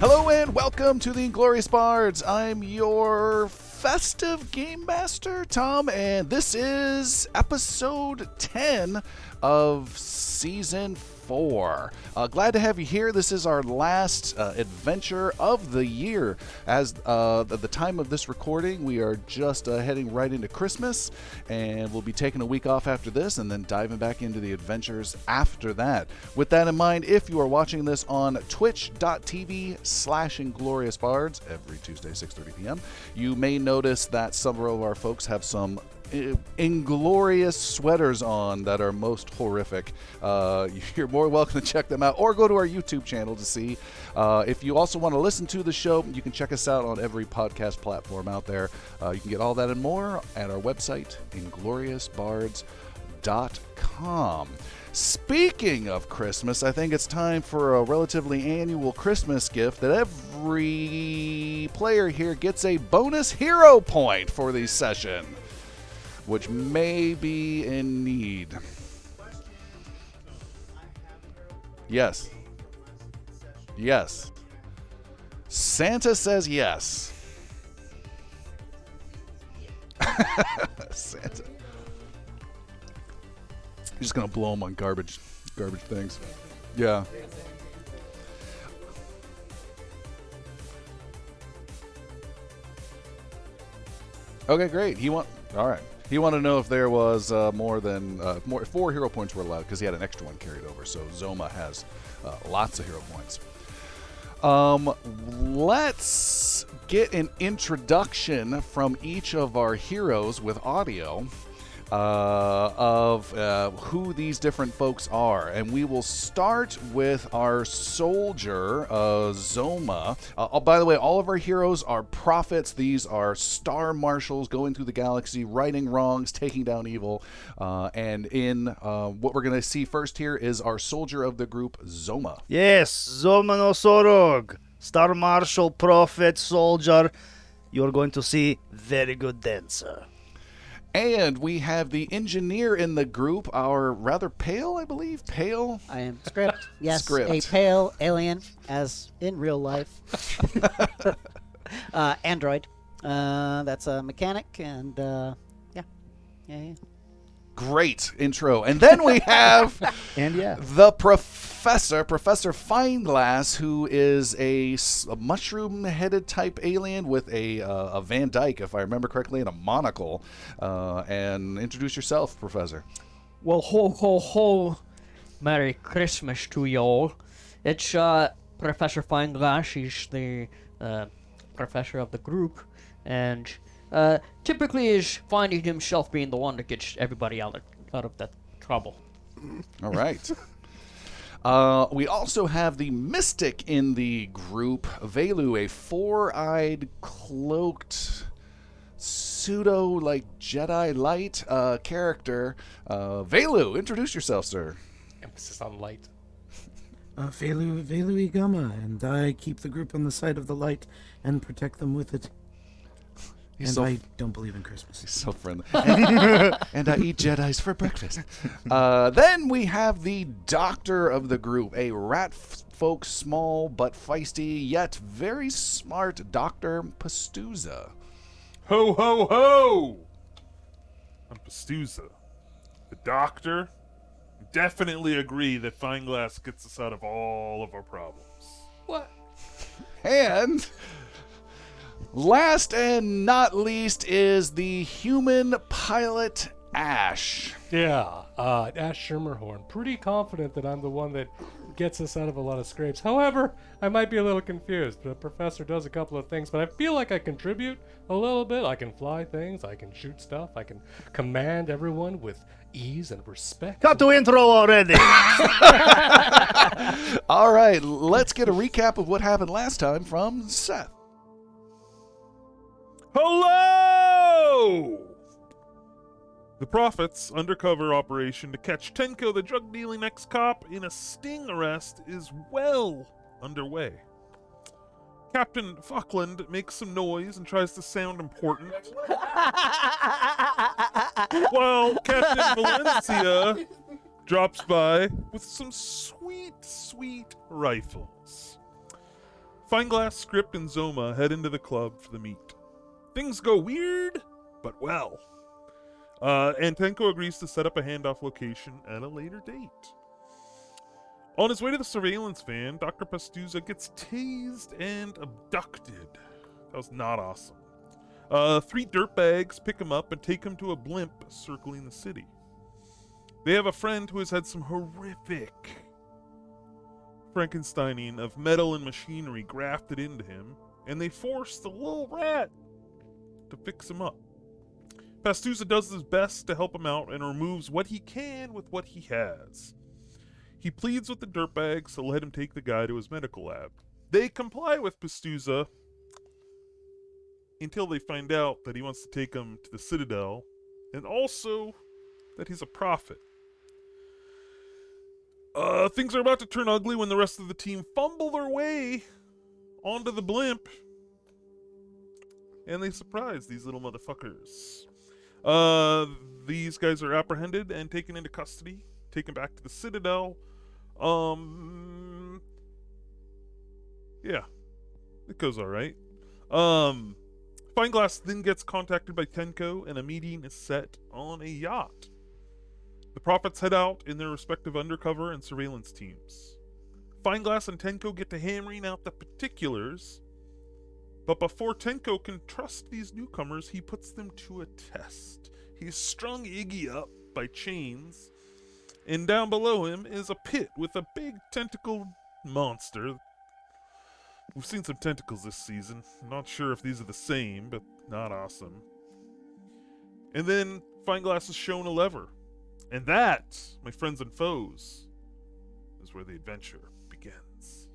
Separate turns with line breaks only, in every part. and welcome to the Inglorious Bards. I'm your festive game master, Tom, and this is episode 10 of season 4. Uh, glad to have you here. This is our last uh, adventure of the year. As uh, at the time of this recording, we are just uh, heading right into Christmas, and we'll be taking a week off after this and then diving back into the adventures after that. With that in mind, if you are watching this on twitch.tv slash inglorious bards every Tuesday, 6.30 p.m., you may notice that some of our folks have some i- inglorious sweaters on that are most horrific. Uh, you're more welcome to check them out or go to our YouTube channel to see. Uh, if you also want to listen to the show, you can check us out on every podcast platform out there. Uh, you can get all that and more at our website, ingloriousbards.com. Speaking of Christmas, I think it's time for a relatively annual Christmas gift that every player here gets a bonus hero point for the session which may be in need. Yes. Yes. Santa says yes. Santa. You're just gonna blow him on garbage, garbage things. Yeah. Okay, great. He want all right. He wanted to know if there was uh, more than uh, more four hero points were allowed because he had an extra one carried over. So Zoma has uh, lots of hero points. Um, let's get an introduction from each of our heroes with audio uh, of uh, who these different folks are. And we will start with our soldier, uh, Zoma. Uh, oh, by the way, all of our heroes are prophets. These are star marshals going through the galaxy, righting wrongs, taking down evil. Uh, and in uh, what we're going to see first here is our soldier of the group, Zoma.
Yes, Zormanosorog, Star Marshal, Prophet, Soldier. You're going to see very good dancer.
And we have the engineer in the group, our rather pale, I believe, pale.
I am script. Yes,
Script.
a pale alien, as in real life. uh, android. Uh, that's a mechanic, and uh, yeah. yeah, yeah.
Great intro. And then we have
And yeah,
the professor, Professor Fineglass, who is a, s- a mushroom-headed type alien with a uh, a Van Dyke, if I remember correctly, and a monocle. Uh, and introduce yourself, Professor.
Well, ho, ho, ho. Merry Christmas to y'all. It's uh, Professor Fineglass. He's the uh, professor of the group. And uh, typically is finding himself being the one that gets everybody out of, out of that trouble.
All right. Uh, we also have the mystic in the group, Velu, a four-eyed, cloaked, pseudo like Jedi light uh, character. Uh, Velu, introduce yourself, sir.
Emphasis on light.
Uh, Velu, Velu Igama, and I keep the group on the side of the light and protect them with it.
He's
and
so
I don't believe in Christmas.
so friendly. And, and I eat Jedi's for breakfast. Uh, then we have the doctor of the group, a rat f- folk, small but feisty yet very smart doctor, Pastuza.
Ho, ho, ho! I'm Pastuza, the doctor. Definitely agree that fine glass gets us out of all of our problems.
What?
And last and not least is the human pilot, Ash.
Yeah, uh, Ash Schermerhorn. Pretty confident that I'm the one that gets us out of a lot of scrapes. However, I might be a little confused. The professor does a couple of things, but I feel like I contribute a little bit. I can fly things, I can shoot stuff, I can command everyone with ease and respect.
cut to intro already.
All right, let's get a recap of what happened last time from Seth.
Hello! The Prophet's undercover operation to catch Tenko, the drug dealing ex cop, in a sting arrest is well underway. Captain Falkland makes some noise and tries to sound important. while Captain Valencia drops by with some sweet, sweet rifles. Fineglass, Script, and Zoma head into the club for the meet. Things go weird, but well. Uh, and Tenko agrees to set up a handoff location at a later date. On his way to the surveillance van, Dr. Pastuza gets tased and abducted. That was not awesome. Uh, three dirtbags pick him up and take him to a blimp circling the city. They have a friend who has had some horrific Frankensteining of metal and machinery grafted into him, and they force the little rat to fix him up. Pastuza does his best to help him out and removes what he can with what he has. He pleads with the dirtbags to let him take the guy to his medical lab. They comply with Pastuza until they find out that he wants to take him to the Citadel and also that he's a prophet. Uh, things are about to turn ugly when the rest of the team fumble their way onto the blimp. And they surprise these little motherfuckers. Uh, these guys are apprehended and taken into custody, taken back to the Citadel. Um, yeah, it goes all right. Um, Fineglass then gets contacted by Tenko, and a meeting is set on a yacht. The prophets head out in their respective undercover and surveillance teams. Fineglass and Tenko get to hammering out the particulars, but before Tenko can trust these newcomers, he puts them to a test. He's strung Iggy up by chains, and down below him is a pit with a big tentacled monster. We've seen some tentacles this season. I'm not sure if these are the same, but not awesome. And then Fineglass is shown a lever. And that, my friends and foes, is where the adventure begins.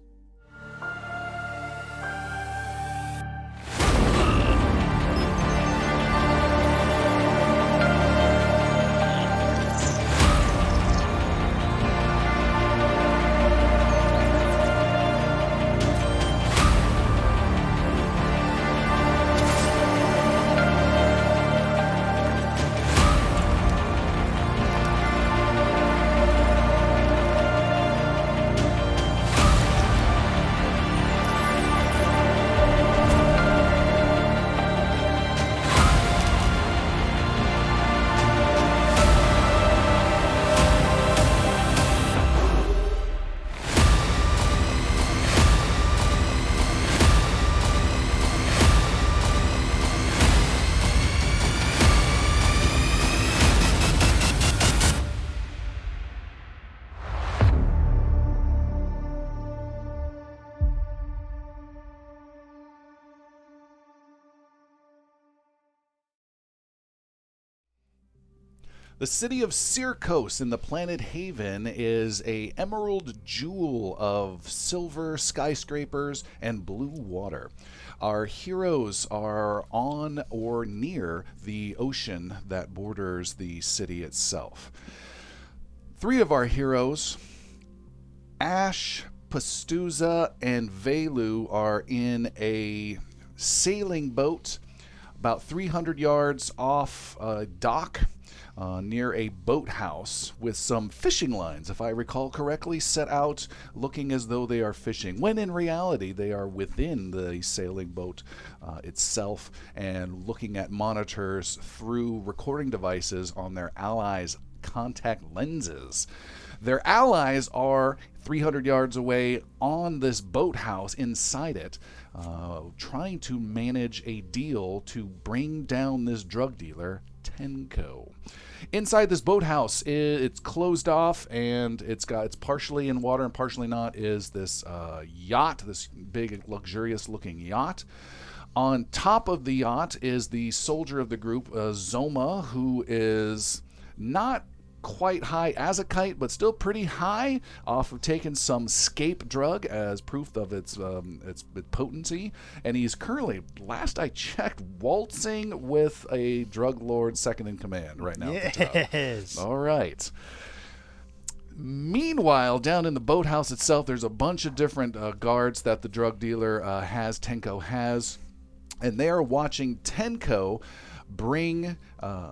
The city of Circos in the planet Haven is a emerald jewel of silver skyscrapers and blue water. Our heroes are on or near the ocean that borders the city itself. Three of our heroes, Ash, Pastuza, and Velu, are in a sailing boat about 300 yards off a dock uh, near a boathouse with some fishing lines, if I recall correctly, set out looking as though they are fishing, when in reality they are within the sailing boat uh, itself and looking at monitors through recording devices on their allies' contact lenses. Their allies are 300 yards away on this boathouse inside it, uh, trying to manage a deal to bring down this drug dealer, Tenko. Inside this boathouse, i- it's closed off and it's got it's partially in water and partially not. Is this uh, yacht, this big luxurious-looking yacht? On top of the yacht is the soldier of the group, uh, Zoma, who is not quite high as a kite, but still pretty high off of taking some scape drug as proof of its um, its potency. And he's currently, last I checked, waltzing with a drug lord second in command right now. at the top.
Yes.
All right. Meanwhile, down in the boathouse itself, there's a bunch of different uh, guards that the drug dealer uh, has, Tenko has, and they are watching Tenko bring uh,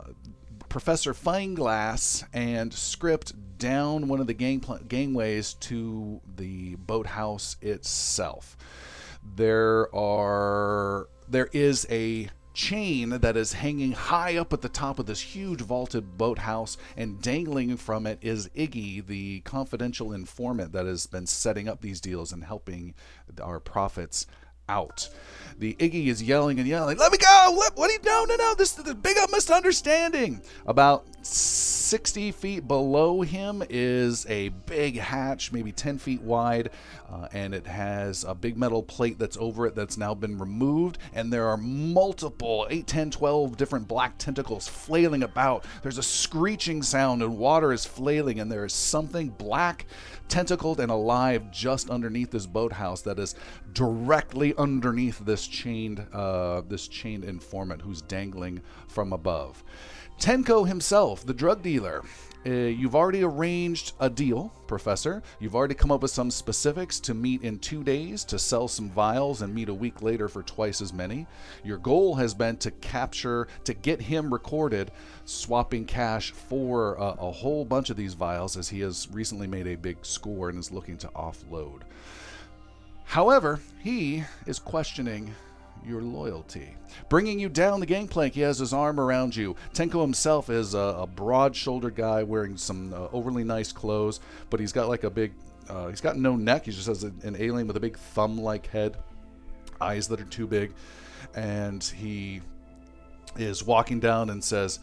Professor Fineglass and Script down one of the gang gangways to the boathouse itself. there are there is a chain that is hanging high up at the top of this huge vaulted boathouse and dangling from it is Iggy the confidential informant that has been setting up these deals and helping our profits out. The Iggy is yelling and yelling, "Let me go! Let, what do you? No, no, no! This is a big old misunderstanding." About sixty feet below him is a big hatch, maybe ten feet wide, uh, and it has a big metal plate that's over it that's now been removed. And there are multiple 8, 10, 12 different black tentacles flailing about. There's a screeching sound, and water is flailing, and there is something black tentacled and alive just underneath this boathouse that is directly underneath this chained uh, this chained informant who's dangling from above. Tenko himself, the drug dealer. Uh, you've already arranged a deal, Professor. You've already come up with some specifics to meet in two days to sell some vials and meet a week later for twice as many. Your goal has been to capture, to get him recorded, swapping cash for uh, a whole bunch of these vials as he has recently made a big score and is looking to offload. However, he is questioning your loyalty. Bringing you down the gangplank, he has his arm around you. Tenko himself is a, a broad shouldered guy wearing some uh, overly nice clothes, but he's got like a big, uh, he's got no neck. He just has a- an alien with a big thumb like head, eyes that are too big, and he is walking down and says,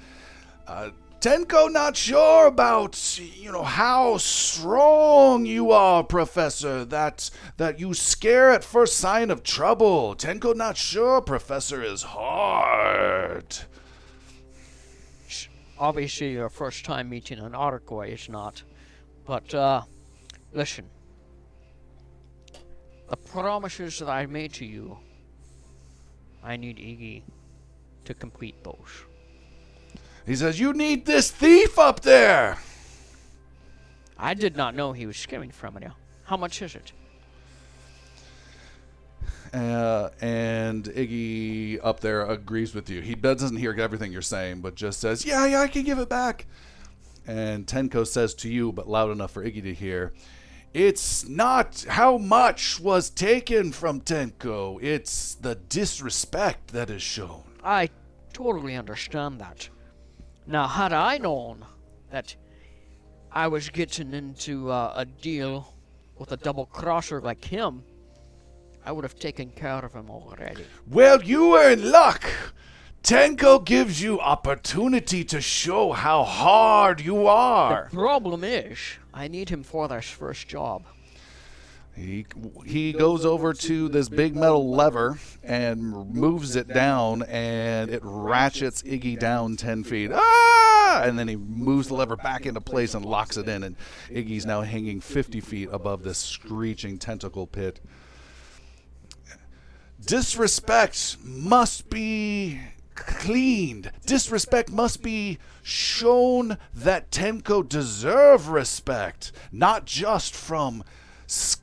uh, Tenko, not sure about you know how strong you are, Professor. That that you scare at first sign of trouble. Tenko, not sure. Professor is hard.
Sh- Obviously, your first time meeting an Aragway is not. But, uh, listen. The promises that I made to you, I need Iggy to complete those.
He says you need this thief up there.
I did not know he was skimming from you. How much is it?
Uh, and Iggy up there agrees with you. He doesn't hear everything you're saying, but just says, "Yeah, yeah, I can give it back." And Tenko says to you, but loud enough for Iggy to hear, "It's not how much was taken from Tenko. It's the disrespect that is shown."
I totally understand that. Now, had I known that I was getting into uh, a deal with a double crosser like him, I would have taken care of him already.
Well, you were in luck. Tenko gives you opportunity to show how hard you are.
Problem is, I need him for this first job.
He he goes over to this big metal lever and moves it down, and it ratchets Iggy down ten feet. Ah! And then he moves the lever back into place and locks it in, and Iggy's now hanging fifty feet above this screeching tentacle pit. Disrespect must be cleaned. Disrespect must be shown that Tenko deserve respect, not just from s-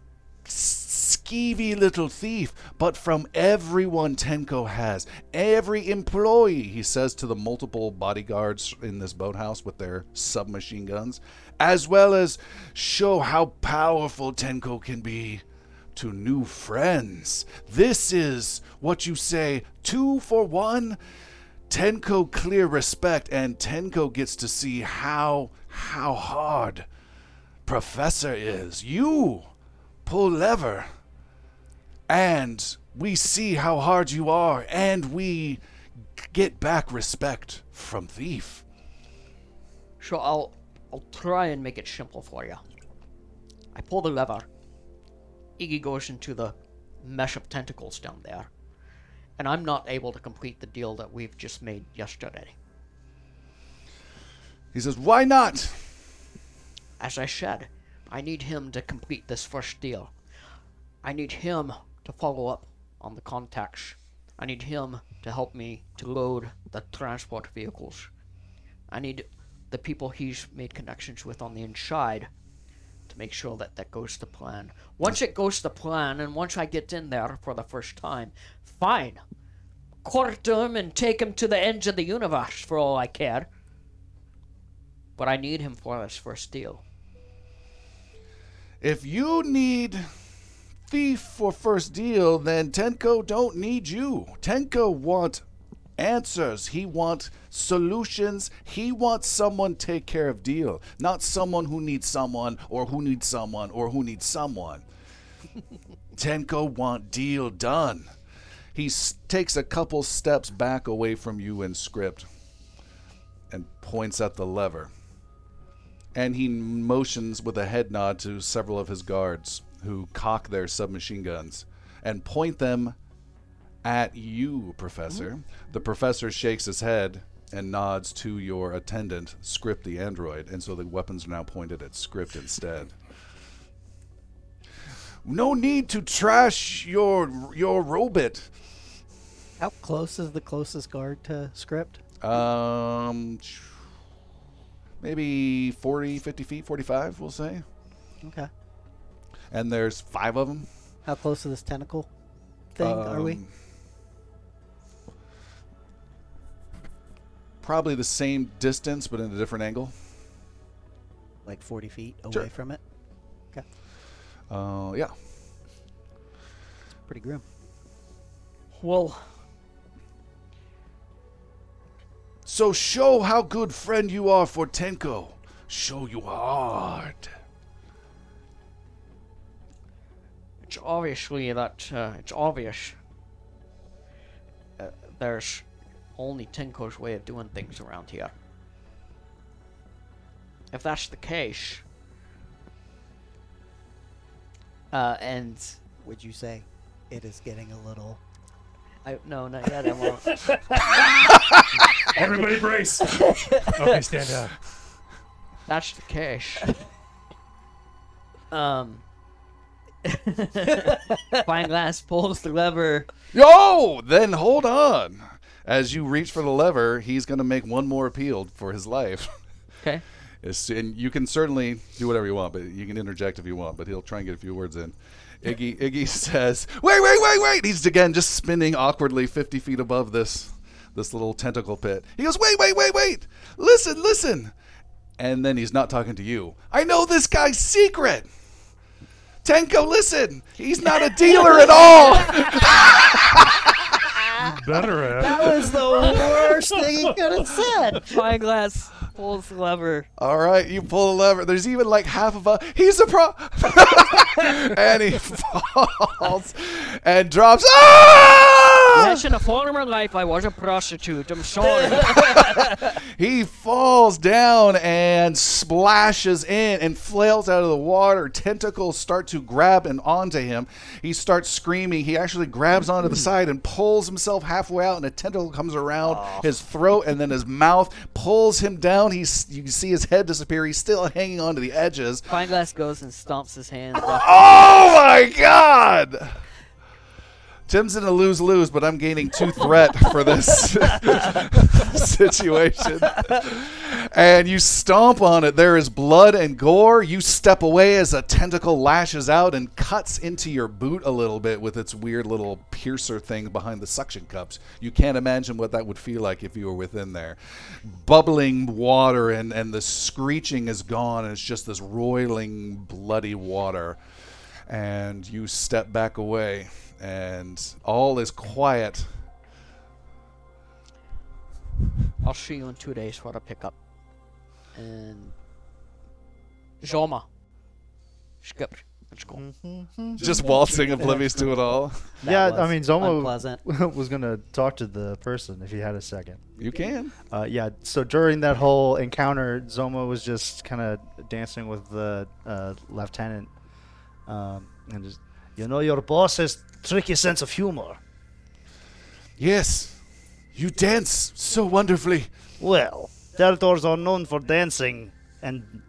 s- skeevy little thief, but from everyone Tenko has. Every employee, he says to the multiple bodyguards in this boathouse with their submachine guns, as well as show how powerful Tenko can be to new friends. This is what you say two for one. Tenko clear respect, and Tenko gets to see how how hard Professor is. You pull lever, and we see how hard you are, and we get back respect from thief.
So I'll I'll try and make it simple for you. I pull the lever. Iggy goes into the mesh of tentacles down there, and I'm not able to complete the deal that we've just made yesterday.
He says, "Why not?"
As I said, I need him to complete this first deal. I need him to follow up on the contacts. I need him to help me to load the transport vehicles. I need the people he's made connections with on the inside to make sure that that goes to plan. Once it goes to plan, and once I get in there for the first time, fine. Court him and take him to the ends of the universe for all I care. But I need him for this first deal.
If you need thief for first deal, then Tenko don't need you. Tenko want answers. He want solutions. He wants someone take care of deal, not someone who needs someone or who needs someone or who needs someone. Tenko want deal done. He s- takes a couple steps back away from you in script and points at the lever. And he motions with a head nod to several of his guards who cock their submachine guns and point them at you, Professor. The professor shakes his head and nods to your attendant, Script the android, and so the weapons are now pointed at Script instead. No need to trash your your robot.
How close is the closest guard to script?
Um, maybe 40, 50 feet, 45, we'll say.
Okay.
And there's five of them.
How close to this tentacle thing are we?
Probably the same distance, but in a different angle.
Like 40 feet away
Sure.
from it?
Uh, yeah.
It's pretty grim.
Well,
So show how good friend you are for Tenko. Show you hard.
it's obviously that uh, it's obvious. Uh, there's only Tenko's way of doing things around here. If that's the case, uh, and
Would you say it is getting a little.
I no, not yet. I won't.
Everybody brace. okay, stand down.
That's the case. um. Fine glass pulls the lever.
Yo, then hold on. As you reach for the lever, he's going to make one more appeal for his life.
Okay.
As- And you can certainly do whatever you want, but you can interject if you want. But he'll try and get a few words in. Iggy Iggy says, "Wait, wait, wait, wait!" He's again just spinning awkwardly fifty feet above this this little tentacle pit. He goes, "Wait, wait, wait, wait! Listen, listen!" And then he's not talking to you. I know this guy's secret. Tenko, listen. He's not a dealer at all.
Better at it.
That was the worst thing he could have said!
Fine glass pulls the lever.
All right, you pull a lever. There's even like half of a. He's a pro. and he falls and drops. Ah!
Listen, a former life I was a prostitute. I'm sorry.
He falls down and splashes in and flails out of the water. Tentacles start to grab and onto him. He starts screaming. He actually grabs onto the side and pulls himself halfway out, and a tentacle comes around his throat and then his mouth, pulls him down. He's you can see his head disappear. He's still hanging onto the edges.
Fine glass goes and stomps his hands. off.
Oh my god! Tim's in a lose lose, but I'm gaining two threat for this situation. And you stomp on it. There is blood and gore. You step away as a tentacle lashes out and cuts into your boot a little bit with its weird little piercer thing behind the suction cups. You can't imagine what that would feel like if you were within there. Bubbling water and, and the screeching is gone, and it's just this roiling, bloody water and you step back away and all is quiet
I'll see you in two days for a pickup. And Zoma. Skip. Let's go.
just waltzing oblivious to it all
That
yeah, I
was
mean, Zomo
Unpleasant.
was gonna talk to the person if he had a second.
you can
Uh, yeah, so during that whole encounter, Zoma was just kind of dancing with the uh, lieutenant, um, and just you know your boss has tricky sense of humor.
yes you dance so wonderfully
Well, Deltors are known for dancing, and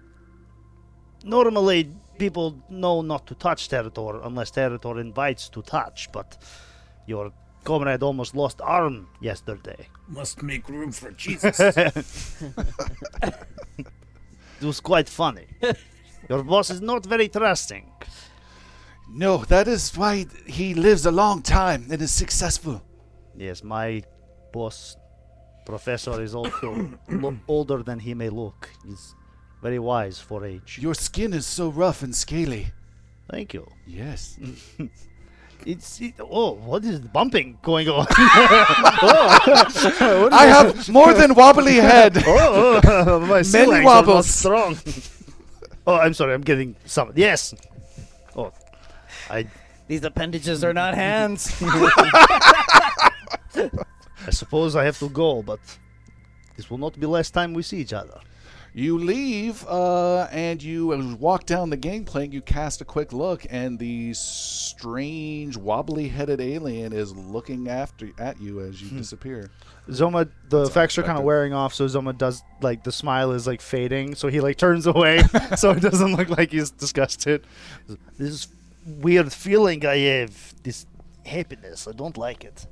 normally people know not to touch Territor unless Territor invites to touch, but your comrade almost lost arm yesterday.
Must make room for Jesus.
It was quite funny. your boss is not very trusting.
no that is why he lives a long time and is successful
Yes, my boss, Professor, is also lo- older than he may look. He's very wise for age.
your skin is so rough and scaly
Thank you.
Yes.
It's it, oh, what is the bumping going on?
I have more than wobbly head.
oh, oh, my sea
Many
legs are not
wobbles.
strong. oh, I'm sorry. I'm getting some. Yes. Oh, I
These appendages are not hands.
I suppose I have to go, but this will not be last time we see each other.
You leave uh, and you walk down the gangplank. You cast a quick look, and the strange, wobbly-headed alien is looking after at you as you disappear.
Zoma, the effects are kind of
unexpected.
wearing off, so Zoma does like the smile is like fading, so he like turns away, so it doesn't look like he's disgusted. This weird feeling I have, this happiness, I don't like it.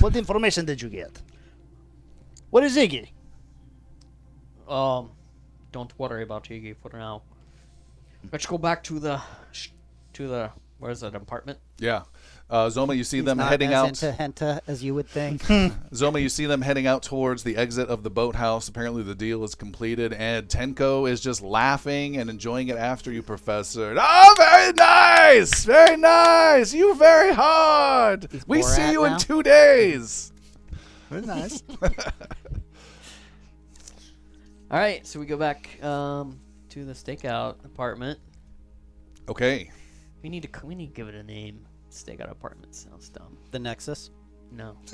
What information did you get? What is Iggy?
Um, don't worry about Iggy for now. Let's go back to the, sh- to the where is that apartment?
Yeah. Uh, Zoma, you see them
not
heading
as
out.
into henta as you would think.
Zoma, you see them heading out towards the exit of the boathouse. Apparently, the deal is completed, and Tenko is just laughing and enjoying it after you, Professor. Oh, very nice! Very nice! You very hard! we see
Borat
you
now?
in two days!
Very nice.
All right, so we go back um to the stakeout apartment.
Okay.
We need to c- we need to give it a name. Stakeout apartment sounds dumb.
the Nexus.
No.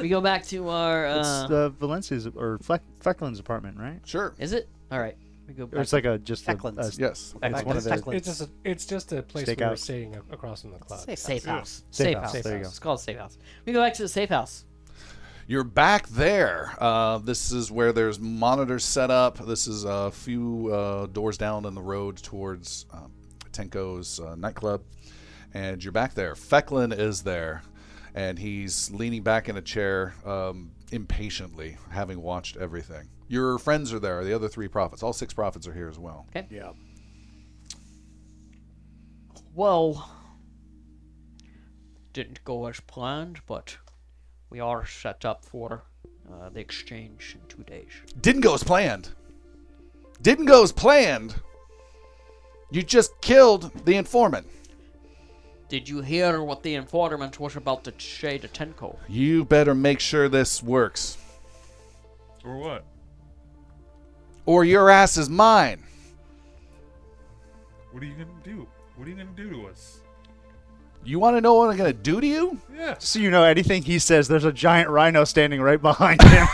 we go back to our. Uh,
it's uh, Valencia's or Fleck- Fecklin's apartment, right?
Sure.
is it all right? We go
Or
back.
it's like a just a,
Fecklin's.
a
Yes.
Back
it's one
to
of the
Fecklin's.
It's just a, it's just a place we
Stakeout.
were staying a- across from the club.
Safe
safe
house.
house.
Safe
Safe
house,
house.
there you go.
It's called safe house. We go back to the safe house.
You're back there. Uh, this is where there's monitors set up. This is a few uh, doors down on the road towards um, Tenko's uh, nightclub. And you're back there. Fecklin is there. And he's leaning back in a chair um, impatiently, having watched everything. Your friends are there, the other three prophets. All six prophets are here as well.
Well, didn't go as planned, but we are set up for uh, the exchange in two days.
Didn't go as planned. Didn't go as planned. You just killed the informant.
Did you hear what the informant was about to say to Tenko?
You better make sure this works.
Or what?
or your ass is mine.
What are you gonna do? What are you gonna do to us?
You want to know what I'm going to do to you?
Yeah.
So you know anything he says, there's a giant rhino standing right behind him.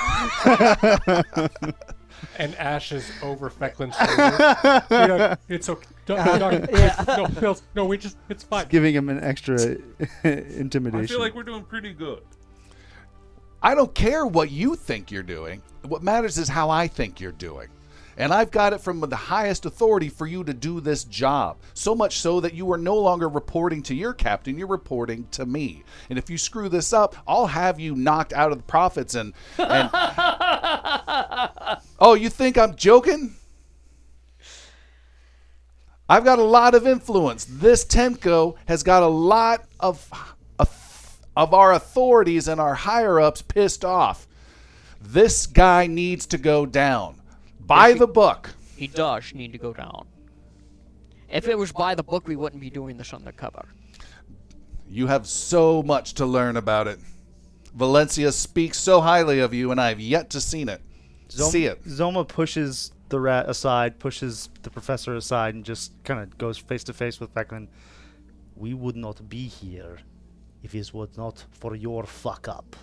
And ashes over Fecklin's shoulder. You know, it's okay. Don't, don't- no, Phil, no, we just, it's fine.
giving him an extra
I
intimidation.
feel like we're doing pretty good.
I don't care what you think you're doing. What matters is how I think you're doing. And I've got it from the highest authority for you to do this job. So much so that you are no longer reporting to your captain, you're reporting to me. And if you screw this up, I'll have you knocked out of the profits and. and oh, you think I'm joking? I've got a lot of influence. This Tenko has got a lot of of our authorities and our higher ups pissed off. This guy needs to go down. By the book.
He does need to go down. If it was by the book, we wouldn't be doing this undercover.
You have so much to learn about it. Valencia speaks so highly of you, and I've yet to seen it.
Zoma,
See it.
Zoma pushes the rat aside, pushes the professor aside, and just kind of goes face to face with Becklin. We would not be here if it was not for your fuck up.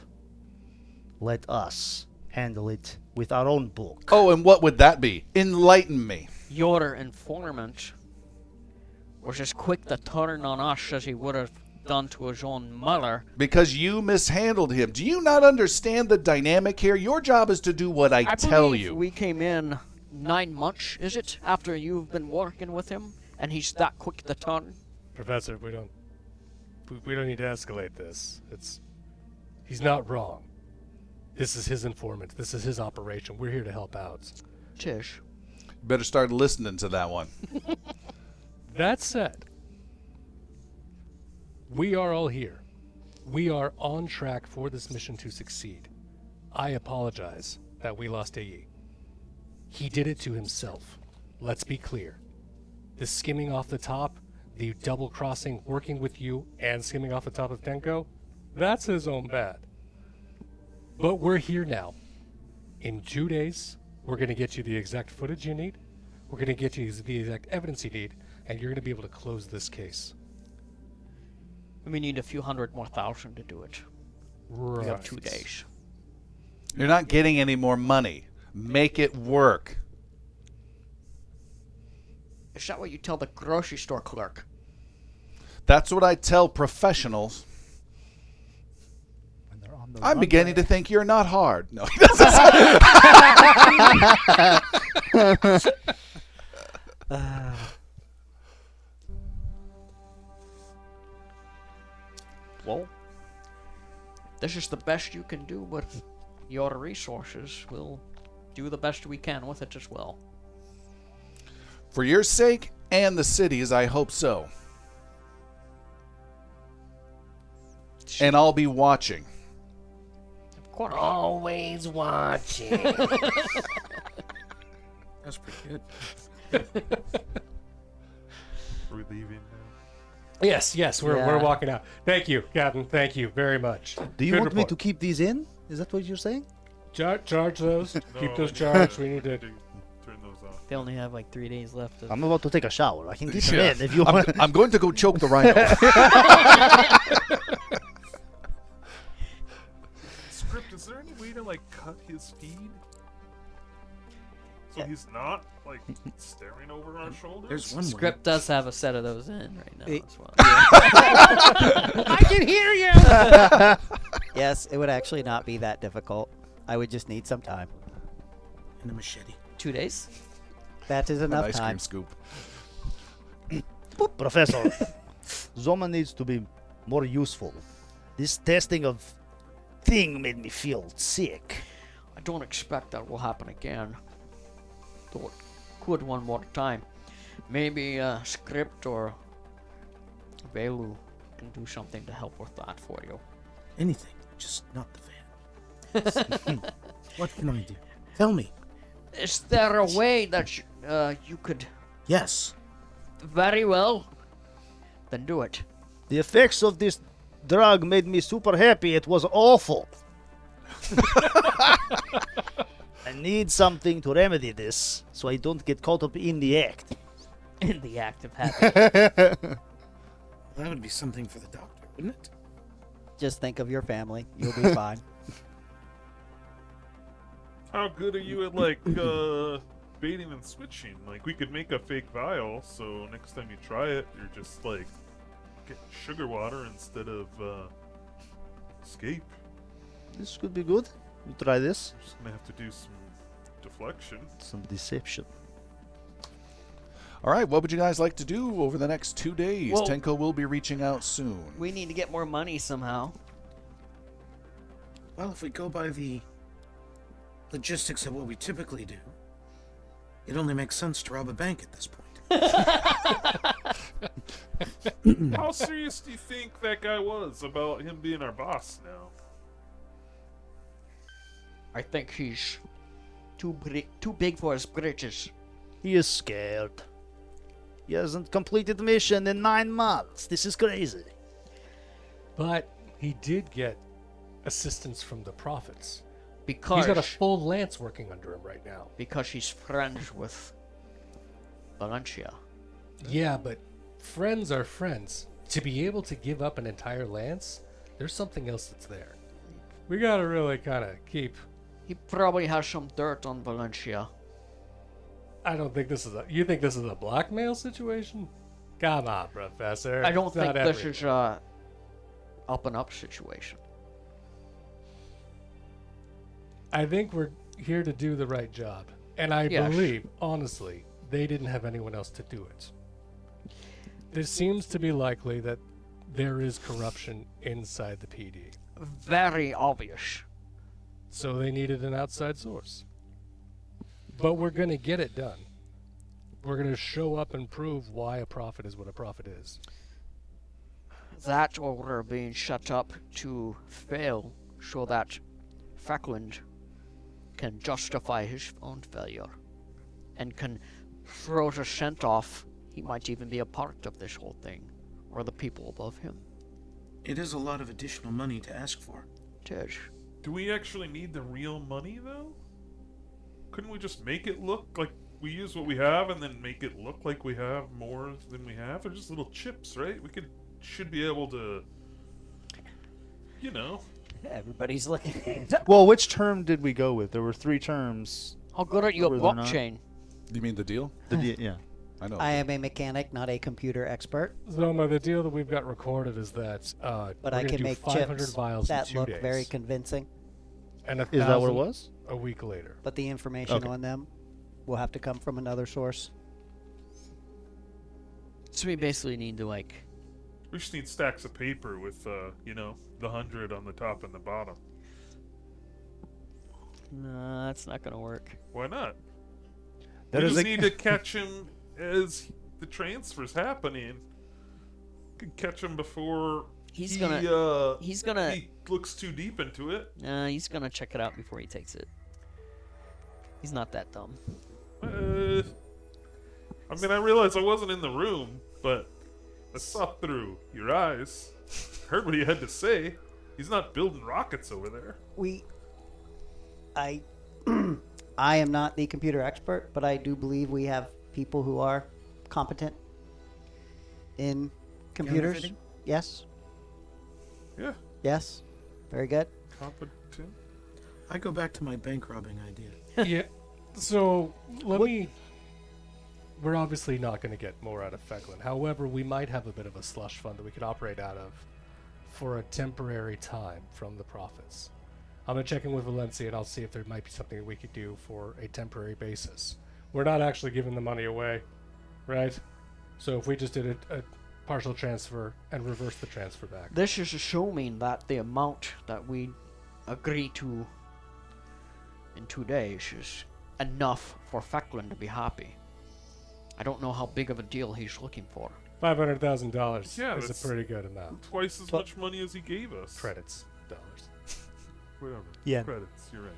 Let us handle it with our own book.
Oh, and what would that be? Enlighten me.
Your informant was as quick to turn on us as he would have done to his own mother.
Because you mishandled him. Do you not understand the dynamic here? Your job is to do what I, tell
believe
you.
We came in nine months, is it, after you've been working with him, and he's that quick to turn?
Professor, we don't, we, we don't need to escalate this. It's, he's not wrong. This is his informant. This is his operation. We're here to help out.
Tish.
Better start listening to that one.
That said, we are all here. We are on track for this mission to succeed. I E. apologize that we lost Ayi. He did it to himself. Let's be clear. the skimming off the top, the double crossing, working with you, and skimming off the top of Tenko, that's his own bad. But we're here now. In two days, we're going to get you the exact footage you need, we're going to get you the exact evidence you need, and you're going to be able to close this case.
We need a few hundred more thousand to do it.
Right.
We have two days.
You're not getting any more money. Make it work.
Is that what you tell the grocery store clerk?
That's what I tell professionals.
When they're on the
I'm
runway.
beginning to think you're not hard. No, he doesn't. say-
Well, if this is the best you can do with your resources. We'll do the best we can with it as well.
For your sake and the city's, I hope so. And I'll be watching.
Of course.
Oh,
Always watching.
That's pretty good.
We're leaving now.
Yes, yes, we're, we're
Yeah.
walking out. Thank you, Captain. Thank you very much.
Do you
Good
want
report.
me to keep these in? Is that what you're saying?
Char- charge those? Keep
No,
those
we need
charged.
to-
We need to.
do- Oh, turn those off.
They only have like three days left. Of-
I'm about to take a shower. I can keep
Yeah.
them in if you
I'm,
want.
I'm going to go choke the rhino.
Script, is there any way to like cut his feed? So he's not like staring over our shoulders?
There's one way.
Script does have a set of those in right now
Eh.
as well.
Yes, it would actually not be that difficult. I would just need some time.
and a machete.
two days?
That is
An
enough
ice cream
time.
scoop.
Professor, Zoma needs to be more useful. This testing of thing made me feel sick.
I don't expect that will happen again. Though it could one more time. Maybe uh, Script or Velu can do something to help with that for you.
Anything, just not the van. what can I do? Tell me.
Is there a way that you, uh, you could
Yes.
very well? Then do it.
The effects of this drug made me super happy. It was awful. I need something to remedy this so I don't get caught up in the act.
In the act of having.
That would be something for the doctor, wouldn't it?
Just think of your family. You'll be fine.
How good are you at like uh baiting and switching? Like we could make a fake vial, so next time you try it, you're just like getting sugar water instead of uh escape.
This could be good. You try this.
You're just gonna have to do some deflection.
Some deception.
All right, what would you guys like to do over the next two days?
Well-
Tenko will be reaching out soon.
we need to get more money somehow.
Well, if we go by the logistics of what we typically do, it only makes sense to rob a bank at this point.
How serious do you think that guy was about him being our boss now?
I think he's too, bri- too big for his britches.
He is scared. He hasn't completed mission in nine months. This is crazy.
But he did get assistance from the prophets.
Because
He's got a full lance working under him right now.
because she's friends with Valencia.
Yeah, but friends are friends. To be able to give up an entire lance, there's something else that's there. We gotta really kind of keep.
He probably has some dirt on Valencia.
I don't think this is a. You think this is a blackmail situation? Come on, Professor.
I don't
It's
think
not
this
everything.
is a up and up situation.
I think we're here to do the right job. And I
Yes.
believe, honestly, they didn't have anyone else to do it. It seems to be likely that there is corruption inside the PD.
Very obvious.
So they needed an outside source. But we're going to get it done. We're going to show up and prove why a prophet is what a prophet is.
That order being set up to fail so that Fackland can justify his own failure and can throw the scent off He might even be a part of this whole thing, or the people above him.
It is a lot of additional money to ask for.
Tish.
Do we actually need the real money though? Couldn't we just make it look like we use what we have and then make it look like we have more than we have? They're just little chips, right? We could should be able to you know.
Everybody's looking.
Well, which term did we go with? There were three terms.
How good are you at
Whether or not-
blockchain?
You mean the deal?
yeah.
I know.
I am a mechanic, not a computer expert,
Zoma, the deal that we've got recorded is that uh,
but
we're
I
gonna
can
do
make
500
chips
vials in
that
two
look
days,
very convincing.
and a
Is that what it
thousand
was?
A week later.
But the information
Okay.
on them will have to come from another source.
So we basically need to like
We just need stacks of paper with uh, you know, the hundred on the top and the bottom.
Nah, that's not gonna work.
Why not?
That
we
is
just
a-
need to catch him as the transfer's happening. Could catch him before
He's
he,
gonna-
uh,
he's gonna-
he looks too deep into it.
Nah, Uh, he's gonna check it out before he takes it. He's not that dumb.
Uh, I mean, I realized I wasn't in the room, but I saw through your eyes. Heard what he had to say. He's not building rockets over there.
We, I, I am not the computer expert, but I do believe we have people who are competent in computers.
Counterfeiting?
Yes,
Yeah,
yes, very good.
competent.
I go back to my bank robbing idea.
yeah. So let me. We're obviously not going to get more out of Fecklin. However, we might have a bit of a slush fund that we could operate out of for a temporary time from the profits. I'm gonna check in with Valencia and I'll see if there might be something that we could do for a temporary basis. We're not actually giving the money away, right? So if we just did a, a partial transfer and reverse the transfer back,
This is assuming that the amount that we agree to in two days is enough for Fecklin to be happy. I don't know how big of a deal he's looking for.
five hundred thousand dollars
Yeah,
is
that's-
a pretty good amount.
Twice as much money as he gave us.
Credits, dollars.
Whatever.
Yeah.
Credits. You're right.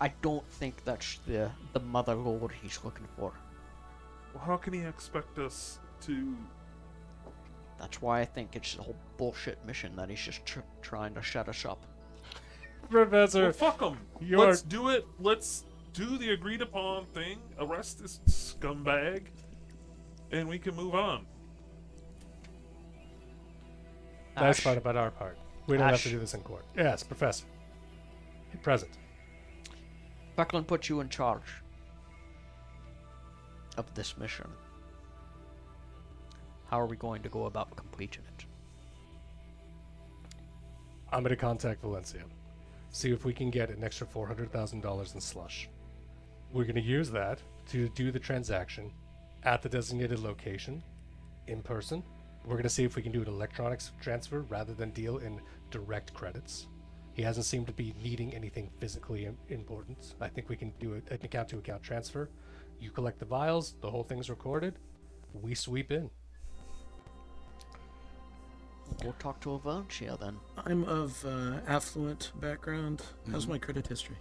I don't think that's the the mother lord he's looking for.
Well, how can he expect us to?
That's why I think it's the whole bullshit mission that he's just tr- trying to shut us up.
Well,
Professor,
fuck him.
you
Let's
are-
do it. Let's do the agreed upon thing. Arrest this scumbag, and we can move on.
Nice
Ash,
part about our part. We don't have to
Ash.
do this in court. Yes, Professor. Be present.
Fecklin put you in charge of this mission. How are we going to go about completing it?
I'm going to contact Valencia. See if we can get an extra $400,000 in slush. We're going to use that to do the transaction at the designated location in person. We're going to see if we can do an electronics transfer rather than deal in direct credits. He hasn't seemed to be needing anything physically im- important. I think we can do a- an account to account transfer. You collect the vials, the whole thing's recorded. We sweep in.
We'll talk to Avancia then.
I'm of uh, affluent background. How's my credit history?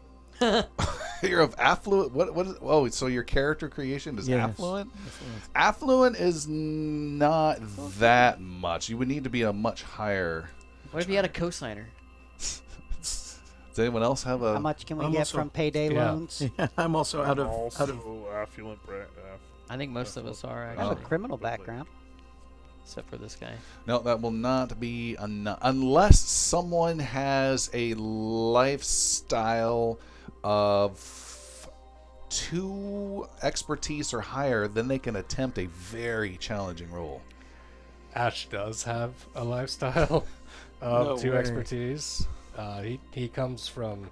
You're of affluent. What? What? Is, oh, so your character creation is
Yes.
affluent. Affluent is n- not that much. You would need to be a much higher.
What if you had a cosigner?
Does anyone else have a?
How much can we
I'm
get
also-
from payday
yeah.
loans?
I'm also out of
also
out of
affluent uh, bra- aff-
I think most of us
Oh,
are
I have a
actually,
criminal background.
except for this guy.
No, that will not be enough unless someone has a lifestyle of two expertise or higher. Then they can attempt a very challenging role.
Ash does have a lifestyle of
No
two
way.
expertise. Uh, he, he comes from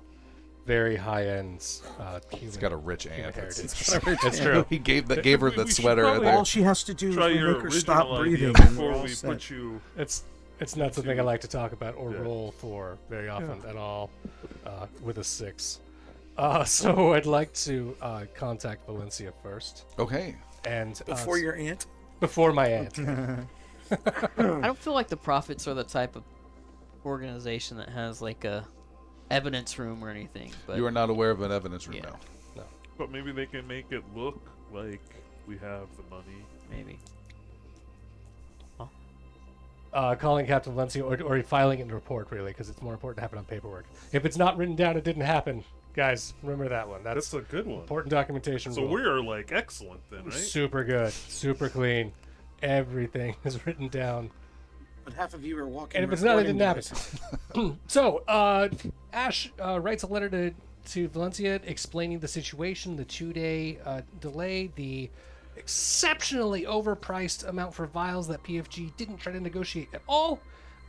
very high end uh, human.
He's got a rich aunt.
heritage.
It's-
That's true.
he gave that gave her
We- we
that
should
sweater.
probably
there.
All she has to do is
Try
we
your
make her stop
original
breathing.
idea
and we're
before
all
we
set.
put you.
It's it's not something I like to talk about or
Yeah.
roll for very often at all. Uh, with a six, uh, so I'd like to uh, contact Valencia first
Okay.
and uh,
before
s-
your aunt.
before my aunt.
Hmm.
I don't feel like the prophets are the type of organization that has like a evidence room or anything. But
You are not aware of an evidence room
Yeah.
now.
But maybe they can make it look like we have the money
maybe.
Uh, calling Captain Valencia or, or filing it in a report, really, because it's more important to have it on paperwork. If it's not written down, it didn't happen. Guys, remember that one. That's
That's a good one.
important documentation
So
rule.
we are like excellent then, right?
super good, super clean. Everything is written down.
But half of you are walking.
And if it's not, it
recording
didn't happen.
devices.
so, uh, Ash uh, writes a letter to, to Valencia explaining the situation, the two day uh, delay, the exceptionally overpriced amount for vials that PFG didn't try to negotiate at all,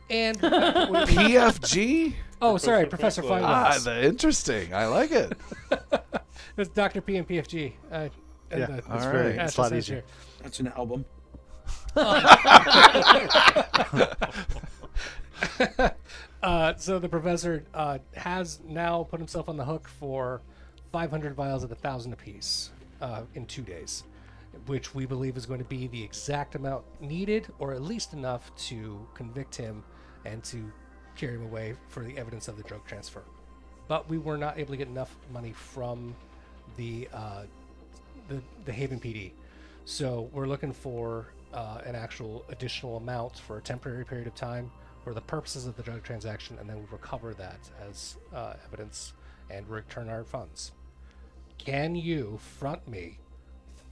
and the fact that we-
PFG?
oh, sorry, Professor Fine.
Ah, the interesting. I like it.
It's Dr. P and PFG. Uh, and,
Yeah,
uh,
it's
all
very
right.
Ash
it's a lot
says
easier.
here.
That's an album.
Uh, so the professor uh, has now put himself on the hook for 500 vials at a thousand apiece uh, in two days, which we believe is going to be the exact amount needed, or at least enough to convict him and to carry him away for the evidence of the drug transfer. But we were not able to get enough money from the uh, the, the Haven PD. So we're looking for uh, an actual additional amount for a temporary period of time for the purposes of the drug transaction, and then we recover that as uh, evidence and return our funds. Can you front me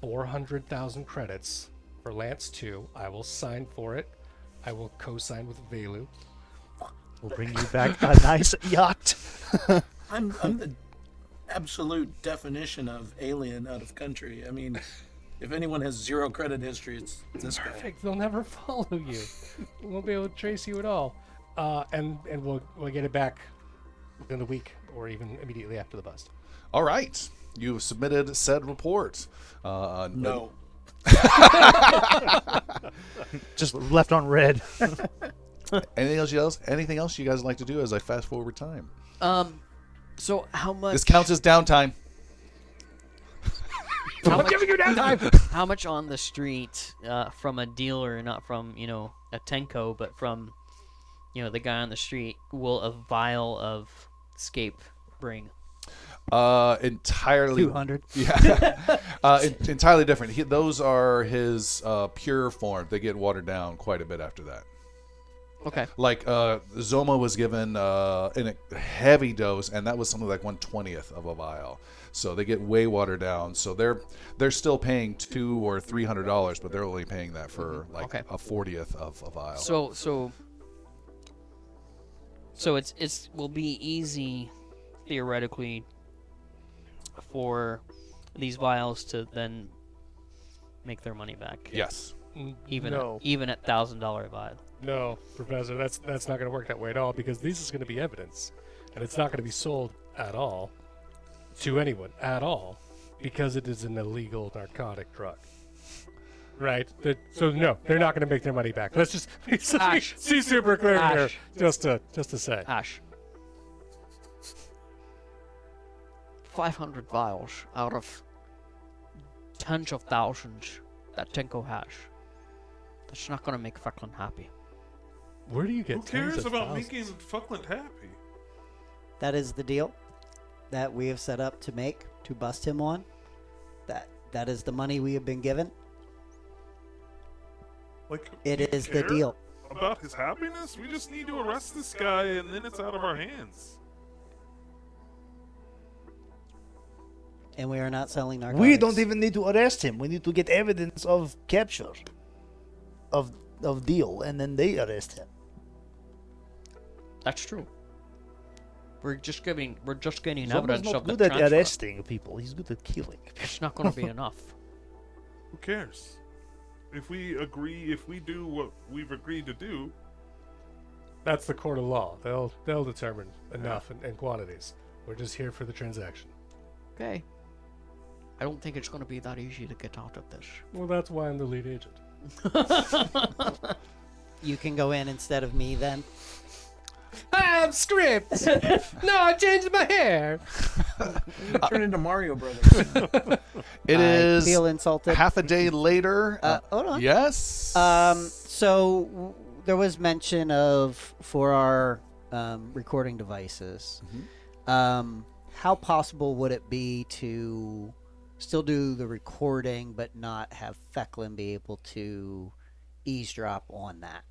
400,000 credits for Lance 2? I will sign for it. I will co sign with Velu.
We'll bring you back a nice yacht.
I'm I'm the absolute definition of alien out of country. I mean, if anyone has zero credit history, it's this guy.
Perfect. They'll never follow you. we won't be able to trace you at all. Uh, and and we'll, we'll get it back within the week or even immediately after the bust.
All right. You've submitted said report. Uh,
No.
Just left on red.
Anything else, you else? Anything else you guys like to do as I fast forward time?
Um, so how much?
This counts as downtime.
how much, How much on the street uh, from a dealer, not from you know a tenko, but from you know the guy on the street, will a vial of scape bring?
Uh, entirely.
200.
Yeah. uh, en- entirely different. He, those are his uh, pure form. They get watered down quite a bit after that.
Okay.
Like uh, Zoma was given uh, in a heavy dose, and that was something like one twentieth of a vial. So they get way watered down. So they're they're still paying two or three hundred dollars, but they're only paying that for like
Mm-hmm. Okay.
a fortieth of a vial.
So so so it's it's will be easy theoretically for these vials to then make their money back.
yes.
Even
No.
at, even at thousand dollar vial.
No, Professor, that's that's not going to work that way at all because this is going to be evidence, and it's not going to be sold at all to anyone at all because it is an illegal narcotic drug. Right. The- so no, they're not going to make their money back. Let's just be
Ash.
see super clear here.
Ash.
Just to just to say,
Ah.
Ash. Five hundred vials out of tens of thousands that Tenko has. That's not gonna make Franklin happy.
where do you get?
Who
tens
cares
of
about
thousands?
making Fuckland happy?
That is the deal that we have set up to make to bust him on. That that is the money we have been given.
Like
It
you
is the
care
deal.
about his happiness. We just need to arrest this guy, and then it's out of our hands.
And we are not selling narcotics.
We don't even need to arrest him. We need to get evidence of capture, of of deal, and then they arrest him.
That's true. We're just giving. We're just gaining
Zoma's
evidence
not
of the
good at
transfer.
arresting people. He's good at killing.
It's not going to be enough.
Who cares? If we agree, if we do what we've agreed to do,
That's the court of law. They'll they'll determine enough and, and quantities. We're just here for the transaction.
Okay. I don't think it's going to be that easy to get out of this.
Well, that's why I'm the lead agent.
You can go in instead of me then.
I'm script. no, I changed my hair.
Turn into Mario Brothers.
It
I
is
feel insulted.
half a day later.
Uh, hold on.
Yes.
Um, so w- there was mention of for our um, recording
Mm-hmm.
devices. Um, how possible would it be to still do the recording, but not have Fecklin be able to eavesdrop on that.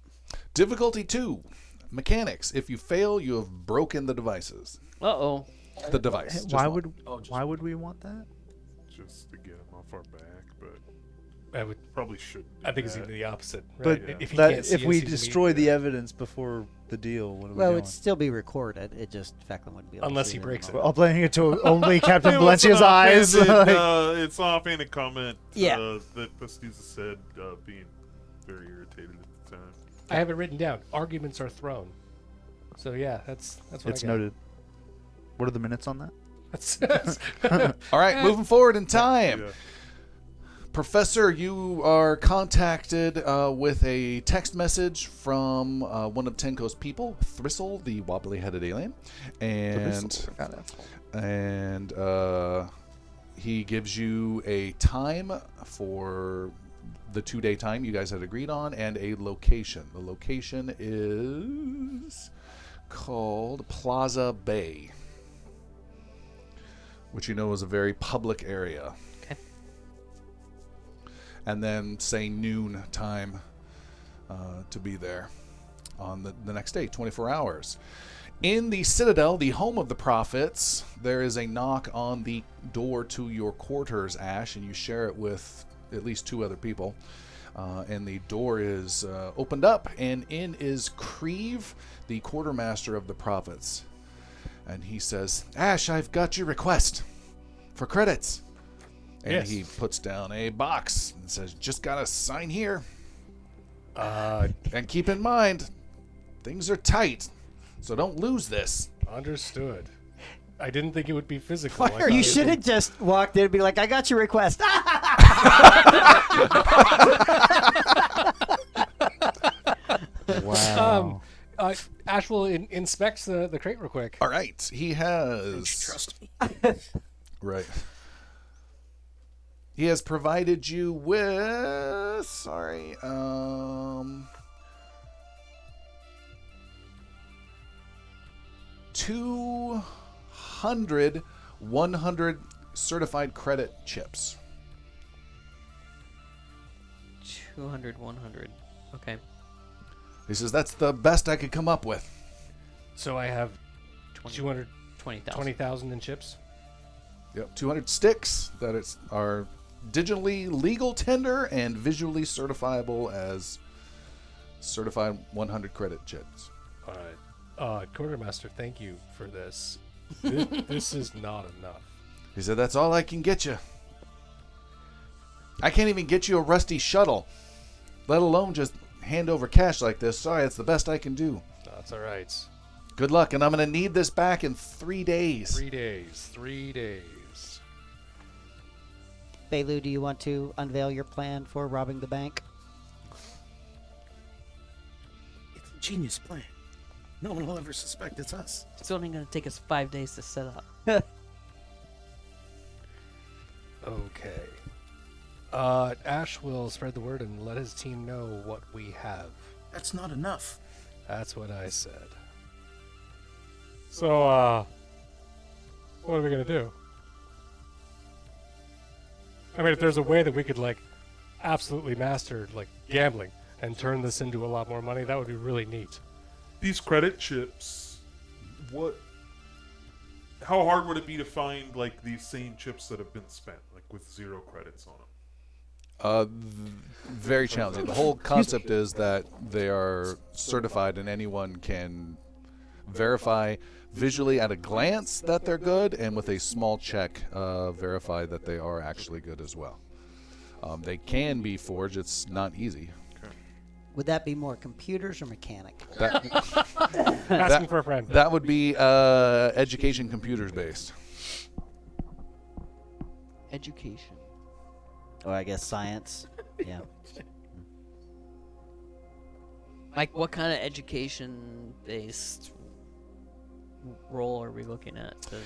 Difficulty two, mechanics. If you fail, you have broken the devices.
Uh oh.
The device. just
why
one.
would
Oh, just
why would we want that?
just to get him off our back, but
I would.
probably shouldn't. do
I think it's
that.
even the opposite. Right?
But
if he
that-
can't see
if
us,
we
he's
destroy
immediately-
the evidence before the deal, what are we
Well,
doing?
it'd still be recorded. It just Fecklin wouldn't be able
Unless
to
he
see
breaks
We're
it.
all playing it to only Captain
It was an
Valencia's eyes.
offhanded,
Like,
uh, it's an offhanded comment.
Yeah.
Uh, that Pastiza said, uh, being very irritated at the time.
I have it written down. Arguments are thrown. So yeah, that's that's what
it's
I got.
noted. What are the minutes on that?
That's-
All right, moving forward in time.
Yeah.
Professor, you are contacted uh, with a text message from uh, one of Tenko's people, Thristle, the wobbly-headed alien, and and uh, he gives you a time for the two-day time you guys had agreed on, and a location. The location is called Plaza Bay, which you know is a very public area and then say noon time uh, to be there on the, the next day, 24 hours. In the Citadel, the home of the prophets, there is a knock on the door to your quarters, Ash, and you share it with at least two other people. Uh, and the door is uh, opened up, and in is Creve, the quartermaster of the prophets. And he says, Ash, I've got your request for credits. And
Yes.
he puts down a box and says, Just got to sign here.
uh,
And keep in mind, things are tight, so don't lose this.
understood. I didn't think it would be physical. I
Why are
thought
you
it
You
would
should
be-
have just walked in and be like, "I got your request." Ah!
Wow.
Um, uh, Ash will in- inspects the, the crate real quick.
All right, he has
Trust me.
right. He has provided you with sorry, um two hundred one hundred certified credit chips.
200, 100. Okay.
He says that's the best I could come up with.
So I have
20
220,000
20,000.
in chips.
Yep, 200 sticks that it's, are digitally legal tender and visually certifiable as certified 100 credit chips.
All right. Uh, Quartermaster, thank you for this. This, this is not enough.
He said, "That's all I can get you. I can't even get you a rusty shuttle, let alone just hand over cash like this. Sorry, it's the best I can do.
That's all right.
Good luck, and I'm gonna need this back in three days.
Three days. Three days.
Bailu, do you want to unveil your plan for robbing the bank?
It's a genius plan. No one will ever suspect it's us.
It's only going to take us five days to set up.
Okay. Uh, Ash will spread the word and let his team know what we have.
That's not enough.
That's what I said. So, uh, what are we gonna do? I mean, if there's a way that we could like absolutely master like gambling and turn this into a lot more money, that would be really neat.
These credit chips, what? How hard would it be to find like these same chips that have been spent, like with zero credits on them?
Uh, th- very challenging. The whole concept is that they are certified and anyone can verify visually at a glance that they're good and with a small check uh, verify that they are actually good as well. Um, they can be forged, it's not easy.
Would that be more computers or mechanic?
That,
Asking for a friend.
that would be uh, education computers based.
Education.
Or I guess science. Yeah.
Like, what kind of education based role are we looking at? To...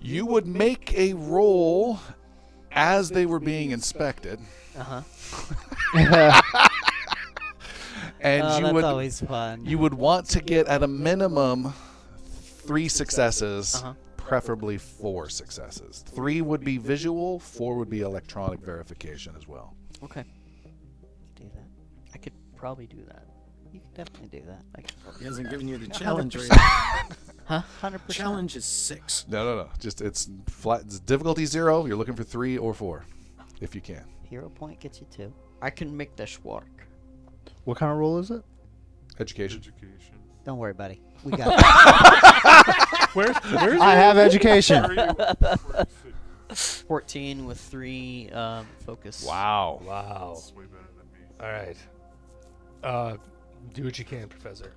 You would make a roll as they were being inspected,
Uh
Uh-huh.
huh.
and
oh,
you
that's
would
always fun.
you would want to get at a minimum three successes
Uh-huh.
preferably four successes. Three would be visual, four would be electronic verification as well.
Okay.
Do that.
I could probably do that.
You can definitely do that. I can
He hasn't given you the challenge rating.
hundred percent.
Challenge is six.
No, no, no. Just it's flat. It's difficulty zero. You're looking for three or four, if you can.
Hero point gets you two.
I can make this work.
What kind of roll is it?
Education.
Education.
Don't worry, buddy. We got it.
Where's, where's
I have education.
your- where is it?
14 with 3 um, focus.
Wow.
Wow.
It's way better than me.
All right. Uh, do what you can, Professor.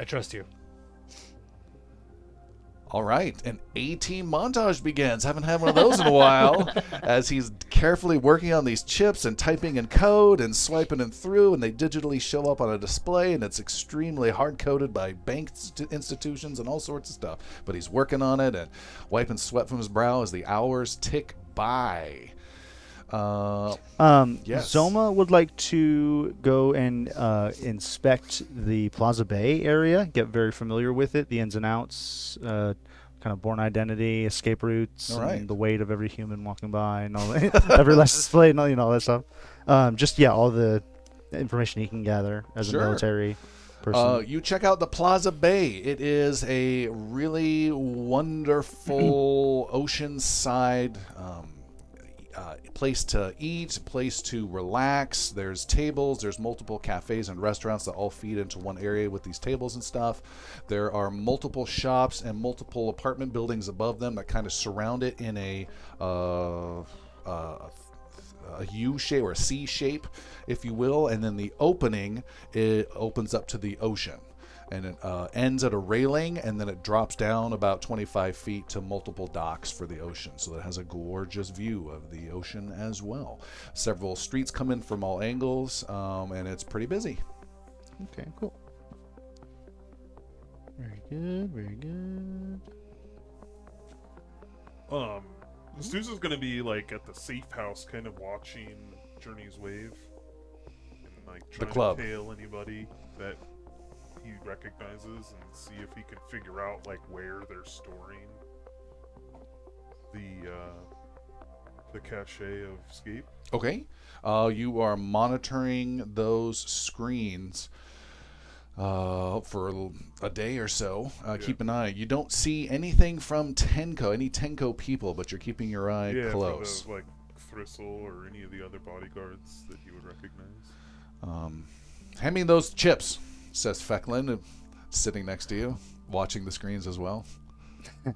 I trust you.
All right, an A team montage begins. Haven't had one of those in a while. as he's carefully working on these chips and typing in code and swiping them through, and they digitally show up on a display, and it's extremely hard coded by bank st- institutions and all sorts of stuff. But he's working on it and wiping sweat from his brow as the hours tick by. Uh,
Um,
Yes.
Zoma would like to go and uh, inspect the Plaza Bay area, get very familiar with it, the ins and outs, uh, kind of born identity, escape routes,
All right.
and the weight of every human walking by, and all that, every last display, and all, you know, all that stuff. Um, just, yeah, all the information he can gather as
Sure.
a military person.
Uh, you check out the Plaza Bay. It is a really wonderful oceanside um, uh, place to eat, place to relax. There's tables, there's multiple cafes and restaurants that all feed into one area with these tables and stuff. There are multiple shops and multiple apartment buildings above them that kind of surround it in a. Uh, uh, a U shape or a C shape, if you will, and then the opening it opens up to the ocean, and it uh, ends at a railing, and then it drops down about 25 feet to multiple docks for the ocean. So it has a gorgeous view of the ocean as well. Several streets come in from all angles, um, and it's pretty busy.
okay, cool. Very good, very good.
Um,
Hmm?
Susa's gonna be like at the safe house, kind of watching Journey's wave, and like trying
club.
to tail anybody that he recognizes and see if he can figure out like where they're storing the uh, the cache of escape.
Okay. Uh, you are monitoring those screens uh, for a l- a day or so. Uh, Keep an eye. You don't see anything from Tenko, any Tenko people, but you're keeping your eye
yeah,
close.
for the, like Thristle or any of the other bodyguards that you would recognize.
Um, hand me those chips, says Fecklin, uh, sitting next to you, watching the screens as well.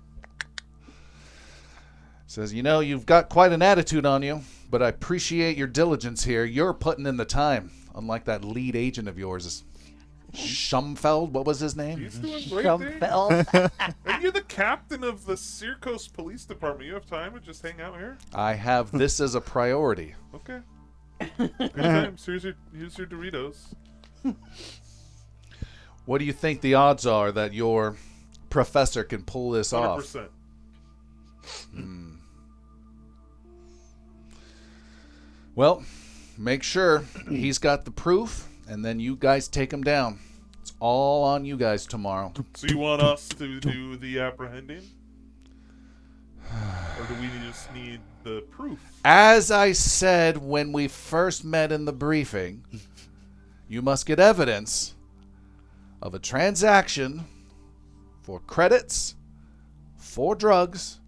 says, You know, you've got quite an attitude on you, but I appreciate your diligence here. You're putting in the time, unlike that lead agent of yours. Schumfeld, what was his name?
He's doing great things. And you're the captain of the Circos Police Department. You have time to just hang out here?
I have this as a priority.
Okay. Good times. Here's your, here's your Doritos.
What do you think the odds are that your professor can pull this off?
100%.
Well, make sure he's got the proof, and then you guys take him down. It's all on you guys tomorrow.
So you want us to do the apprehending? Or do we just need the proof?
As I said when we first met in the briefing, you must get evidence of a transaction for credits, for drugs,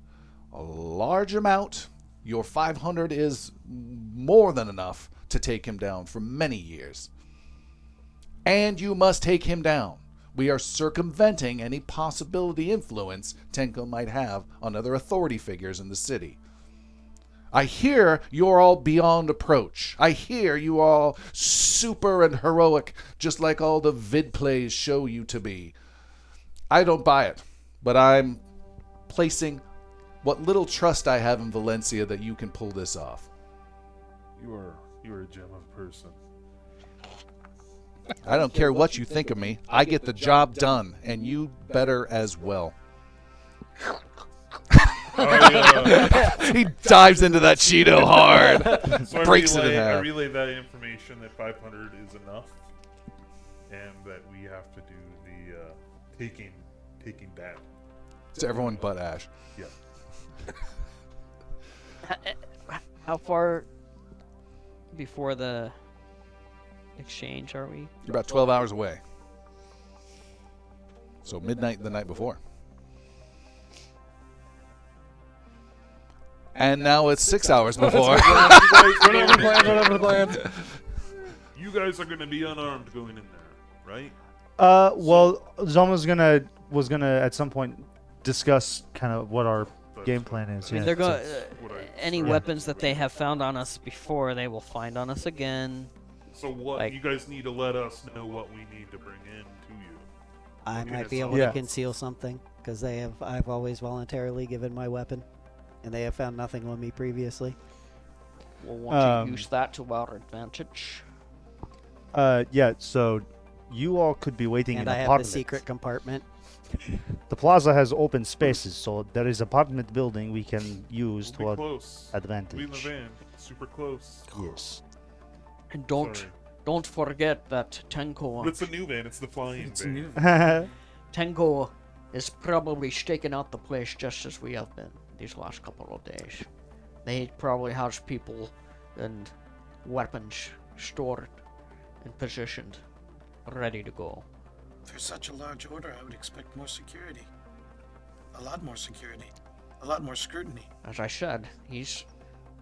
a large amount. Your 500 is more than enough to take him down for many years. And you must take him down. We are circumventing any possibility influence Tenko might have on other authority figures in the city. I hear you're all beyond approach. I hear you all super and heroic, just like all the vid plays show you to be. I don't buy it, but I'm placing what little trust I have in Valencia that you can pull this off.
You are you are a gem of a person.
I don't care what you think of me. I get the job done, and you better as well. he dives into that Cheeto hard.
uh, So I
Breaks it in
relay, I
half.
relay that information that 500 is enough, and that we have to do the uh, taking taking back.
to everyone but Ash.
How far before the exchange are we?
You're about 12 hours away. So midnight the night before. And now it's six hours before.
Whatever the plan, whatever the plan.
You guys are going to be unarmed going in there, right?
Uh, well, Zoma's gonna was gonna at some point discuss kind of what our game plan is.
I mean,
yeah,
they're
so-
going.
what I-
any
yeah.
weapons that they have found on us before, they will find on us again.
So what
Like-
you guys need to let us know what we need to bring in to you.
I
Yeah,
might be
so-
able
Yeah.
to conceal something because they have. I've always voluntarily given my weapon, and they have found nothing on me previously.
We'll want
Um,
to use that to our advantage.
Uh, yeah. So you all could be waiting
And
in
I have the
apartment.
secret compartment.
The plaza has open spaces, so there is apartment building we can use
We'll be
to our
close. We in the
advantage.
van, super close.
Yes.
And don't
Sorry.
don't forget that Tenko
But it's a new van. It's the flying
It's
van.
new.
Tenko is probably staking out the place just as we have been these last couple of days. They probably house people and weapons stored and positioned, ready to go.
For such a large order, I would expect more security. A lot more security. A lot more scrutiny.
As I said, he's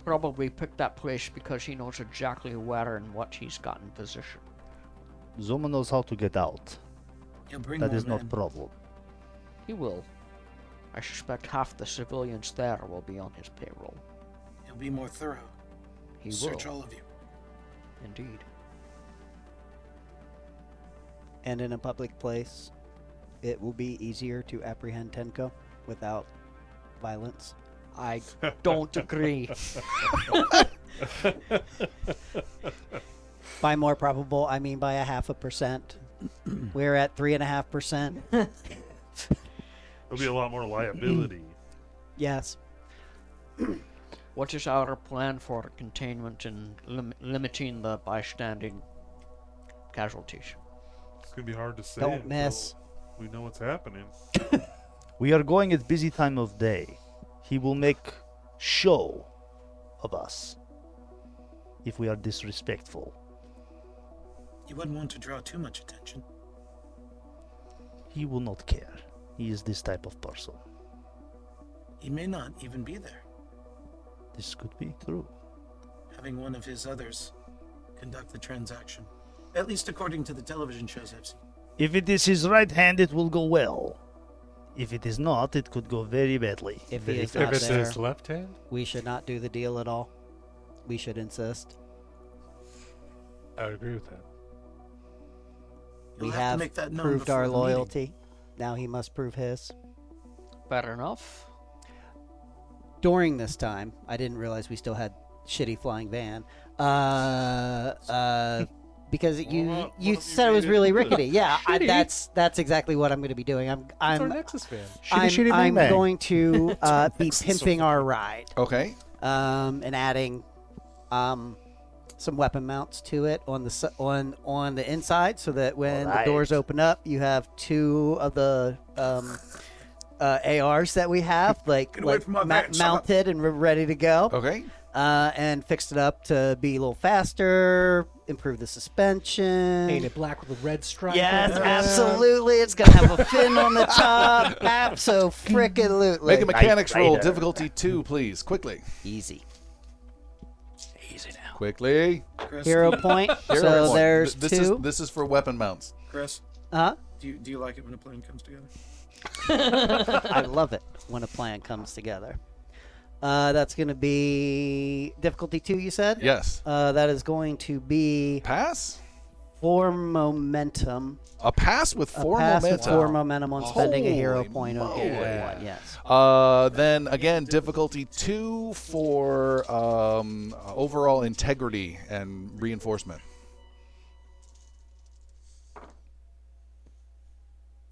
probably picked that place because he knows exactly where and what he's got in position.
Zoma knows how to get out.
He'll bring
That
more
is not
men.
problem.
He will. I suspect half the civilians there will be on his payroll.
He'll be more thorough.
He
Search
will,
all of you.
indeed.
and in a public place, it will be easier to apprehend Tenko without violence.
I don't agree.
By more probable, I mean by a half a percent. We're at three and a half percent.
There'll be a lot more liability.
Yes.
What is our plan for containment and lim- limiting the bystanding casualties?
it's gonna be hard to say.
Don't
until
miss.
We know what's happening.
We are going at busy time of day. He will make show of us if we are disrespectful.
You wouldn't want to draw too much attention.
He will not care. He is this type of person.
He may not even be there.
This could be true.
Having one of his others conduct the transaction. At least according to the television shows I've seen.
If it is his right hand, it will go well. If it is not, it could go very badly.
If
Very
he is
bad.
If
not
it's
there,
his left hand,
we should not do the deal at all. We should insist.
I would agree with that.
You'll
we
have to
have
make that known
proved
before
our
the meeting.
loyalty. Now he must prove his.
Fair enough.
during this time, I didn't realize we still had shitty flying van. Uh, uh, because you
Well, what
you
if you
said it was
made it
really
good?
rickety. Yeah, I,
Shitty?
that's that's exactly what I'm going to be doing. I'm
It's our
I'm
Nexus van.
I'm,
shitty
I'm
bang.
going to uh, be pimping our ride
Okay.
um, and adding um, some weapon mounts to it on the s- on on the inside, so that when
Alright.
the doors open up, you have two of the um, uh, ARs that we have, like,
Get away
like
from my
ma-
van, son of a-
mounted and re- ready to go,
Okay.
uh, and fixed it up to be a little faster, improve the suspension.
Painted black with a red stripe.
Yes,
on it.
absolutely. It's gonna have a fin on the top. Abso frickin'
Make a
lootly.
mechanics roll, difficulty two, please, quickly.
Easy.
Quickly.
Chris,
Hero
do you-
point.
Hero
so
point.
there's
Th- this
two. Uh-huh.
Is, this is for weapon mounts.
Chris,
huh?
do you, do you like it when a plan comes together?
I love it when a plan comes together. Uh, that's going to be difficulty two, you said?
Yes.
Uh, that is going to be
Pass?
four momentum.
A pass with
A
four
pass
momentum.
with four momentum on spending a hero
Holy
point on getting
moly.
one. Yes.
Uh, then again, difficulty two for um, overall integrity and reinforcement.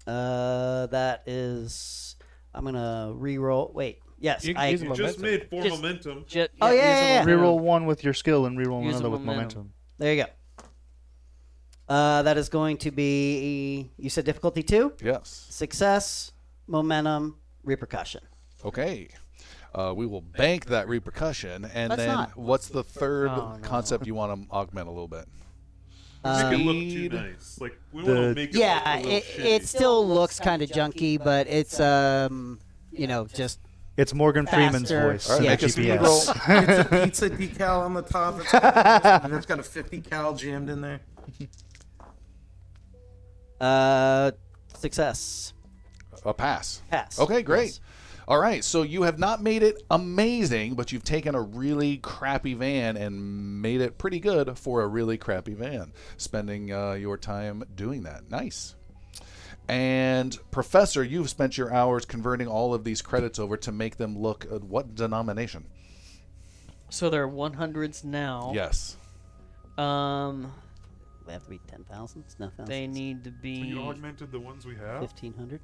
Uh, that is. I'm going to re-roll. Wait. Yes.
You-
I,
he's
You just
Momentum.
made four
Just-
momentum.
Ju-
Oh, yeah,
use a
yeah, yeah.
little-
Reroll one with your skill and reroll
Use
another
the
with
momentum.
momentum.
there you go. Uh, that is going to be. You said difficulty two?
Yes.
Success, momentum, repercussion.
Okay. Uh, we will bank that repercussion, and
Let's
then
not.
what's the third
Oh, no.
concept you want to augment a little bit?
Make it look too
Speed.
nice. Like we want to
The-
make it
Yeah,
look a little
it,
shitty.
it still looks kind of junky, but it's um, you know, just
It's Morgan Freeman's
Faster.
voice.
All right,
in
make a speed
GPS.
roll.
It's a pizza decal on the top. It's got, and it's got a 50 cal jammed in there.
uh, success.
A pass.
Pass.
Okay, great.
Yes.
All right, so you have not made it amazing, but you've taken a really crappy van and made it pretty good for a really crappy van, spending uh, your time doing that. Nice. And Professor, you've spent your hours converting all of these credits over to make them look at what denomination?
So they're 100s now.
Yes.
Um,
They have to be ten thousands. No,
they need to be.
You augmented the ones we have.
fifteen hundred.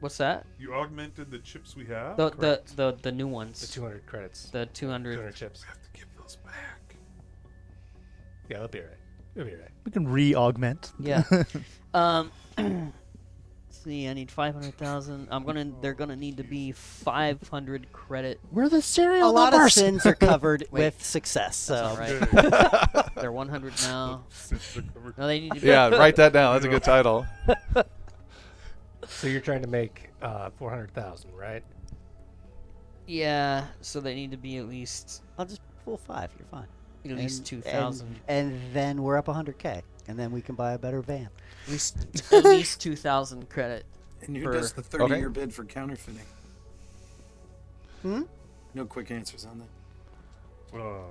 What's that?
You augmented the chips we have.
The the, the the new ones.
The 200 credits.
The 200.
200 chips.
have to give those back.
Yeah, it'll be alright. It'll be alright.
We can re-augment.
Yeah. um. See, I need five hundred thousand. I'm gonna. They're gonna need to be five hundred credit.
We're the
A
serial
lot of
numbers.
sins are covered
Wait.
with success. So
All right. they're one hundred now.
Since they're covered-
No, they need to. Be,
Yeah, write that down. That's a good title.
So you're trying to make uh, 400,000, right?
yeah. So they need to be at least
I'll just pull five. You're fine.
at least
And-
two thousand.
And, and then we're up hundred k, and then we can buy a better van.
At least at least two thousand credit.
And you're
For-
just the 30
okay.
year bid for counterfeiting.
Hmm?
No quick answers on that.
Um,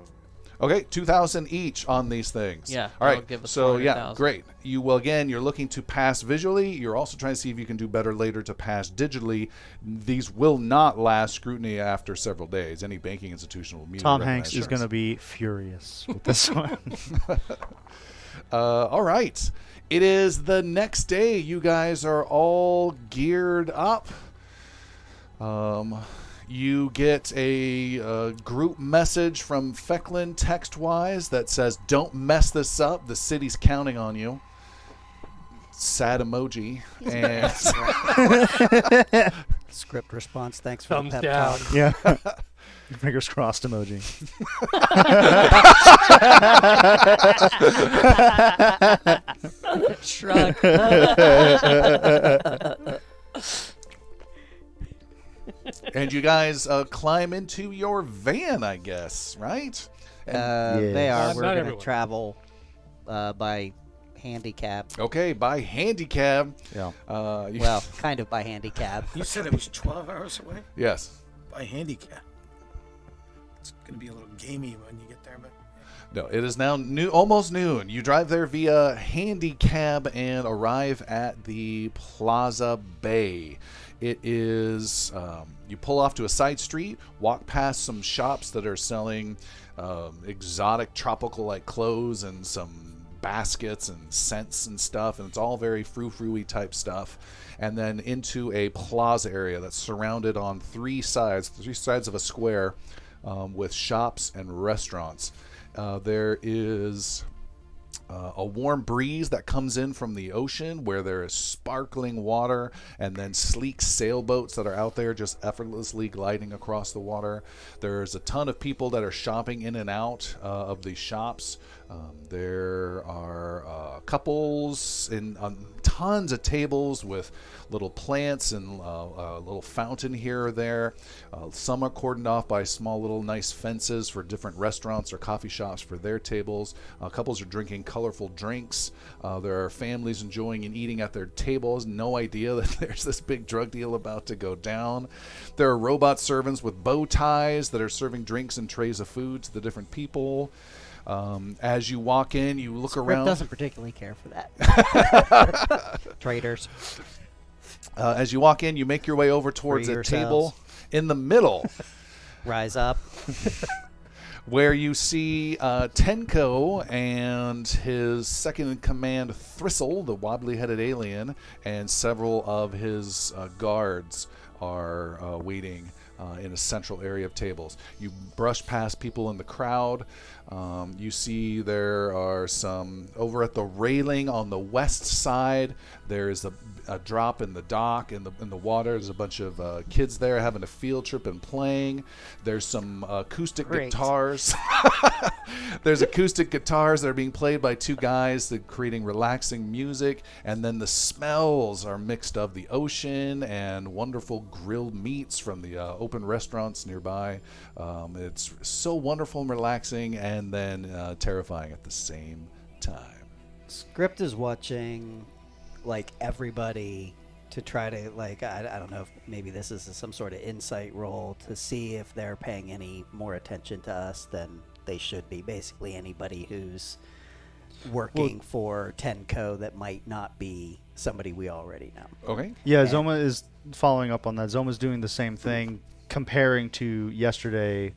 Okay, two thousand each on these things.
Yeah,
All
that'll
right.
give us
So yeah,
400,000.
great. You will again. You're looking to pass visually. You're also trying to see if you can do better later to pass digitally. These will not last scrutiny after several days. Any banking institution will immediately
Tom
recognize
Hanks is
yours.
going to be furious with this one.
Uh, all right. It is the next day. You guys are all geared up. Um, you get a uh, group message from Fecklin text wise that says, Don't mess this up. The city's counting on you. Sad emoji. And
Script response. Thanks for
Thumbs
the pep
down.
talk.
yeah. Fingers crossed emoji.
Truck.
and you guys uh, climb into your van, I guess, right? And-
Uh, They
Yes.
are.
Not-
We're
not
going to
everyone.
travel uh, by handicap.
okay, by handicap.
Yeah.
Uh, you-
Well, kind of by handicap.
You said it was 12 hours away?
yes.
By handicap. It's going to be a little gamey when you get there, but.
No, it is now new, almost noon. You drive there via handy cab and arrive at the Plaza Bay. It is, um, you pull off to a side street, walk past some shops that are selling um, exotic tropical like clothes and some baskets and scents and stuff. And it's all very frou frou type stuff. And then into a plaza area that's surrounded on three sides, three sides of a square um, with shops and restaurants. Uh, there is uh, a warm breeze that comes in from the ocean where there is sparkling water and then sleek sailboats that are out there just effortlessly gliding across the water. There's a ton of people that are shopping in and out uh, of these shops. Um, there are uh, couples in on tons of tables with little plants and uh, a little fountain here or there. Uh, some are cordoned off by small little nice fences for different restaurants or coffee shops for their tables. Uh, couples are drinking colorful drinks. Uh, there are families enjoying and eating at their tables. No idea that there's this big drug deal about to go down. There are robot servants with bow ties that are serving drinks and trays of food to the different people. Um, as you walk in, you look
Rip
around.
doesn't particularly care for that. Traders.
Uh, as you walk in, you make your way over towards a
yourselves.
table in the middle
Rise up.
where you see uh, Tenko and his second in command, Thristle, the wobbly headed alien, and several of his uh, guards are uh, waiting. uh, in a central area of tables. You brush past people in the crowd. Um, you see there are some over at the railing on the west side. There is a, a drop in the dock in the in the water. There's a bunch of uh, kids there having a field trip and playing. There's some uh, acoustic
Great.
guitars. There's acoustic guitars that are being played by two guys that creating relaxing music, and then the smells are mixed of the ocean and wonderful grilled meats from the uh, open restaurants nearby. Um, it's so wonderful and relaxing, and then uh, terrifying at the same time.
Script is watching, like everybody, to try to like I, I don't know if maybe this is some sort of insight role to see if they're paying any more attention to us than they should be. Basically, anybody who's working for Tenco that might not be somebody we already know.
Okay.
Yeah, Zoma is following up on that. Zoma's doing the same thing, comparing to yesterday.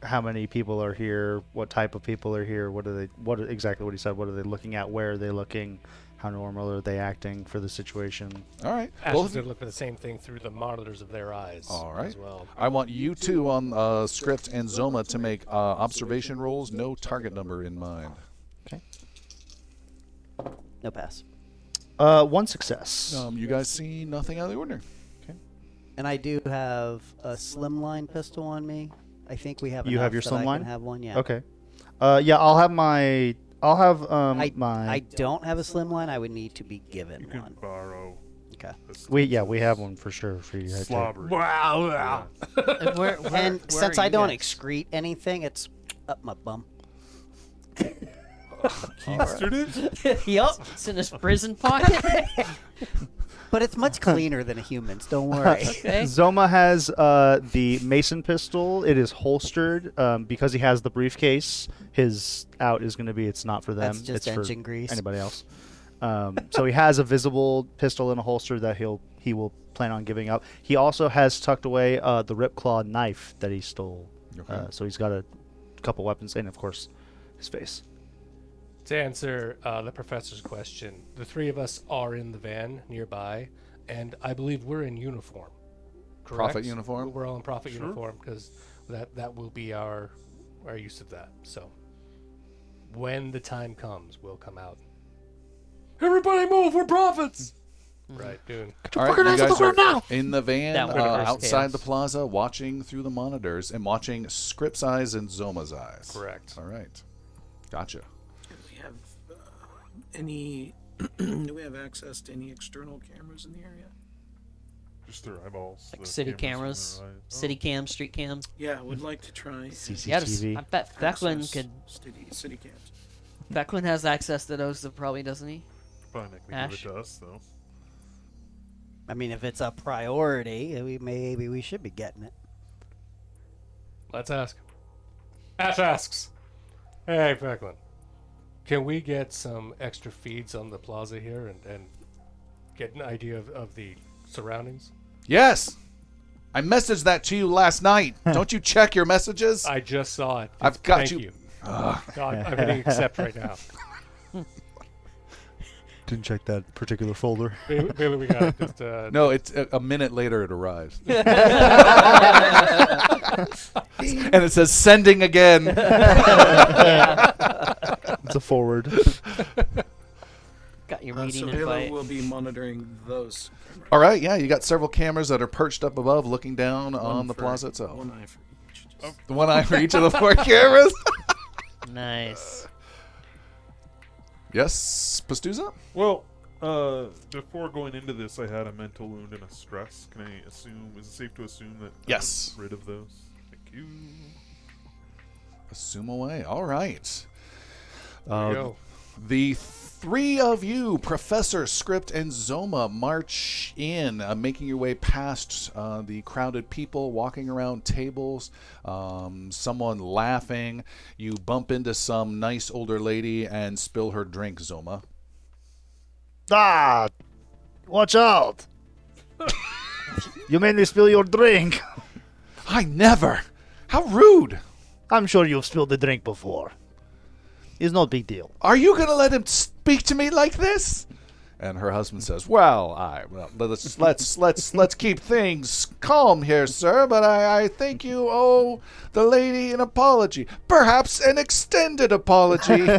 How many people are here? What type of people are here? What are they? What exactly? What he said? What are they looking at? Where are they looking? How normal are they acting for the situation?
All right.
Ashley's
Both
going
of
to look for the same thing through the monitors of their eyes.
All right.
As well.
I want you two on uh, script and Zoma to make uh, observation rolls, no target number in mind.
No pass.
Uh, one success.
Oh,
Um, you guys see nothing out of the ordinary.
And I do have a slimline pistol on me. I think we have.
You have
enough that
your
I
slimline?
can have one. Yeah.
Okay. Uh, yeah, I'll have my. I'll have um
I,
my.
I don't have a slimline. I would need to be given
You can
one.
borrow.
Okay.
we yeah we have one for sure for you. I think.
Slobber.
Ah,
And where, where,
And
where
since
are
I
you
don't
guys?
excrete anything, it's up my bum.
Keistered it?
yup, it's in his prison pocket.
But it's much cleaner than a human's. Don't worry.
Okay.
Zoma has uh, the Mason pistol. It is holstered um, because he has the briefcase. His out is going to be it's not for them.
That's just
it's for
engine grease.
Anybody else? Um, so he has a visible pistol in a holster that he'll he will plan on giving up. He also has tucked away uh, the Ripclaw knife that he stole.
Okay.
Uh, so he's got a couple weapons and of course his face.
To answer uh, the professor's question, the three of us are in the van nearby, and I believe we're in uniform. Correct?
Prophet uniform?
We're all in profit uniform because that that will be our our use of that. So when the time comes, we'll come out. Everybody move! We're prophets. Right, dude.
All right, you guys are
now!
in the van
That would
uh,
reverse
outside
chaos.
the plaza, watching through the monitors and watching Script's eyes and Zoma's eyes.
Correct.
All right, gotcha.
we have uh, any? do we have access to any external cameras in the area?
Just their eyeballs.
Like
the
city cameras,
in their eyes. Oh,
city cam, street cam.
Yeah, would like to try
Yes,
CCTV.
I bet Becklin
access
could.
city city cams.
Becklin has access to those, though, probably doesn't he?
probably not gonna give
Ash.
it to us, though.
I mean, if it's a priority, uh, we maybe we should be getting it.
Let's ask. Ash asks. Hey, Franklin. Can we get some extra feeds on the plaza here and, and get an idea of, of the surroundings?
Yes, I messaged that to you last night. Don't you check your messages?
I just saw it.
I've got
Thank
you.
you. No, I'm, I'm hitting accept right now.
Didn't check that particular folder.
Bailey, Bailey, we got it. Just, uh,
no, it's a, a minute later it arrives, and it says sending again.
It's a forward.
Got your
Uh,
meeting
so Halo
invite.
will be monitoring those. cameras.
All right, yeah, you got several cameras that are perched up above, looking down on
One
the
for-
plaza itself.
One eye for each. Just,
The one eye for each of the four cameras.
Nice.
yes, Pastuza.
Well, uh, before going into this, I had a mental wound and a stress. Can I assume? Is it safe to assume that? I
Yes.
was Rid of those. Thank you.
Assume away. All right.
there
Uh,
you go.
The three of you, Professor Script and Zoma, march in, uh, making your way past uh, the crowded people, walking around tables, um, someone laughing. You bump into some nice older lady and spill her drink, Zoma.
Ah! Watch out! you made me spill your drink.
I never! How rude!
I'm sure you've spilled the drink before. It's no big deal.
Are you gonna let him speak to me like this? And her husband says, "Well, I well, let's let's let's let's keep things calm here, sir. But I, I think you owe the lady an apology, perhaps an extended apology."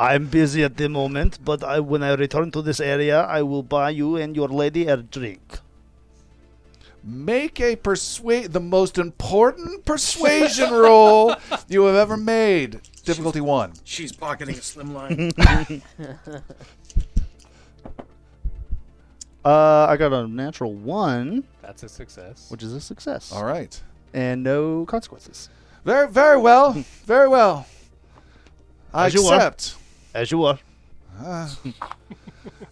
I'm busy at the moment, but I, when I return to this area, I will buy you and your lady a drink.
Make a persuade the most important persuasion roll you have ever made. Difficulty one.
She's pocketing a slim line.
Uh, I got a natural one,
That's a success.
which is a success,
All right.
and no consequences.
Very very well. Very well. I
As you are.
accept.
As you are.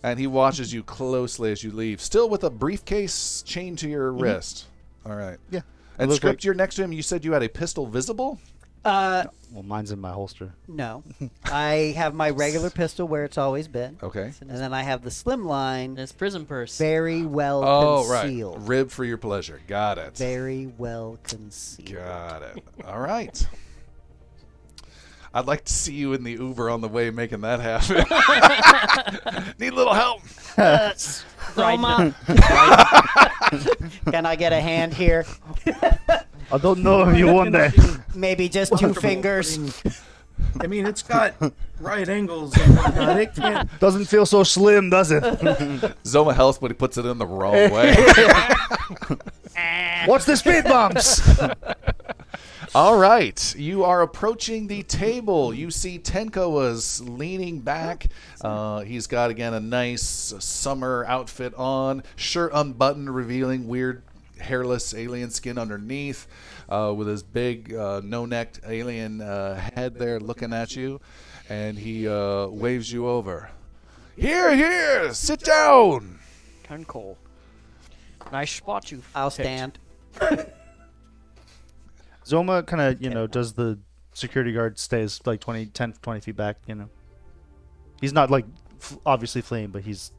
and he watches you closely as you leave, still with a briefcase chained to your wrist. All right.
Mm-hmm. Yeah.
And
Looks
script,
like-
you're next to him. You said you had a pistol visible.
Uh,
Well, mine's in my holster.
no. I have my regular pistol where it's always been.
Okay.
And then I have the slim
in
line
his prison purse.
very well
Oh,
concealed.
right. Rib for your pleasure. Got it.
Very well concealed.
Got it. All right. I'd like to see you in the Uber on the way making that happen. Need a little help.
Thelma,
Can I get a hand here?
I don't know if you want that.
Maybe just two fingers.
I mean, it's got right angles and whatnot. It can't.
Doesn't feel so slim, does it?
Zoma helps, but he puts it in the wrong way.
What's the speed bumps?
All right, you are approaching the table. You see Tenko was leaning back. Uh, he's got again a nice summer outfit on, shirt unbuttoned, revealing weird hairless alien skin underneath, uh, with his big uh, no-necked alien uh, head there looking at you, and he uh, waves you over. Here, here, sit down.
turn coal. Nice spot you.
I'll
picked.
stand.
Zoma kind of, you know, does the security guard stays like 20, 10, 20 feet back, you know. He's not like f- obviously fleeing, but he's,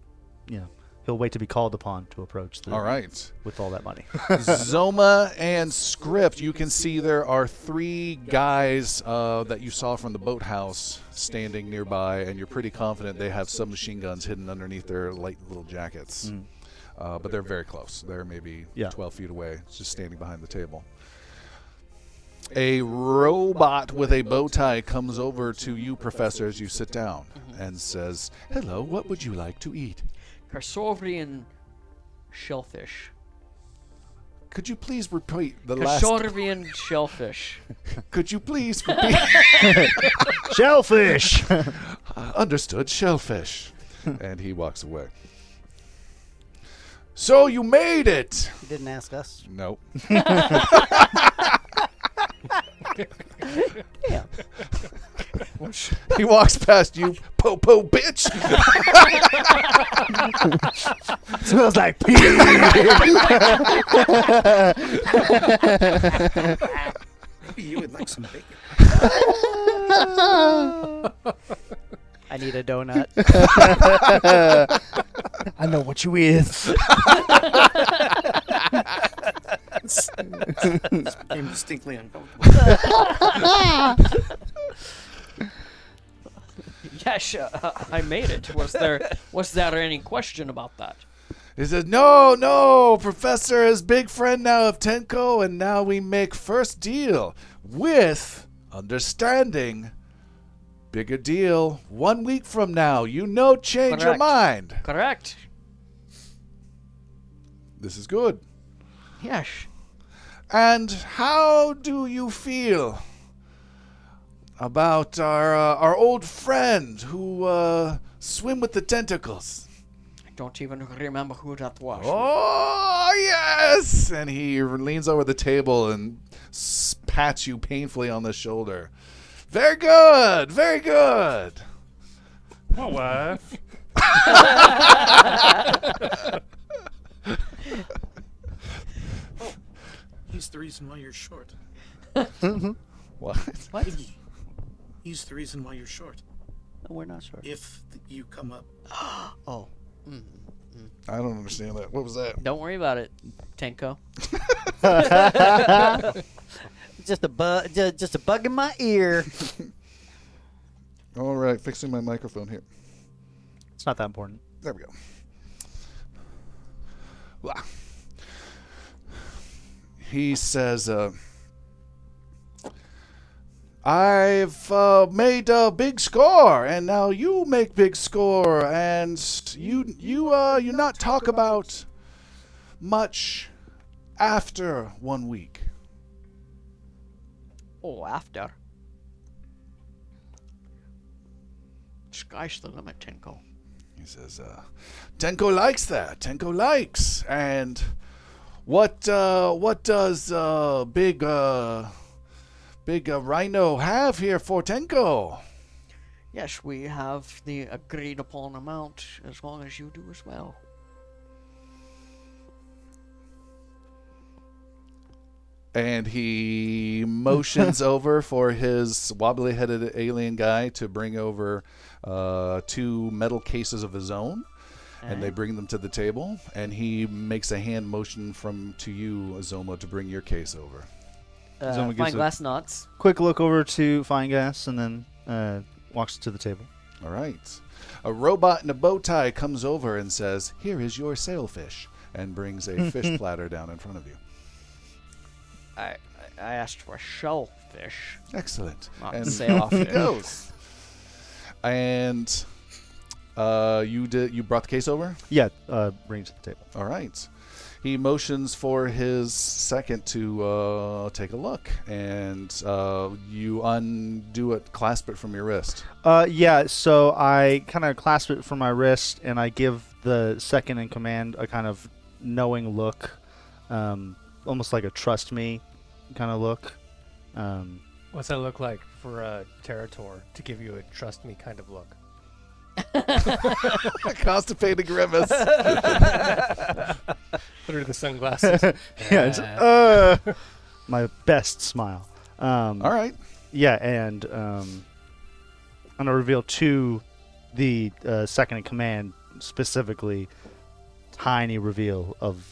you know, he'll wait to be called upon to approach the,
All right.
with all that money.
Zoma and Script, you can see there are three guys uh, that you saw from the boathouse standing nearby, and you're pretty confident they have submachine guns hidden underneath their light little jackets. Uh, but they're very close. They're maybe
Yeah.
12 feet away, just standing behind the table. A robot with a bow tie comes over to you, Professor, as you sit down and says, Hello, what would you like to eat?
Karsovrian shellfish.
Could you please repeat the last?
Karsovrian shellfish.
Could you please repeat?
Shellfish!
Understood, shellfish. and he walks away. So you made it!
You didn't ask us.
Nope. he walks past you, po po bitch!
Smells like pee.
You would like some bacon.
I need a donut.
I know what you is.
I'm distinctly uncomfortable.
yes, uh, I made it. Was there was there any question about that?
He says, No, no, Professor is big friend now of Tenko, and now we make first deal with understanding. Bigger deal one week from now. You know, change your
Correct.
mind.
Correct.
This is good.
Yes.
And how do you feel about our uh, our old friend who uh, swim with the tentacles?
I don't even remember who that was.
Oh yes! And he leans over the table and pats you painfully on the shoulder. Very good, very good.
My wife.
He's the reason why you're short.
What?
He's the reason why you're short.
We're not sure.
If th- you come up,
I don't understand that. What was that?
Don't worry about it, Tenko.
Just a bug. Just, just a bug in my ear.
All right, fixing my microphone here.
It's not that important.
There we go. Wah. He says, uh, I've uh, made a big score, and now you make big score, and you you uh you not talk about much after one week.
Oh, after. Sky's the limit, Tinko.
He says, uh, Tenko likes that. Tenko likes. And what uh, what does uh, big uh, big uh, rhino have here for Tenko?
Yes, we have the agreed upon amount as long as you do as well.
And he motions over for his wobbly-headed alien guy to bring over uh, two metal cases of his own. And they bring them to the table, and he makes a hand motion from to you, Azoma, to bring your case over.
Uh,
Zoma gives
fine
a-
glass knots.
Quick look over to Fine Gas and then uh, walks to the table.
All right. A robot in a bow tie comes over and says, "Here is your sailfish," and brings a fish platter down in front of you.
I, I- I asked for shellfish,
Excellent.
not
and
sailfish.
he goes. And uh, you did. You brought the case over.
Yeah, uh, bring it to the table.
All right. He motions for his second to uh, take a look, and uh, you undo it, clasp it from your wrist.
Uh, yeah, so I kind of clasp it from my wrist and I give the second in command a kind of knowing look, um, almost like a trust me kind of look. Um,
What's that look like for a Territor to give you a trust me kind of look?
Constipated grimace.
Through the sunglasses.
yeah, it's, uh, my best smile. Um,
All right.
Yeah, and um, I'm gonna reveal to the uh, second in command specifically tiny reveal of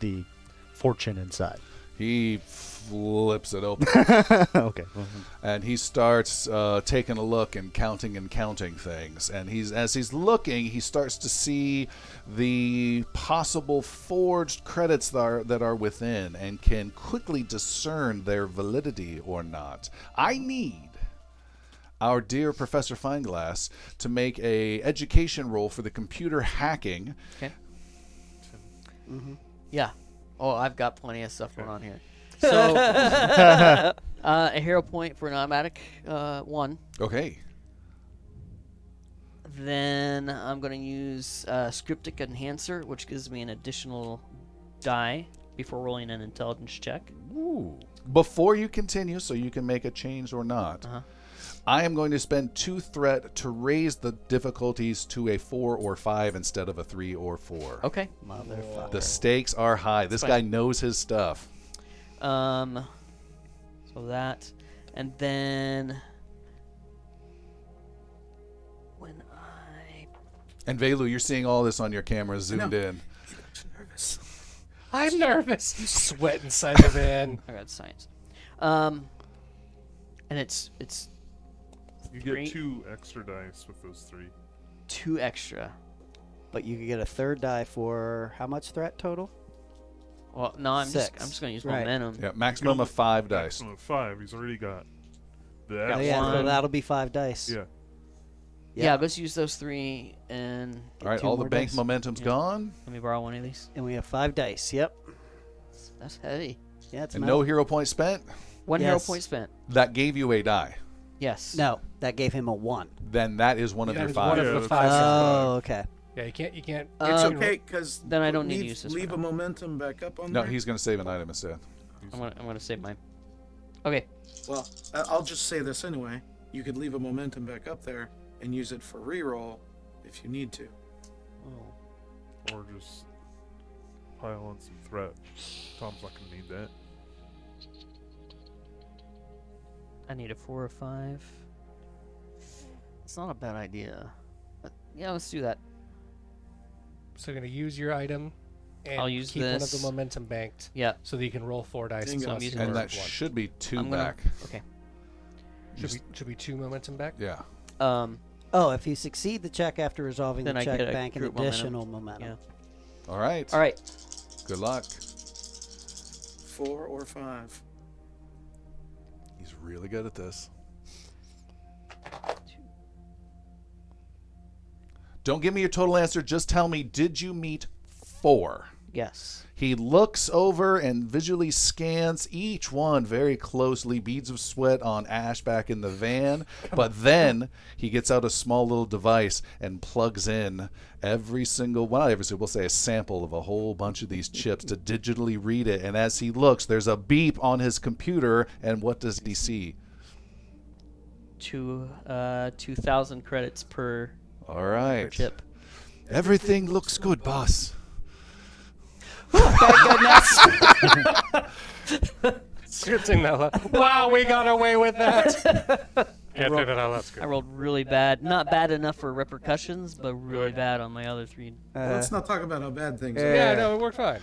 the fortune inside.
He flips it open.
okay.
Mm-hmm.
well,
and he starts uh, taking a look and counting and counting things. And he's as he's looking, he starts to see the possible forged credits that are that are within, and can quickly discern their validity or not. I need our dear Professor Fineglass to make a education roll for the computer hacking.
Yeah. Oh, I've got plenty of stuff going on here. So, uh, a hero point for an automatic uh, one.
Okay.
Then I'm going to use uh, Scriptic Enhancer, which gives me an additional die before rolling an intelligence check.
Ooh. Before you continue, so you can make a change or not,
Uh-huh.
I am going to spend two threat to raise the difficulties to a four or five instead of a three or four.
Okay. Motherfucker.
The stakes are high. This guy knows his stuff.
Um, so that, and then when I
And Velu, you're seeing all this on your camera zoomed in.
I'm nervous. Sweat inside the van.
I got science, um, and it's it's
You
Three.
get two extra dice with those three.
two extra.
But you could get a third die for how much threat total?
Well, no, I'm just
Six.
I'm just gonna use
Right.
momentum.
Yeah, maximum of five dice.
Maximum of five. He's already got that.
Got
Oh,
That
yeah, so
one.
that'll be five dice.
Yeah.
Yeah,
Yeah.
let's use those three, and
All right,
two
all the
more
bank
dice.
momentum's gone,
let me borrow one of these.
And we have five dice. Yep.
That's heavy.
Yeah, it's
and
not-
no hero point spent.
One hero
Yes.
point spent.
That gave you a die.
Yes.
No, that gave him a one.
Then that is one of
That
your
is one
five.
of
Yeah,
the
that's
five.
Oh, okay.
Yeah, you can't. You can't.
It's
Um,
okay because
then I don't need to use this
Leave a
one.
momentum back up on
no,
there.
he's going to save an item instead.
I'm gonna I'm gonna save mine. Okay.
Well, I- I'll just say this anyway. You could leave a momentum back up there and use it for reroll if you need to.
Or just pile on some threat. Tom's not going to need that.
I need a four or five. It's not a bad idea. But yeah, let's do that.
So you're gonna use your item, and
I'll use
keep one of the
this.
momentum banked,
Yeah.
so that you can roll four dice.
Bingo.
plus
using
your
And
Or
that
one.
should be 2
I'm gonna-
back.
Okay.
should, be, should be two momentum back.
Yeah.
Um.
Oh, if you succeed the check after resolving
Then
the
I
check
get a
bank, an
group momentum.
additional momentum.
All right.
All right.
Good luck.
Four or five.
He's really good at this. Don't give me your total answer. Just tell me, did you meet four?
Yes.
He looks over and visually scans each one very closely, beads of sweat on Ash back in the van. But then he gets out a small little device and plugs in every single one. Not every single, we'll say a sample of a whole bunch of these chips to digitally read it. And as he looks, there's a beep on his computer. And what does he see?
Two uh two thousand credits per
All right.
chip.
Everything looks good, boss.
Scripting that. la- Wow, we got away with that. yeah, no, no, no, that's good.
I rolled really bad. Not bad enough for repercussions, but really bad on my other three.
Let's not talk about how bad things are.
Yeah, no, it worked fine.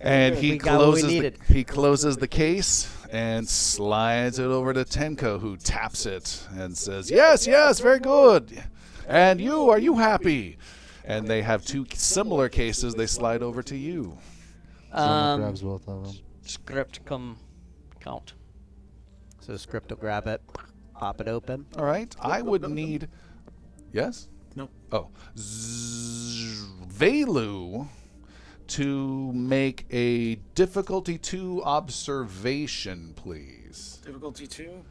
And he
We got what we
closes the,
needed.
he closes the case and slides it over to Tenko, who taps it and says, "Yes, yes, very good." And you, are you happy? And they have two similar cases. They slide over to you.
Um,
grabs both of them.
Script come count.
So script will grab it, pop it open.
All right. I would need. Yes.
No.
Oh, Z- Velu to make a difficulty two observation, please.
Difficulty two.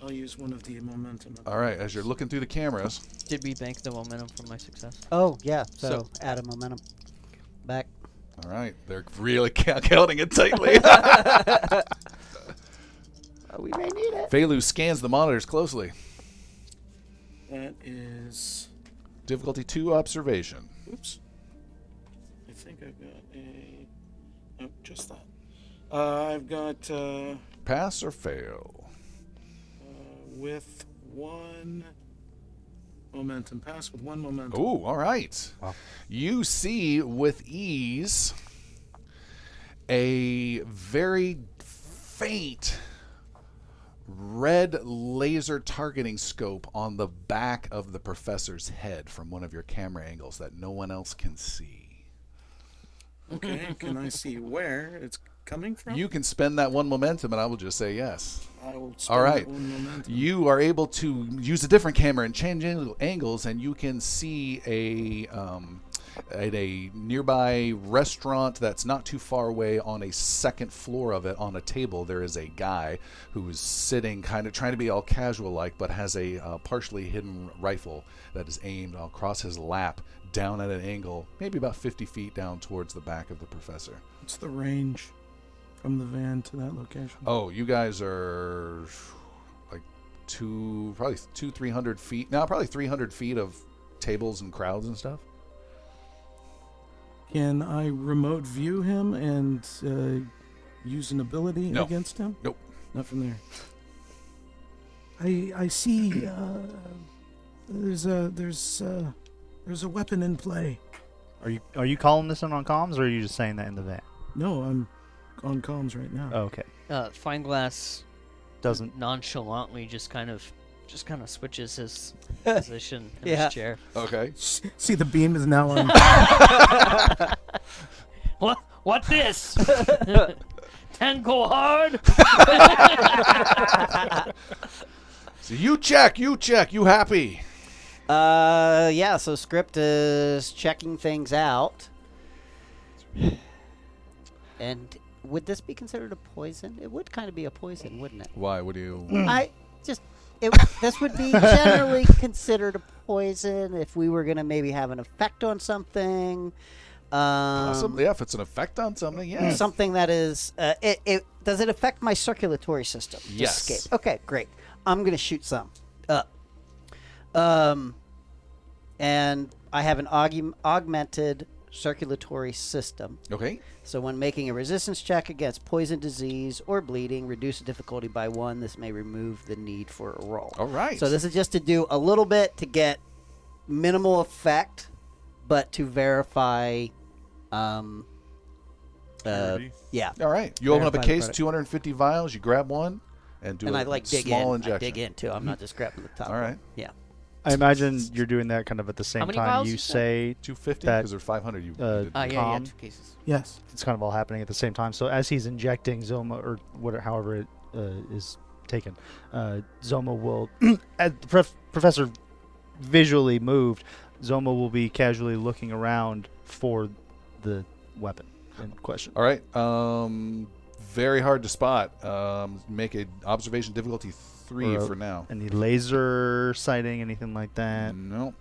I'll use one of the momentum.
All right. As you're looking through the cameras.
Did we bank the momentum from my success?
Oh yeah, so,
So-
add a momentum back.
All right, they're really ca- counting it tightly.
we may need it.
Velu scans the monitors closely.
That is.
Difficulty two observation.
Oops. I think I've got a. Nope, just that. Uh, I've got uh,
Pass or fail?
with one momentum. Pass with one momentum.
Oh, all right. You see with ease a very faint red laser targeting scope on the back of the professor's head from one of your camera angles that no one else can see.
Okay. Can I see where it's coming from?
You can spend that one momentum, and I will just say yes.
I will spend
All right.
one momentum.
You are able to use a different camera and change ang- angles, and you can see a um, at a nearby restaurant that's not too far away. On a second floor of it, on a table, there is a guy who is sitting, kind of trying to be all casual like, but has a uh, partially hidden rifle that is aimed across his lap, down at an angle, maybe about 50 feet down towards the back of the professor.
What's the range from the van to that location?
Oh, you guys are like two, probably two, three hundred feet now. Probably three hundred feet of tables and crowds and stuff.
Can I remote view him and uh, use an ability
No.
against him?
Nope.
Not from there. I I see. Uh, there's a there's uh there's a weapon in play.
Are you are you calling this in on comms, or are you just saying that in the van?
No, I'm on comms right now.
Okay,
Uh, Fineglass
doesn't
nonchalantly just kind of just kind of switches his position in
Yeah.
his chair.
Okay.
See, the beam is now on.
What? What this? Ten go hard.
So you check, you check, you happy?
Uh, yeah. So script is checking things out. And would this be considered a poison? It would kind of be a poison, wouldn't it?
Why would you?
I just it, this would be generally considered a poison if we were going to maybe have an effect on something. Um,
Possibly, yeah, if it's an effect on something, yes.
something that is uh, it, it does it affect my circulatory system to
Yes.
escape? okay great i'm gonna shoot some up um and i have an aug- augmented circulatory system
Okay.
so when making a resistance check against poison disease or bleeding reduce the difficulty by one this may remove the need for a roll
All right.
so this is just to do a little bit to get minimal effect but to verify um uh,
Purity.
yeah
Uh,
All right. You open up a
Verify the
case,
product.
two hundred and fifty vials. You grab one, and do
and
a
I like dig
small
in. I
injection.
dig in too. I'm not just grabbing the top.
All
one.
right.
Yeah.
I imagine you're doing that kind of at the same
many
time
vials
you
is that?
say
Two fifty
That-
because they're five hundred. You
uh,
you did.
Ah, yeah, yeah,
Tom?
two cases.
Yes.
it's kind of all happening at the same time. So as he's injecting Zoma, or whatever, however it uh, is taken, uh, Zoma will, as the prof- Professor visually moved, Zoma will be casually looking around for the weapon in question.
All right. Um, very hard to spot. Um, make an observation difficulty three
Or a-
for now.
Any laser sighting, anything like that?
No,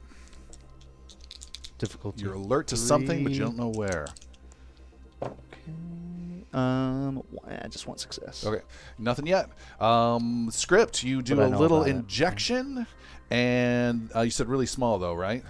Difficulty.
Mm-hmm. you're alert to something, but you
three.
don't know where.
Um, wh- I just want success.
Okay, nothing yet. Um, script, you do
But I
a
know
little
about it.
injection, and uh, you said really small though, right?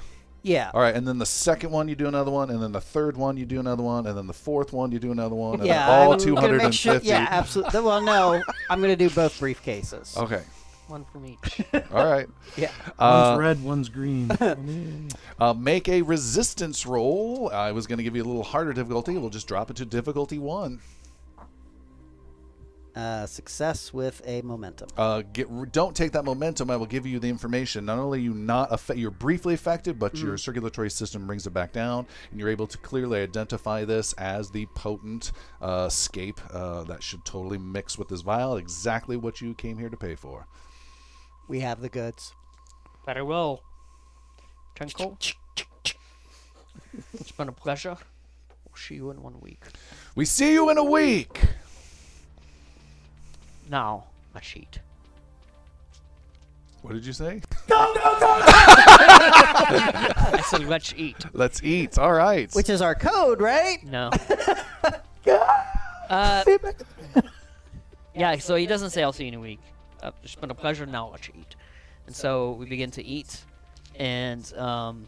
Yeah.
All right, and then the second one you do another one, and then the third one you do another one, and then the fourth one you do another one, and
Yeah.
then all
I'm
two
gonna
hundred
make
and
sure.
fifty.
Yeah, absolutely. Well, no, I'm gonna do both briefcases.
Okay.
One from each.
All right.
Yeah.
Uh,
one's red, one's green.
Uh, make a resistance roll. I was going to give you a little harder difficulty. We'll just drop it to difficulty one.
Uh, success with a momentum.
Uh, get, don't take that momentum. I will give you the information. Not only are you not affe- you're briefly affected, but your circulatory system brings it back down, and you're able to clearly identify this as the potent uh, scape uh, that should totally mix with this vial. Exactly what you came here to pay for.
We have the goods.
Very well. Tenko. it's been a pleasure. We'll see you in one week.
We see you in a week.
Now, my sheet.
What did you say?
I said, let's eat.
Let's eat. All right.
Which is our code, right?
No. uh, yeah, so he doesn't say, I'll see you in a week. Uh, it's been a pleasure. Now, let's eat. And so we begin to eat, and um,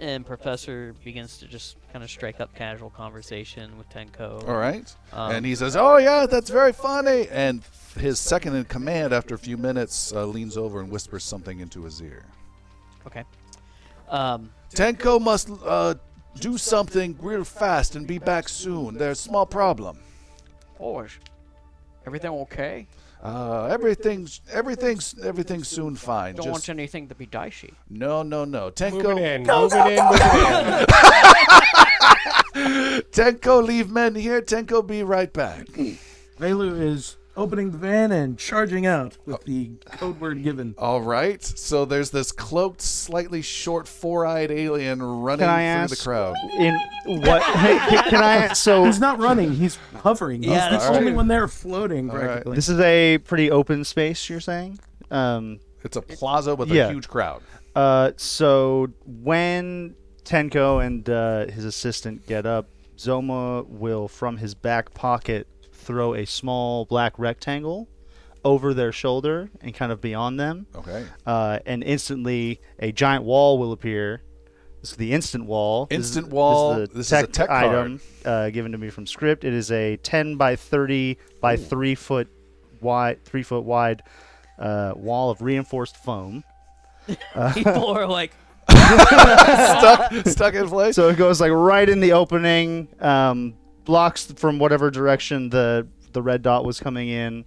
and Professor begins to just kind of strike up casual conversation with Tenko.
All right.
Um,
and he says, "Oh yeah, that's very funny." And his second in command, after a few minutes, uh, leans over and whispers something into his ear.
Okay. Um,
Tenko must uh, do something real fast and be back soon. There's a small problem.
Orge, everything okay?
Uh, everything's everything's everything's soon fine.
Don't
Just
want anything to be dicey.
no, no, no.
Moving
Tenko,
in, moving in, moving in.
Tenko, leave men here. Tenko, be right back.
Velu is opening the van and charging out
Oh.
with the code word given.
All right. So there's this cloaked, slightly short, four-eyed alien running
Can I
through the
ask-
crowd.
In what? hey, can, can I? So
He's not running, he's hovering. He's
Yeah,
the
that's
only
true.
one there floating
right.
practically.
this is a pretty open space. You're saying? Um,
It's a plaza with
Yeah.
a huge crowd.
Uh, so when Tenko and uh, his assistant get up, Zoma will, from his back pocket, throw a small black rectangle over their shoulder and kind of beyond them.
Okay.
Uh, and instantly, a giant wall will appear. This is the instant wall. This is-
Instant wall.
This is, the
This is a
tech
tech card.
item uh, given to me from script. It is a 10 by 30 by three foot wide, three foot wide uh, wall of reinforced foam.
People are like,
stuck, stuck in place.
So it goes like right in the opening, um, blocks from whatever direction the the red dot was coming in,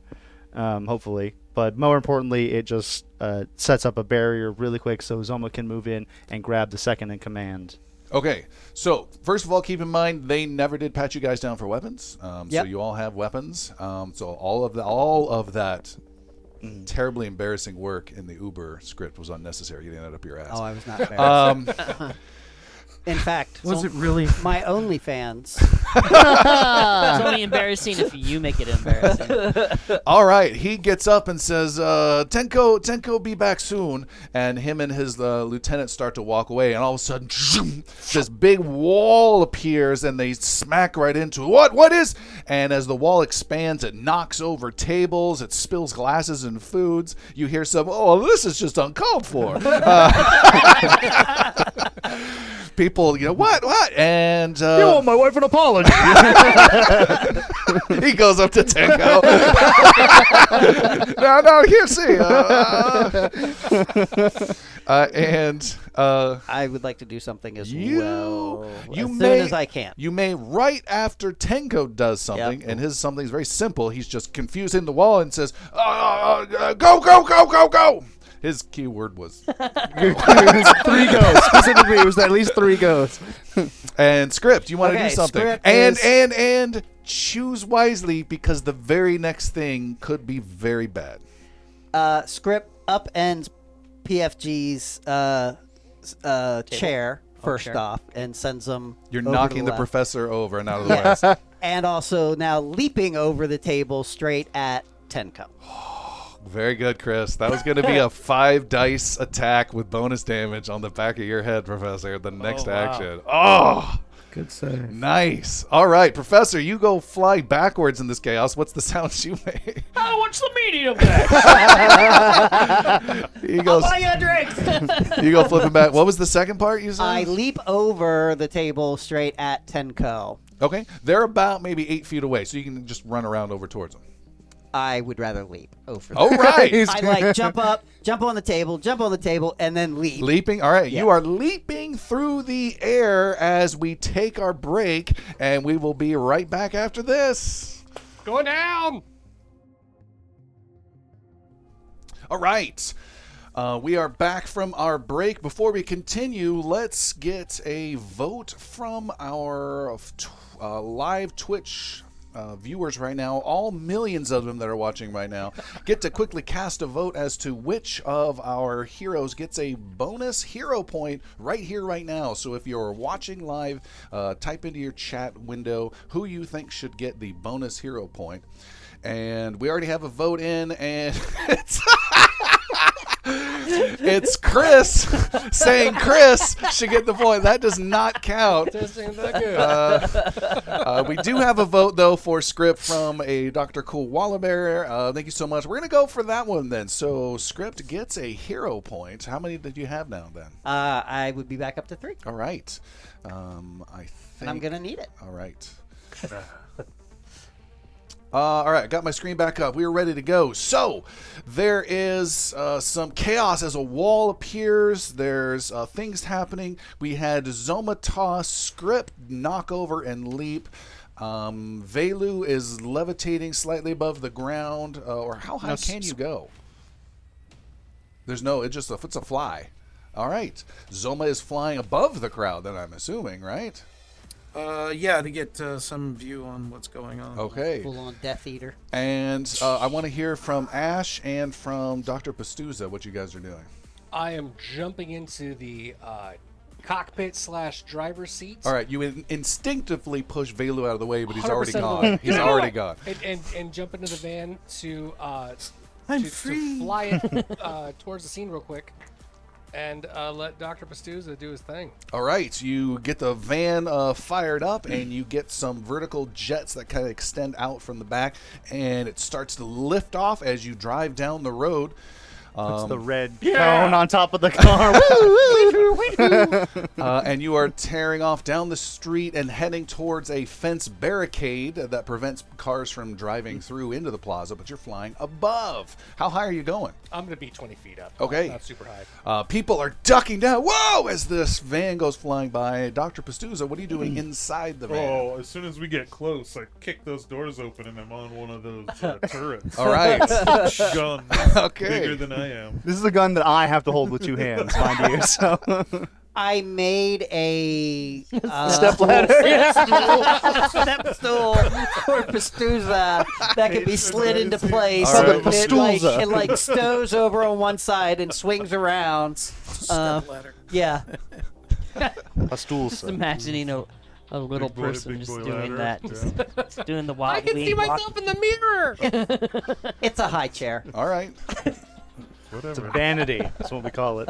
um, hopefully. But more importantly, it just uh, sets up a barrier really quick so Zoma can move in and grab the second in command.
Okay, so first of all, keep in mind they never did pat you guys down for weapons, um,
Yep.
so you all have weapons. Um, so all of the all of that
Mm.
terribly embarrassing work in the Uber script was unnecessary. You ended up your ass.
Oh, I was not there.
um,
In fact,
Was
so
it really?
my OnlyFans.
it's only embarrassing if you make it embarrassing.
all right, he gets up and says, uh, "Tenko, Tenko, be back soon." And him and his uh, lieutenant start to walk away, and all of a sudden, this big wall appears, and they smack right into it. What? What is? And as the wall expands, it knocks over tables, it spills glasses and foods. You hear some, "Oh, this is just uncalled for." Uh, people, you know, what? What? And uh,
my wife an apology?
he goes up to Tenko. no, no, here, see. Uh, uh, uh, and uh,
I would like to do something as
you,
well.
you
as
may,
soon as I can.
You may right after Tenko does something, and his something is very simple. He's just confusing the wall and says, uh, uh, uh, "Go, go, go, go, go." His key word was
three goes. Specifically, it was at least three goes.
and script. You want to
Okay,
do something,
script
and
is-
and and choose wisely because the very next thing could be very bad.
Uh, script upends PFG's uh, s- uh, chair first off and sends him.
You're
over to
knocking the,
left.
professor over and out of the way.
and also now leaping over the table straight at Tenko.
Very good, Chris. That was going to be a five dice attack with bonus damage on the back of your head, Professor. The next action. Oh,
Good save.
nice. All right, Professor, you go fly backwards in this chaos. What's the sound you make?
Oh, what's the meaning of that?
You go,
Buy you a drink.
you go flipping back. What was the second part you said?
I leap over the table straight at Tenko.
Okay, they're about maybe eight feet away, so you can just run around over towards them.
I would rather leap over.
All right.
I like jump up, jump on the table, jump on the table, and then leap.
Leaping. All right. You
Yeah.
are leaping through the air as we take our break, and we will be right back after this.
Going down.
All right. Uh, we are back from our break. Before we continue, let's get a vote from our f- tw- uh, live Twitch. Uh, viewers right now, all millions of them that are watching right now, get to quickly cast a vote as to which of our heroes gets a bonus hero point right here, right now. So if you're watching live, uh, type into your chat window who you think should get the bonus hero point. And we already have a vote in, and it's it's Chris saying Chris should get the point. That does not count. Uh, we do have a vote though for script from a Dr. Cool Wallabear. Uh, thank you so much. We're gonna go for that one then. So script gets a hero point. How many did you have now then?
Uh, I would be back up to three,
All right. Um, I think
and I'm gonna need it.
All right. Uh, all right, got my screen back up. We are ready to go. So, there is uh, some chaos as a wall appears. There's uh, things happening. We had Zomatos script knockover and leap. Um, Velu is levitating slightly above the ground. Uh, or how high
No, s-
can you go? There's no. It just it's a fly. All right, Zoma is flying above the crowd. Then I'm assuming, right?
Uh, yeah, to get uh, some view on what's going on.
Okay.
Full on Death Eater.
And uh, I want to hear from Ash and from Dr. Pastuza what you guys are doing.
I am jumping into the uh, cockpit slash driver's seat.
All right, you in- instinctively push Velu out of the way, but he's
100%
already
of the
gone.
way.
He's
No, no, no.
already gone.
And, and and jump into the van to uh,
I'm
to, to
free.
fly it uh, towards the scene real quick, and uh, let Doctor Pastuza do his thing.
All right, you get the van uh, fired up, and you get some vertical jets that kind of extend out from the back, and it starts to lift off as you drive down the road.
It's
Um,
the red
Yeah.
cone on top of the car. Woo!
uh, and you are tearing off down the street and heading towards a fence barricade that prevents cars from driving through into the plaza, but you're flying above. How high are you going?
I'm gonna be 20 feet up.
Okay.
Not super high.
Uh, people are ducking down. Whoa! As this van goes flying by. Dr. Pastuza, what are you doing inside the van?
Mm. Oh, as soon as we get close, I kick those doors open and I'm on one of those uh, turrets.
All right.
Gun
Okay.
bigger than I am.
This is a gun that I have to hold with two hands, mind you. So
I made a uh,
step ladder.
step stool for Pastuza that can be slid into place.
All right.
And it, like,
Pastuza.
it like stows over on one side and swings around. Uh, yeah.
A stool.
Just imagining a, a little
Big boy-
person
big
just
boy
doing
ladder.
that, just, just doing the wild.
I can see myself in the mirror.
It's a high chair.
All right.
Whatever.
Vanity. That's what we call it.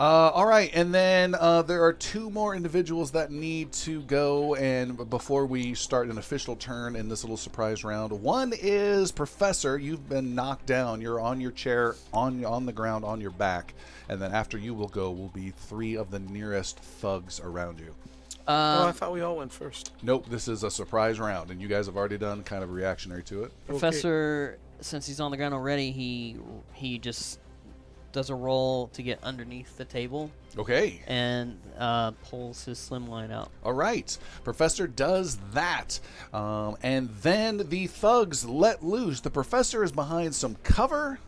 Uh, all right, and then uh, there are two more individuals that need to go. And before we start an official turn in this little surprise round, one is Professor. You've been knocked down. You're on your chair, on on the ground, on your back. And then after you will go, will be three of the nearest thugs around you.
oh, I
Um,
thought we all went first.
Nope, this is a surprise round, and you guys have already done kind of reactionary to it.
Professor, since he's on the ground already, he he just does a roll to get underneath the table
Okay.
and uh, pulls his slim line out.
All right. Professor does that. Um, and then the thugs let loose. The professor is behind some cover.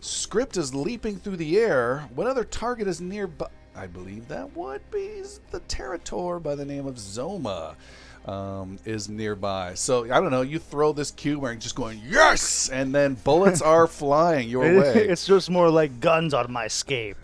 Script is leaping through the air. What other target is nearby? I believe that would be the Territor by the name of Zoma um, is nearby. So, I don't know. You throw this cube and just going, yes! And then bullets are flying your way.
it's just more like guns are my escape.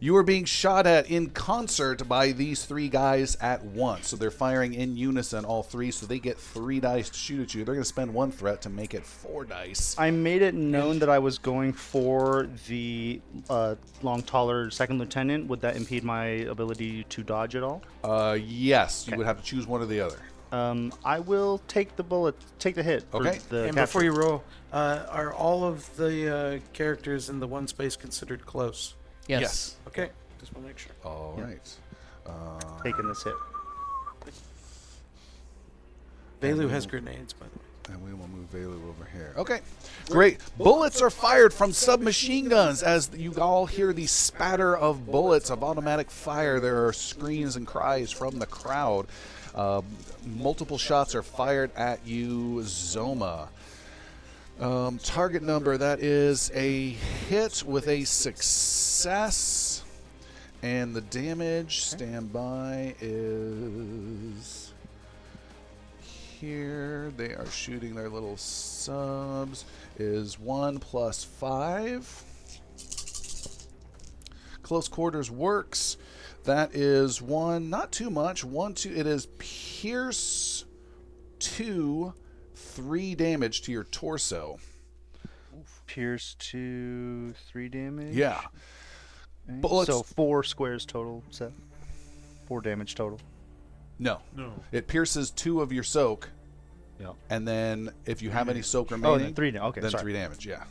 You are being shot at in concert by these three guys at once. So they're firing in unison, all three. So they get three dice to shoot at you. They're going to spend one threat to make it four dice.
I made it known that I was going for the uh, long, taller second lieutenant. Would that impede my ability to dodge at all?
Uh, yes, you would have to choose one or the other.
Um, I will take the bullet, take the hit. for
Okay.
The
and before
capture.
you roll, uh, are all of the uh, characters in the one space considered close?
Yes.
Okay, just want to make sure.
All
Yeah.
right. Uh,
taking this hit.
Velu has grenades, by the way.
and we will move Velu over here. Okay. Great. Bullets are fired from submachine guns as you all hear the spatter of bullets of automatic fire. There are screams and cries from the crowd. Uh, multiple shots are fired at you, Zoma. Um, target number that is a hit with a success. And the damage standby is here. They are shooting their little subs. Is one plus five. Close quarters works. That is one, not too much. One, two. It is pierce two, three damage to your torso.
Pierce to three damage.
Yeah.
Okay.
bullets-
So four squares total. So four damage total.
No.
No.
It pierces two of your soak.
Yeah.
And then if you have any soak
Oh,
remaining,
then three. now. Okay,
then
sorry.
three damage. Yeah.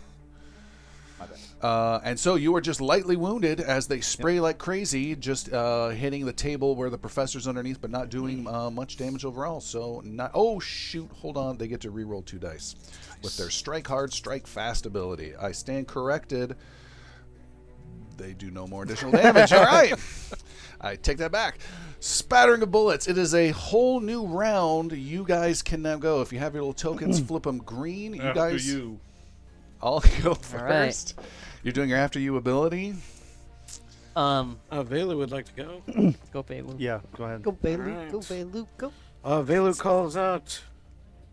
Uh, and so you are just lightly wounded as they spray like crazy, just uh, hitting the table where the professor's underneath, but not doing uh, much damage overall. So not. Oh shoot! Hold on, they get to reroll two dice with their strike hard, strike fast ability. I stand corrected. They do no more additional damage. All right, I take that back. Spattering of bullets. It is a whole new round. You guys can now go. If you have your little tokens, flip them green. You
After
guys.
you.
I'll go
right.
first. You're doing your after you ability.
Um,
Uh, Velu would like to go.
go Baylou.
Yeah. Go ahead.
Baylou.
Alright.
Go Baylou. Go.
Uh, Velu calls out,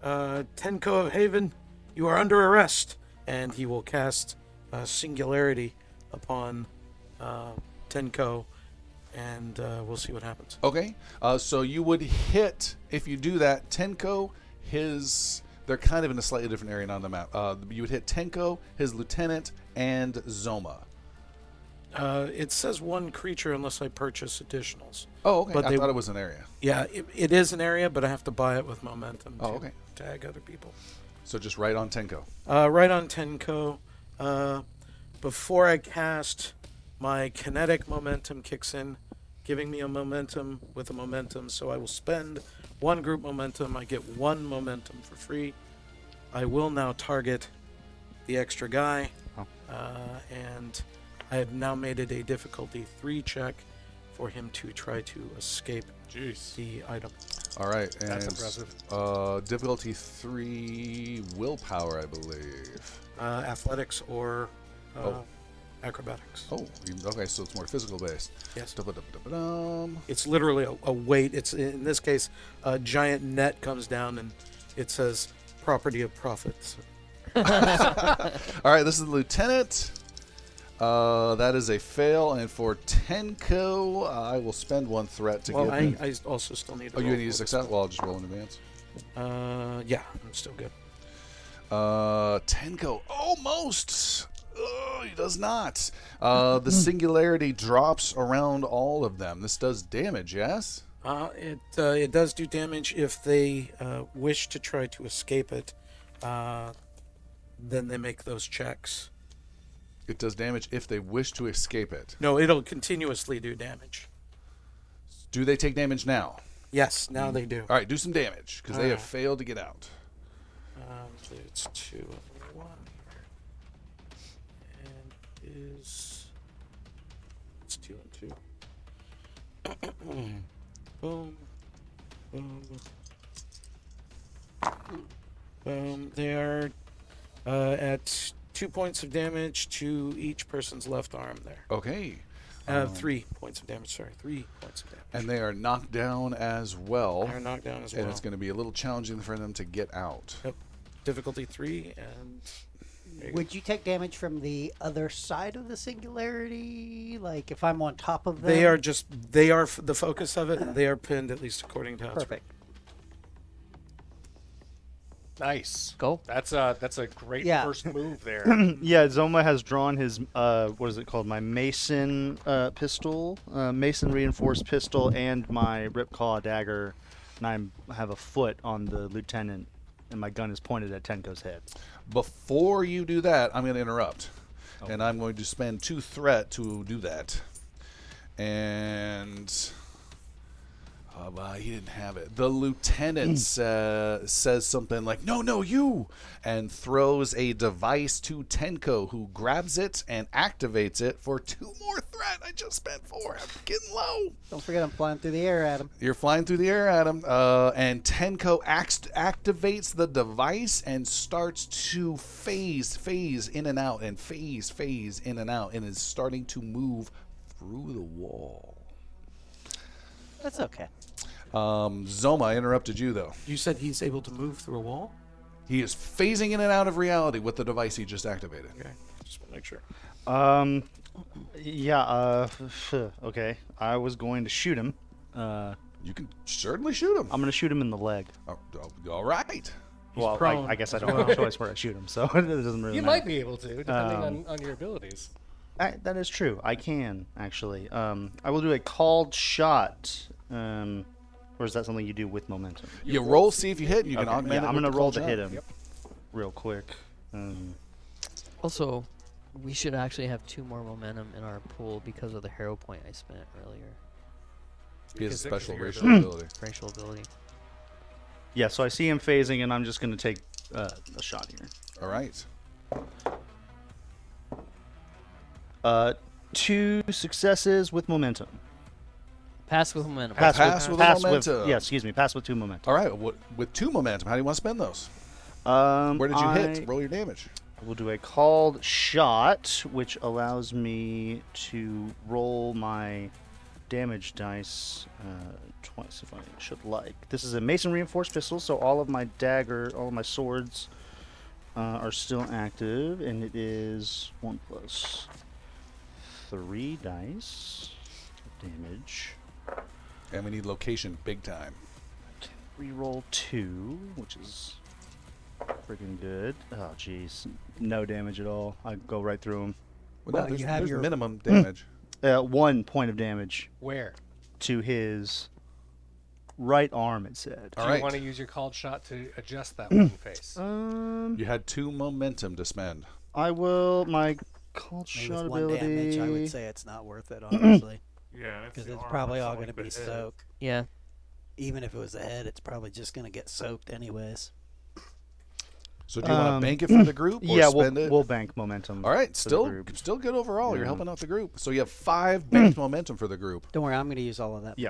uh, Tenko of Haven, you are under arrest. And he will cast uh, Singularity upon uh, Tenko, and uh, we'll see what happens.
Okay. Uh, so you would hit if you do that Tenko, his they're kind of in a slightly different area on the map. Uh, you would hit Tenko, his lieutenant, and Zoma.
Uh, it says one creature unless I purchase additionals.
Oh, okay.
But
I
they-
thought it was an area.
Yeah, it, it is an area, but I have to buy it with momentum
Oh,
to
okay.
tag other people.
So just right on Tenko.
Uh, right on Tenko. Uh, before I cast, my kinetic momentum kicks in, giving me a momentum with a momentum. So I will spend one group momentum. I get one momentum for free. I will now target the extra guy. Uh, and I have now made it a difficulty three check for him to try to escape
Jeez.
the item.
All right. And,
That's impressive.
Uh, difficulty three, willpower, I believe.
Uh, athletics or uh,
Oh.
acrobatics.
Oh, you- okay. So it's more physical based.
Yes.
Da-ba-da-ba-da-ba-dum.
It's literally a, a weight. It's in this case, a giant net comes down and it says property of profits.
All right, this is Lieutenant. Uh, that is a fail, and for Tenko, I will spend one threat to
Well,
give.
I, I also still need. to
oh, you
roll
need a
for
success. Well, I'll just roll in advance.
this. Uh, yeah, I'm still good.
Uh, Tenko almost. Ugh, he does not. Uh, the singularity drops around all of them. This does damage. Yes.
Uh, it uh, it does do damage if they uh, wish to try to escape it. Uh, then they make those checks.
It does damage if they wish to escape it.
No, it'll continuously do damage.
Do they take damage now?
Yes, now they do.
All right, do some damage because they have
Alright.
failed to get out.
Um, so it's two and one. And is it's two and two. boom, boom, boom. They are uh, at two points of damage to each person's left arm. There,
Okay,
uh,
Um,
three points of damage. Sorry, three points of damage.
and they are knocked down as well,
They're knocked down as
and
well.
it's going to be a little challenging for them to get out.
Difficulty three, and there you go.
Would you take damage from the other side of the singularity? Like if I'm on top of them?
They are just they are f- the focus of it. They are pinned, at least according to us.
perfect.
Nice.
Go.
That's a that's a great
Yeah.
first move there.
yeah, Zoma has drawn his uh, what is it called? My Mason uh, pistol, uh, Mason reinforced pistol, and my Ripclaw dagger, and I'm, I have a foot on the lieutenant, and my gun is pointed at Tenko's head.
Before you do that, I'm going to interrupt, and I'm going to spend two threat to do that, and. Uh, well, he didn't have it. The lieutenant uh, says something like, No, no, you! And throws a device to Tenko, who grabs it and activates it for two more threat. I just spent four. I'm getting low.
Don't forget I'm flying through the air at them.
You're flying through the air, Adam, uh, and Tenko act- activates the device and starts to phase, phase in and out, and phase, phase in and out, and is starting to move through the wall.
That's okay.
Um, Zoma, I interrupted you though.
You said he's able to move through a wall.
He is phasing in and out of reality with the device he just activated.
Okay, just want to make sure.
Um, yeah. Uh, okay. I was going to shoot him. Uh,
You can certainly shoot him.
I'm gonna shoot him in the leg.
Oh, oh, all right.
well, I,
prone
I guess I don't have a choice where I shoot him, so it doesn't really
You
matter.
might be able to, depending
Um,
on, on your abilities.
I, that is true. I can actually. Um, I will do a called shot. Um, or is that something you do with momentum?
You roll, see if you hit. and You can
Okay,
augment
yeah,
it.
I'm
with
gonna
the
roll
cold
to hit
shot.
him, real quick. Um,
Also, we should actually have two more momentum in our pool because of the hero point I spent earlier.
He has a
Because it-
special
because
racial ability.
Racial ability.
yeah. So I see him phasing, and I'm just gonna take uh, a shot here.
All right.
Uh, two successes with momentum.
Pass with momentum.
Pass with momentum.
yeah, excuse me. Pass with two momentum.
All right. What, with two momentum, how do you want to spend those?
Um,
Where did you
I-
hit? Roll your damage.
We'll do a called shot, which allows me to roll my damage dice uh, twice if I should like. This is a mason reinforced pistol, so all of my dagger, all of my swords uh, are still active, and it is one plus three dice of damage.
And we need location big time.
Reroll two, which is freaking good. Oh, jeez, no damage at all. I go right through him.
Well, no,
Well, you
there's,
have
there's
your-
minimum damage.
uh, one point of damage
Where?
to his right arm. It said.
All
Do
right.
you want to use your called shot to adjust that one face?
Um,
You had two momentum to spend.
I will my cold
Maybe
shot
with one damage,
ability.
I would say it's not worth it, honestly,
Yeah,
because it's probably all going to be soaked.
Yeah.
Even if it was the head, it's probably just going to get soaked anyways.
So do you want
Um,
to bank it for the group or
yeah, we'll,
spend it?
we'll bank momentum.
All
for
right,
the
still
group.
still good overall. You're
Yeah.
helping out the group. So you have five banked momentum for the group.
Don't worry, I'm going to use all of that.
Yeah.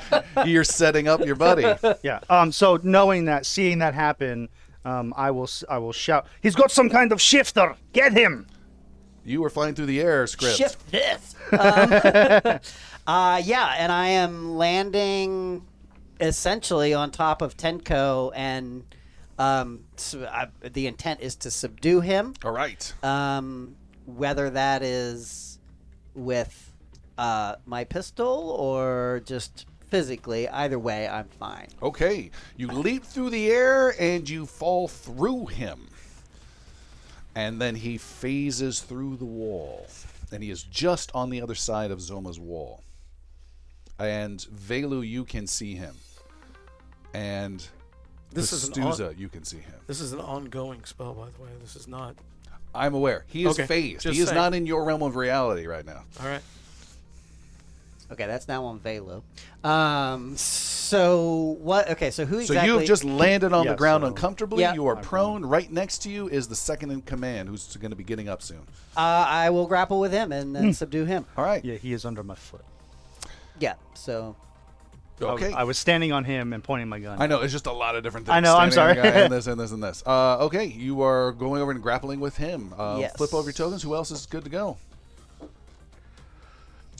momentum.
You're setting up your buddy.
Yeah. Um. So knowing that, seeing that happen, um, I will s- I will shout. He's got some kind of shifter. Get him.
You were flying through the air script.
Shift this. Um, uh, yeah, and I am landing essentially on top of Tenko, and um, so I, the intent is to subdue him.
All right.
Um, whether that is with uh, my pistol or just physically, either way, I'm fine.
Okay. You leap through the air and you fall through him. And then he phases through the wall. And he is just on the other side of Zoma's wall. And Velu, you can see him. And
This is an on-
Stuza, you can see him.
This is an ongoing spell, by the way. This is not.
I'm aware. He is
Okay,
phased.
just
He is
saying.
not in your realm of reality right now.
All right.
Okay, that's now on Velo. Um, so what? Okay, so who
So
exactly?
you've just landed on the
Yes,
ground
so-
uncomfortably.
Yeah.
You are prone. Right next to you is the second in command, who's going to be getting up soon.
Uh, I will grapple with him and
Hmm.
then subdue him.
All right.
Yeah, he is under my foot.
Yeah. So
I was-
Okay.
Oh, I was standing on him and pointing my gun.
I know it's just a lot of different things.
I know, I'm
Standing
sorry.
guy and this and this and this. Uh, okay, you are going over and grappling with him. Uh,
Yes.
Flip over your tokens. Who else is good to go?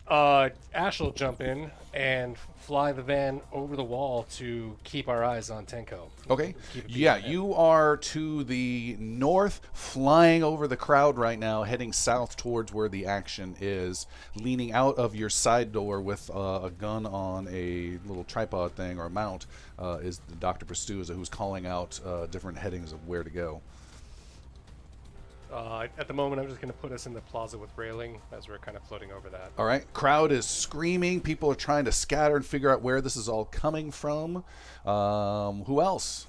Uh, Ash will jump in and fly the van over the wall to keep our eyes on Tenko.
Okay.
Keep a beat
Yeah,
on him.
you are to the north, flying over the crowd right now, heading south towards where the action is, leaning out of your side door with uh, a gun on a little tripod thing or mount. Uh, is the Dr. Pursuza who's calling out uh, different headings of where to go.
Uh, at the moment, I'm just going to put us in the plaza with railing as we're kind of floating over that.
All right. Crowd is screaming. People are trying to scatter and figure out where this is all coming from. Um, who else?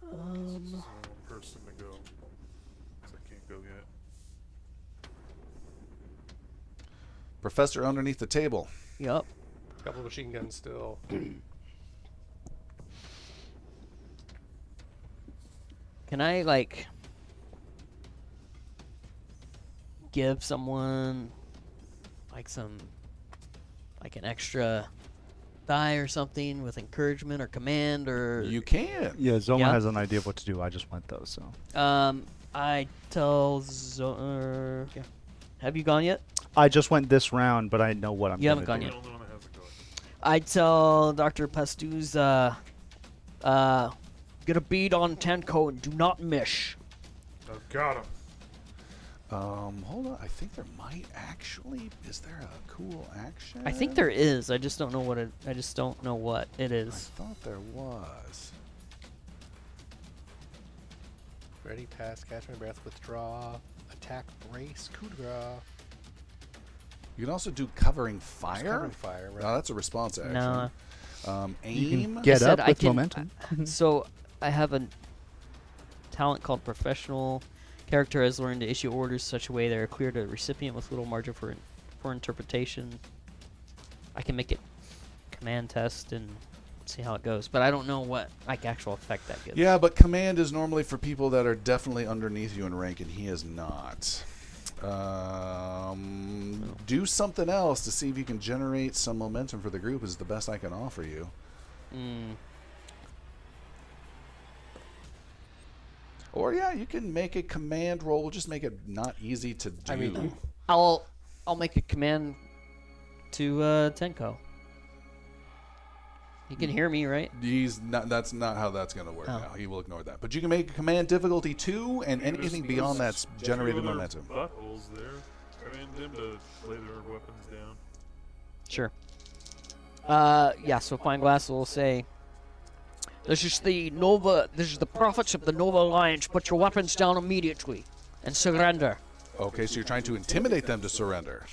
Person to go. 'Cause I can't go yet.
Professor underneath the table.
Yup.
couple of machine guns still.
Can I like give someone like some like an extra die or something with encouragement or command or
You can.
Yeah, Zoma
Yeah.
has an idea of what to do. I just went though, so
um I tell Zor Have you gone yet?
I just went this round, but I know what I'm.
You haven't
gonna
gone
do.
Yeah.
I'm the only one that has a go.
I tell Dr. Pastuza uh get a bead on Tenko and do not miss.
I've got him.
Um, hold on. I think there might actually. Is there a cool action?
I think there is. I just don't know what it I just don't know what it
I
is.
thought there was.
Ready, pass, catch my breath, withdraw, attack, brace, coup de grace.
You can also do covering fire.
covering fire, right.
No, that's a response action.
No.
Um, aim.
You can get
said
up
I
with
can-
momentum.
So I have a talent called professional. Character has learned to issue orders such a way they are clear to the recipient with little margin for for interpretation. I can make it command test and see how it goes, but I don't know what like actual effect that gives.
Yeah, but command is normally for people that are definitely underneath you in rank, and he is not. Um, do something else to see if you can generate some momentum for the group. Is the best I can offer you.
Hmm.
Mm,
Or yeah, you can make a command roll. We'll just make it not easy to do.
I mean,
I'll I'll make a command to uh, Tenko. He can hear me, right?
He's not. That's not how that's going to work.
Oh.
Now he will ignore that. But you can make command difficulty two, and anything beyond that's generated
Few other
momentum.
Buttholes there. Command them to lay their weapons down.
Sure. Uh, yeah, so Fine Glass will say, This is the Nova, this is the prophets of the Nova Alliance. Put your weapons down immediately and surrender.
Okay, so you're trying to intimidate them to surrender.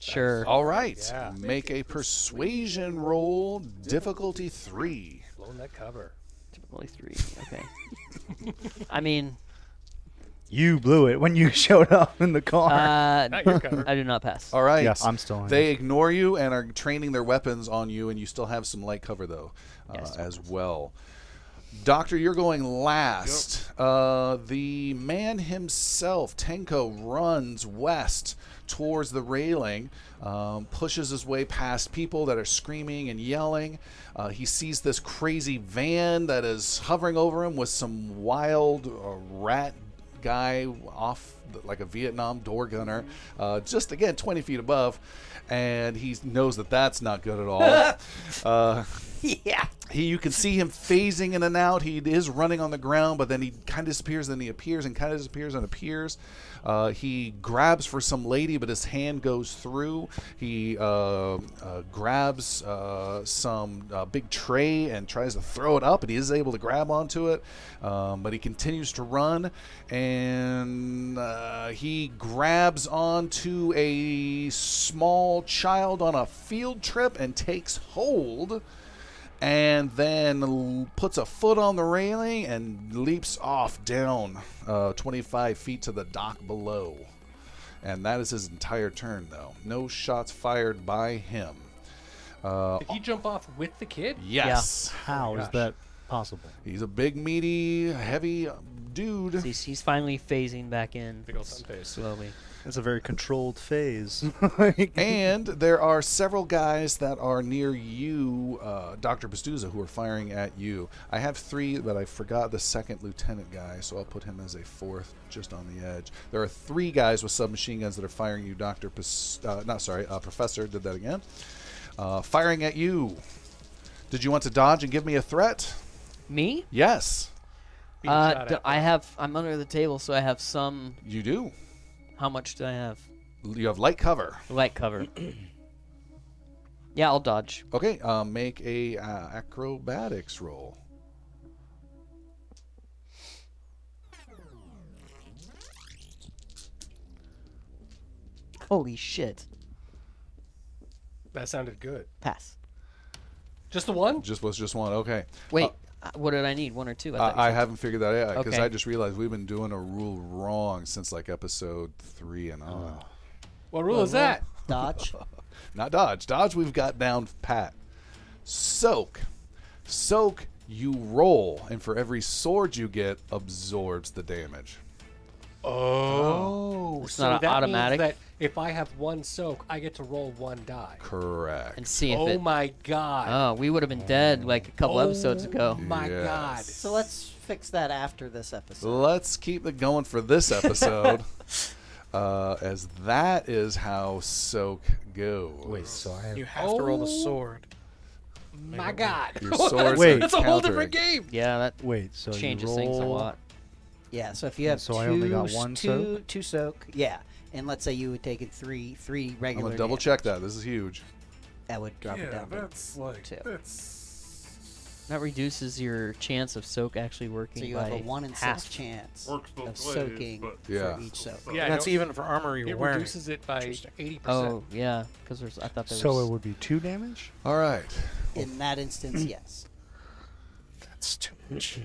Sure.
All right. Make a persuasion roll, difficulty three.
Blown that cover.
Only three. Okay. I mean,
You blew it when you showed up in the car.
uh,
Not your cover.
I do not pass.
All right.
Yeah, I'm still in.
They ignore you and are training their weapons on you, and you still have some light cover though, uh,
Yes.
as well. Doctor, you're going last. Uh, the man himself, Tenko, runs west towards the railing, um, pushes his way past people that are screaming and yelling. Uh, he sees this crazy van that is hovering over him with some wild uh, rat guy off th- like a Vietnam door gunner, uh, just again 20 feet above, and he knows that that's not good at all. uh,
yeah.
he, you can see him phasing in and out. He is running on the ground, but then he kind of disappears, then he appears, and kind of disappears and appears. Uh, he grabs for some lady, but his hand goes through. He uh, uh, grabs uh, some uh, big tray and tries to throw it up, and he is able to grab onto it. Um, but he continues to run, and uh, he grabs onto a small child on a field trip and takes hold and then l- puts a foot on the railing and leaps off down uh, 25 feet to the dock below. And that is his entire turn, though. No shots fired by him. Uh,
Did he jump off with the kid?
yes.
How is that possible?
He's a big, meaty, heavy dude.
He's, he's finally phasing back in
Big ol' sun face.
slowly.
That's a very controlled phase.
and there are several guys that are near you, uh, Dr. Pastuza, who are firing at you. I have three, but I forgot the second lieutenant guy, so I'll put him as a fourth just on the edge. There are three guys with submachine guns that are firing you, Dr. Pas- uh, not sorry, uh, Professor did that again. Uh, firing at you. Did you want to dodge and give me a threat?
Me?
Yes,
Being
Uh,
shot
d-
at.
I have. I'm under the table, so I have some.
you do.
How much do I have?
You have light cover.
Light cover. yeah, I'll dodge.
Okay, uh, make a uh, acrobatics roll.
Holy shit!
That sounded good.
Pass.
Just the one?
Just was just one. Okay.
Wait, uh, what did I need? One or two? thought you
I, I
said-
haven't figured that out because
Okay.
I just realized we've been doing a rule wrong since like episode three and on.
What rule is that?
Dodge.
Not dodge. Dodge we've got down pat. Soak. Soak. You roll, and for every sword you get, absorbs the damage.
Oh,
It's
so
not a
that means
automatic?
that if I have one soak, I get to roll one die.
Correct.
and see if
oh
it.
my god.
Oh, we would have been dead like a couple
Oh
episodes ago.
My
Yes.
god.
so let's fix that after this episode.
Let's keep it going for this episode, uh, as that is how soak goes.
Wait, so I
You have to roll the
Oh.
sword.
My god.
Your swords
Wait.
That's a whole different game.
Yeah, that
Wait, so
changes
you roll,
things a lot.
Yeah, so if you have
so
two,
I only got
s-
one
two, two soak, yeah, and let's say you would take it three, three
I'm
regular.
gonna double
damage,
check that. This is huge.
That would drop it
Yeah,
down. to-
that's like
two.
that's
That reduces your chance of soak actually working.
so you
by
have a one in
half.
six chance
Works both
of
ways,
soaking
but-
for
Yeah.
each soak.
Yeah,
that's
no,
even for armor you're
it
wearing.
reduces it by 80%.
Oh yeah, because there's. I thought there was.
So it would be two damage?
All right.
In that
Hmm.
instance, yes.
That's too much.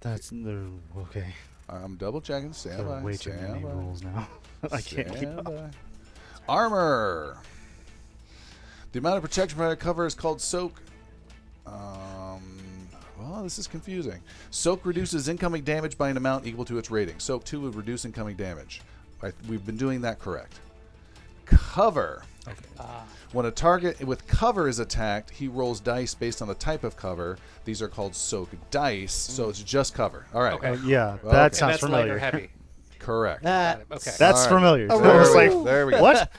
That's no okay.
I'm double checking. Stand
There
by.
are way too
stand
many
by.
rules now. I can't keep
Stand
up.
by. Armor. The amount of protection provided cover is called soak. Um, well, this is confusing. Soak reduces incoming damage by an amount equal to its rating. Soak 2 would reduce incoming damage. I, we've been doing that correct. Cover. When a target with cover is attacked, he rolls dice based on the type of cover. These are called soak dice, so it's just cover. All right.
Okay.
Yeah, that
that's
And
sounds
that's light
familiar.
or heavy.
Correct.
That
Okay.
That's
All right.
familiar.
There,
I was
we,
like,
there we go.
what?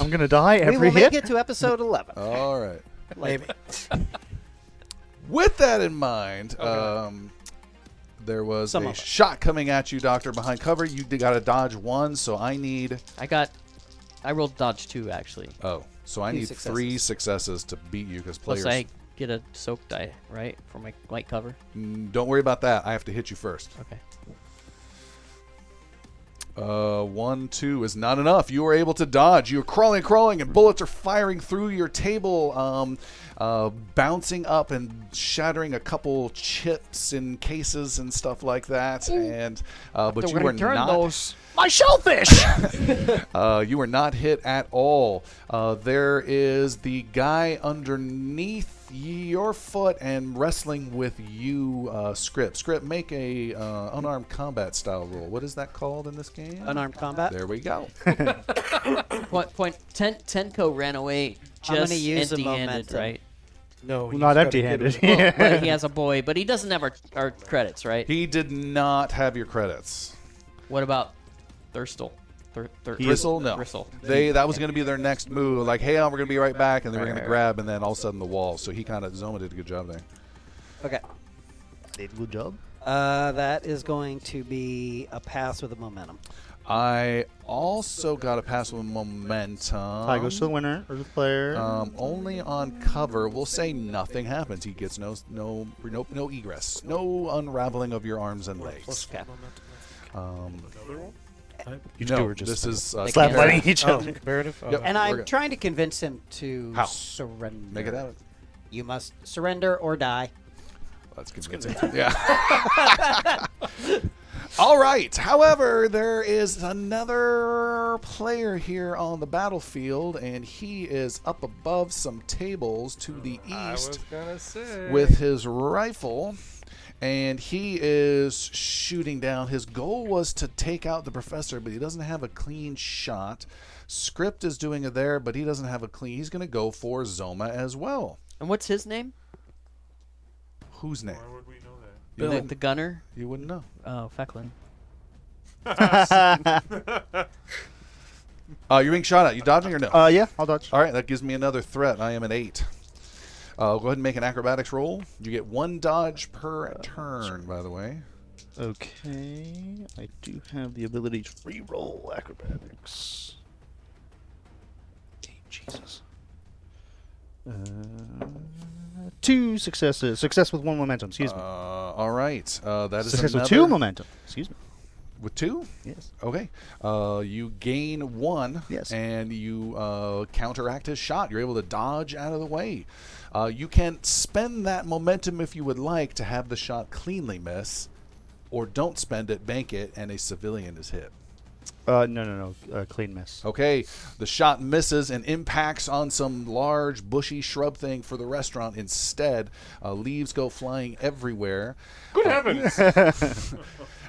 I'm gonna die
we
every
will
hit. Uh,
make it to episode eleven.
All right.
Maybe.
With that in mind, um, there was
Some
a
of us.
shot coming at you, Doctor, behind cover. You got to dodge one, so I need.
I got. I rolled dodge two actually.
Oh, so I
Two
need
successes.
three successes to beat you because
Plus
players.
I get a soak die right for my light cover.
Mm, Don't worry about that. I have to hit you first.
Okay.
Uh, one, two is not enough. You are able to dodge. You're crawling, crawling, and bullets are firing through your table, um, uh, bouncing up and shattering a couple chips and cases and stuff like that. And uh, but you were not.
My shellfish.
Uh, you are not hit at all. Uh, there is the guy underneath your foot and wrestling with you, uh, Script. Script, make a uh, unarmed combat style roll. What is that called in this game?
Unarmed combat.
There we go.
point point. Ten, Tenko ran away
I'm gonna
just
use a
empty-handed,
momentum.
right?
No,
Well,
you've
not
gotta
empty-handed.
get it-
but he has a boy, but he doesn't have our, our credits, right?
He did not have your credits.
What about Thirstal? Thir- thir-
Bristle, no.
Bristle.
They that was going to be their next move. Like, hey, we're going to be right back, and they were going to grab, and then all of a sudden the wall. So he kind of Zoma did a good job there.
Okay.
Did good job.
Uh, that is going to be a pass with a momentum.
I also got a pass with momentum.
I goes to the winner Uh, or the player.
Um, only on cover, we'll say nothing happens. He gets no no no, no egress, no unraveling of your arms and legs.
Okay.
Um,
you
no,
two were just
this is uh,
Like
slap
Yeah.
fighting each
Oh,
other.
comparative? Oh,
Yep.
And
We're
I'm
good.
trying to convince him to
How?
surrender.
make it out.
You must surrender or die.
That's convincing. Yeah. All right. However, there is another player here on the battlefield, and he is up above some tables to the
I was
east
gonna say.
with his rifle. And he is shooting down. His goal was to take out the professor, but he doesn't have a clean shot. Script is doing it there, but he doesn't have a clean. He's going to go for Zoma as well.
And what's his name?
Whose name?
Why would we know that?
You
The,
wouldn't,
the gunner?
you wouldn't know.
Oh, Fecklin.
Uh, you're being shot at. You dodging or no?
Uh, yeah, I'll dodge.
All right, that gives me another threat. I am an eight. Uh, go ahead and make an acrobatics roll. You get one dodge
Uh,
per turn, by the way.
Okay, I do have the ability to re-roll acrobatics. Hey, Jesus. Uh, two successes. Success with one momentum. Excuse
Uh,
me.
all right, uh, that is
Success
another
with two momentum. Excuse me.
With two,
Yes.
okay. Uh, you gain one,
Yes.
and you uh, counteract his shot. You're able to dodge out of the way. Uh, you can spend that momentum if you would like to have the shot cleanly miss, or don't spend it, bank it, and a civilian is hit.
Uh, no, no, no. Uh, clean miss.
Okay, the shot misses and impacts on some large bushy shrub thing for the restaurant instead. Uh, leaves go flying everywhere.
Good heavens!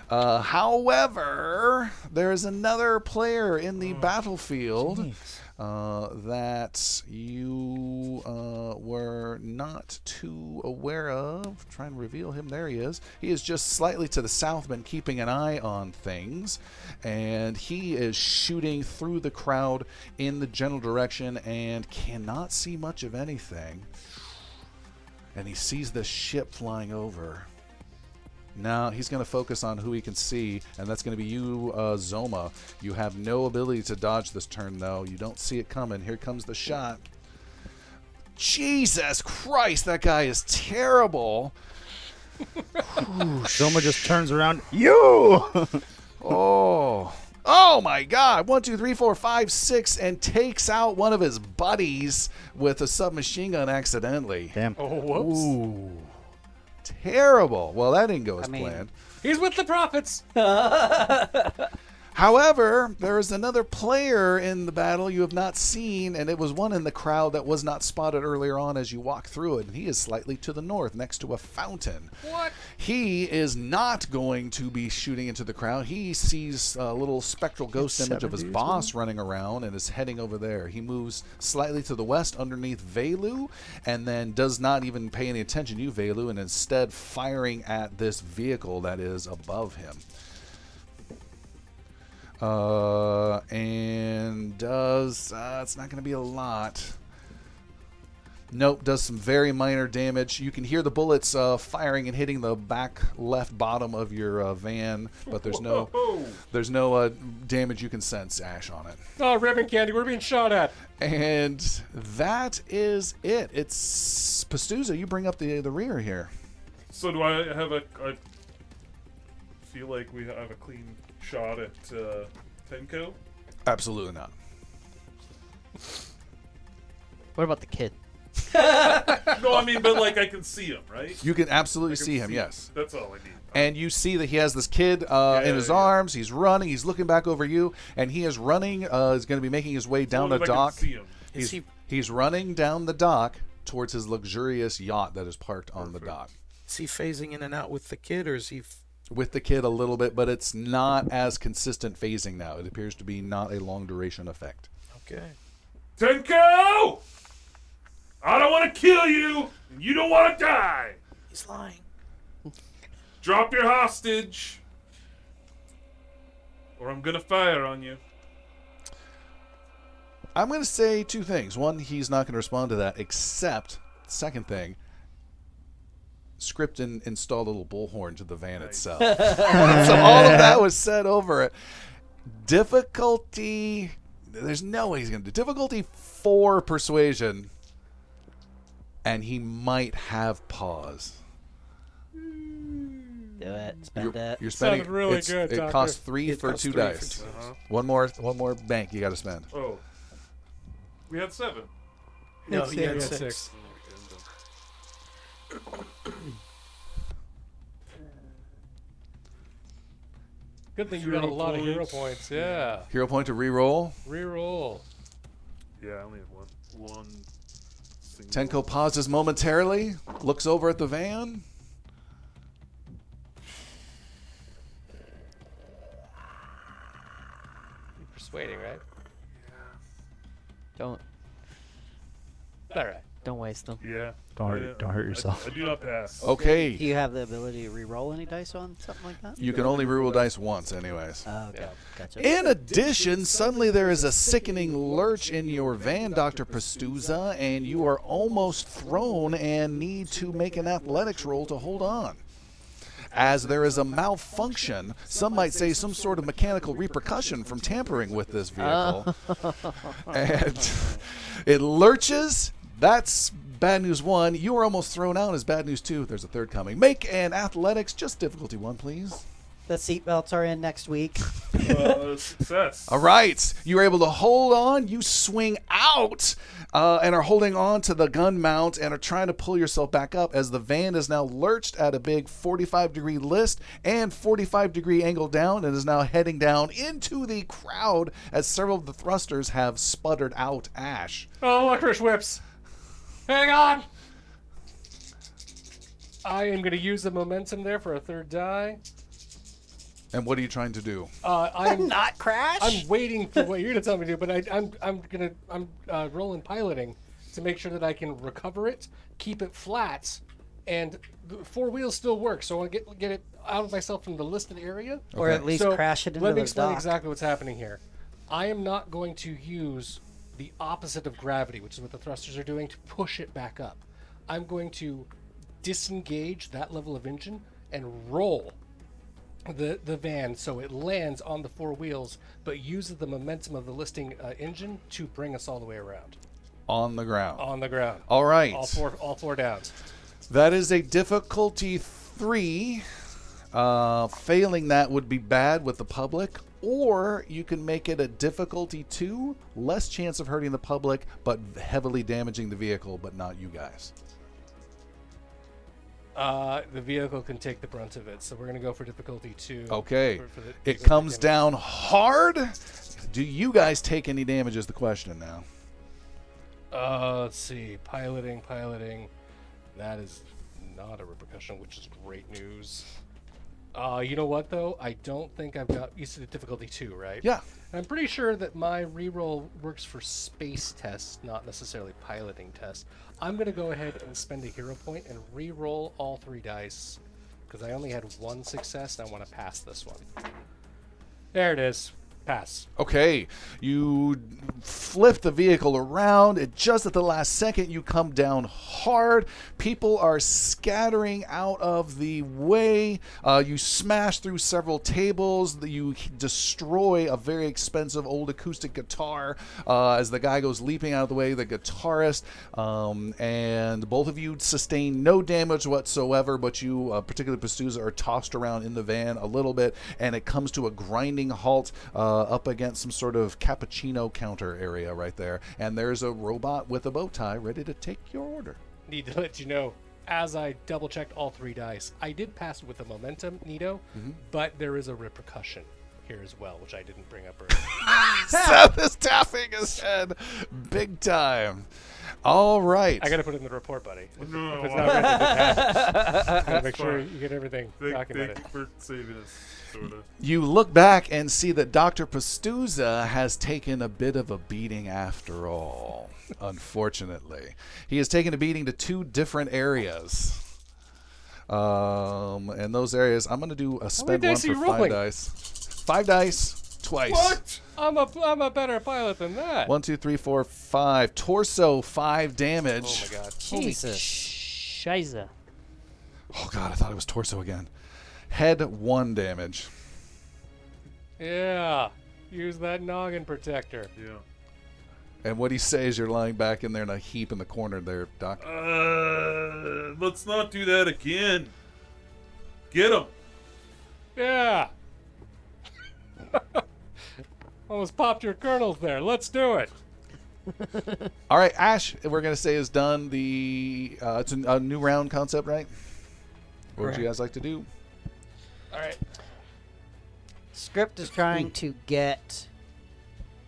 Uh, however, there is another player in the battlefield uh, that you uh, were not too aware of. Try and reveal him. There he is. He is just slightly to the south, been keeping an eye on things, and he is shooting through the crowd in the general direction and cannot see much of anything. And he sees the ship flying over. Now he's going to focus on who he can see, and that's going to be you, uh, Zoma. You have no ability to dodge this turn, though. You don't see it coming. Here comes the shot. Jesus Christ, that guy is terrible.
Zoma just turns around. You.
Oh. Oh my god. One, two, three, four, five, six, and takes out one of his buddies with a submachine gun accidentally.
Damn.
Oh, whoops.
Ooh. Terrible. Well, that didn't go as
mean-
planned.
He's with the prophets.
However, there is another player in the battle you have not seen, and it was one in the crowd that was not spotted earlier on as you walk through it, and he is slightly to the north next to a fountain.
What?
He is not going to be shooting into the crowd. He sees a little spectral ghost image of his boss running around and is heading over there. He moves slightly to the west underneath Velu and then does not even pay any attention to you, Velu, and instead firing at this vehicle that is above him. Uh, and does uh, it's not going to be a lot. Nope, does some very minor damage. You can hear the bullets uh, firing and hitting the back left bottom of your uh, van, but there's no
Whoa.
there's no uh, damage you can sense ash on it.
Oh, ribbon candy. We're being shot at.
And that is it. It's Pastuza. You bring up the the rear here.
So do I have a? I feel like we have a clean shot at uh, Tenko.
Absolutely not.
What about the kid?
No, I mean, but like I can see him, right?
You can absolutely
I can
see him. Yes.
That's all I need.
and you see that he has this kid uh,
Yeah,
in
yeah,
his
yeah.
arms. He's running. He's looking back over you, and he is running. Uh, is going to be making his way down
Only
a
if I can
dock.
see him.
He's,
he-
he's running down the dock towards his luxurious yacht that is parked on the dock
Is he phasing in and out with the kid, or is he? F-
with the kid a little bit, but it's not as consistent phasing now. It appears to be not a long duration effect.
okay.
Tenko! I don't want to kill you, and you don't want to die.
He's lying.
Drop your hostage, or I'm gonna fire on you.
I'm going to say two things. One, he's not going to respond to that, except, second thing, Scripton installed a little bullhorn to the van itself. so all of that was said over it. Difficulty. There's no way he's going to do. Difficulty four persuasion. And he might have pause.
Do it. Spend it.
You're spending.
Sounded really
it's-
good,
It
Doctor. Uh-huh.
costs three
It
for
costs
two
three for
dice.
two
Uh-huh.
dice.
One more. One more bank you got to spend.
Oh, we had seven.
No,
Six,
he had
Oh, yeah,
six.
six. Good thing you got a
Hero
lot of hero
points.
points. Yeah.
Hero point to reroll.
Reroll.
Yeah, I only have one. One. Single.
Tenko pauses momentarily, looks over at the van.
You're persuading, right?
Don't
All right.
don't waste them.
Yeah.
Don't hurt-
I-
don't hurt
I-
yourself.
I, do not pass.
Do
Okay,
you have the ability to re-roll any dice on something like that?
you can only reroll dice once, anyways.
Oh, okay. Gotcha.
In addition, suddenly there is a sickening lurch in your van, Dr. Pastuza, and you are almost thrown and need to make an athletics roll to hold on. As there is a malfunction, some might say some sort of mechanical repercussion from tampering with this vehicle. and it lurches. That's bad news one. You are almost thrown out as bad news two. There's a third coming. Make an athletics, just difficulty one, please.
The seatbelts are in next week.
Uh, success.
All right. You're able to hold on. You swing out uh, and are holding on to the gun mount and are trying to pull yourself back up as the van is now lurched at a big 45 degree list and 45 degree angle down and is now heading down into the crowd as several of the thrusters have sputtered out ash.
Oh, licorice whips. Hang on. I am going to use the momentum there for a third die.
And what are you trying to do?
Uh, I'm
Not crash.
I'm waiting for what you're gonna tell me to do, but I, I'm I'm gonna I'm uh, rolling piloting to make sure that I can recover it, keep it flat, and the four wheels still work. So I want to get get it out of myself from the listed area.
Or at least
So
crash it into
let
the
me explain
dock.
exactly what's happening here. I am not going to use the opposite of gravity, which is what the thrusters are doing, to push it back up. I'm going to disengage that level of engine and roll the the van so it lands on the four wheels, but uses the momentum of the listing uh, engine to bring us all the way around
On the ground.
on the ground.
All right.
All four all four downs.
That is a difficulty three. Uh, failing that would be bad with the public, or you can make it a difficulty two, less chance of hurting the public, but heavily damaging the vehicle, but not you guys.
Uh, the vehicle can take the brunt of it, so we're gonna go for difficulty two.
Okay.
for- for the-
It
for the
comes
damage.
down hard. Do you guys take any damage? Is the question now.
Uh, let's see, piloting, piloting. That is not a repercussion, which is great news. Uh, you know what though? I don't think I've got. You said difficulty two, right?
Yeah.
I'm pretty sure that my reroll works for space tests, not necessarily piloting tests. I'm gonna go ahead and spend a hero point and reroll all three dice because I only had one success and I want to pass this one. There it is. Pass.
Okay, you flip the vehicle around, and just at the last second, you come down hard. People are scattering out of the way. Uh, you smash through several tables. You destroy a very expensive old acoustic guitar uh, as the guy goes leaping out of the way, the guitarist. Um, and both of you sustain no damage whatsoever, but you, uh, particularly Pastuza, are tossed around in the van a little bit, and it comes to a grinding halt uh, up against some sort of cappuccino counter area right there. And there's a robot with a bow tie ready to take your order.
need to let you know as I double checked all three dice, I did pass with the momentum, Nito, but there is a repercussion here as well, which I didn't bring up earlier.
Seth is tapping his head big time. All right.
I got to put it in the report, buddy. If-
No,
if it's
I-
not written, it happens. Gotta make sure
fine.
you get everything
Thank, thank
documented.
you for saving us, sort of.
you look back and see that Dr. Pastuza has taken a bit of a beating after all, unfortunately. He has taken a beating to two different areas. Um, and those areas, I'm going to do a spend one
dice are
for five
you rolling?
dice. Five dice, twice.
I'm a I'm a better pilot than that.
One, two, three, four, five. Torso, five damage.
Oh my god.
Jesus.
Shiza.
Oh, God, I thought it was torso again. Head, one damage.
Yeah. Use that noggin protector.
Yeah.
And what he says, you're lying back in there in a heap in the corner there, Doc.
Uh, let's not do that again. Get him.
Yeah. Almost popped your kernels there. Let's do it.
All right, Ash, we're gonna say is done. The uh, it's a, a new round concept, right? What would you guys like to do?
All right.
Script is trying to get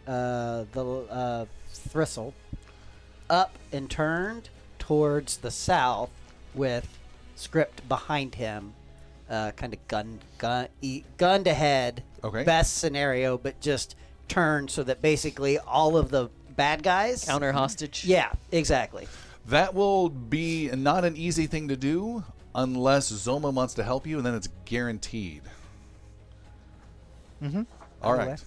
uh, the uh, Thristle up and turned towards the south with Script behind him, uh, kind of gun, gun, e- gunned ahead.
Okay.
Best scenario, but just turned so that basically all of the bad guys.
Counter hostage.
Yeah, exactly.
That will be not an easy thing to do unless Zoma wants to help you, and then it's guaranteed. Mm-hmm. All
Okay.
right.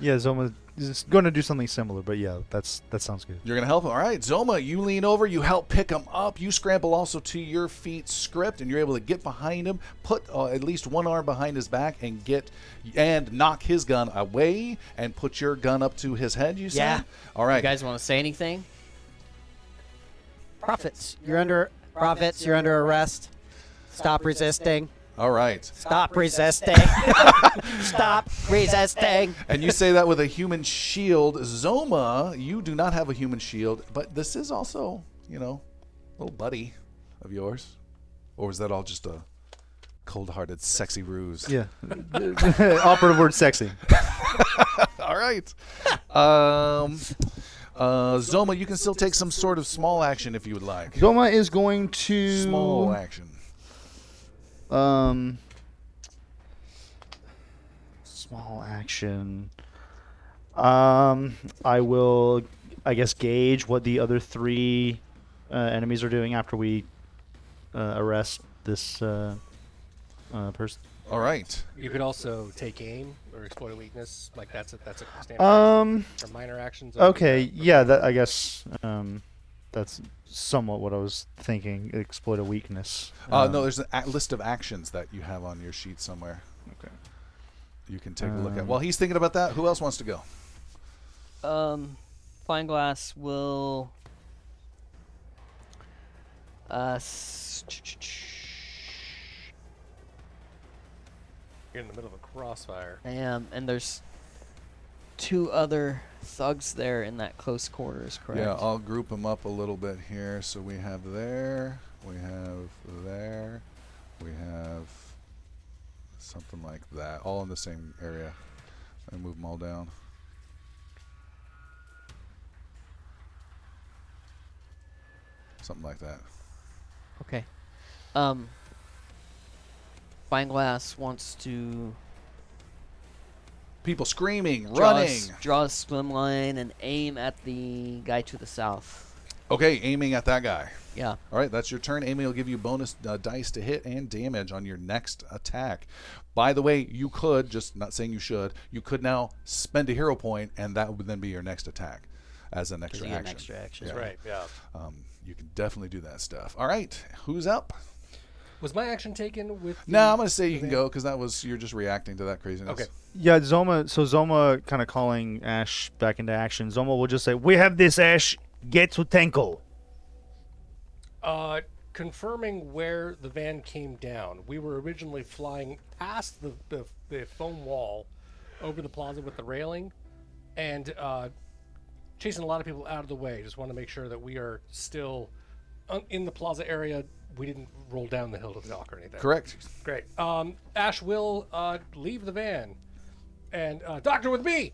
Yeah, Zoma is going to do something similar, but yeah, that's that sounds good.
You're going to help him. All right, Zoma, you lean over, you help pick him up, you scramble also to your feet, script, and you're able to get behind him, put uh, at least one arm behind his back, and get and knock his gun away, and put your gun up to his head. You said,
Yeah.
All right,
You guys want to say anything?
Prophets, you're under. Prophets, you're under arrest. Stop resisting.
all right,
Stop resisting. Stop resisting.
and you say that with a human shield. Zoma, you do not have a human shield, but this is also, you know, little buddy of yours, or is that all just a cold-hearted, sexy ruse?
Yeah. Operative word sexy.
All right. Um, uh, Zoma, you can still take some sort of small action if you would like.
Zoma is going to
Small action.
Um, small action. Um, I will, I guess, gauge what the other three uh, enemies are doing after we uh, arrest this uh, uh, person.
All right.
You could also take aim or exploit a weakness. Like that's a that's a standard
Um.
for minor actions. I would do
Okay.
that.
Yeah. That I guess. Um, that's somewhat what I was thinking. Exploit a weakness.
Uh, no,
Um,
there's a list of actions that you have on your sheet somewhere.
Okay.
You can take a look at.
Um,
While he's thinking about that, who else wants to go?
Um, Fine Glass will. Uh, s- ch- ch- ch-
You're in the middle of a crossfire.
Damn, and there's two other thugs there in that close quarters, correct?
Yeah, uh, I'll group them up a little bit here. So we have there, we have there, we have something like that, all in the same area. And move them all down. Something like that.
Okay. Um. Fine Glass wants to
People screaming,
draw a
running.
s- draw a swim line and aim at the guy to the south.
Okay, aiming at that guy.
Yeah.
All right, that's your turn. Amy will give you bonus uh, dice to hit and damage on your next attack. By the way, you could, just not saying you should, you could now spend a hero point, and that would then be your next attack as an extra
You get an
action.
extra action.
Yeah.
Right. Yeah.
Um, you can definitely do that stuff. All right, who's up?
Was my action taken with?
No,
the-
I'm gonna say you can
Okay.
go because that was you're just reacting to that craziness.
Okay.
Yeah, Zoma. So Zoma kind of calling Ash back into action. Zoma will just say, "We have this, Ash. Get to Tenko."
Uh, confirming where the van came down. We were originally flying past the, the, the foam wall over the plaza with the railing and uh, chasing a lot of people out of the way. Just want to make sure that we are still un- in the plaza area. We didn't roll down the hill to the dock or anything.
Correct.
Great. Um, Ash will uh, leave the van and uh, Doctor with me!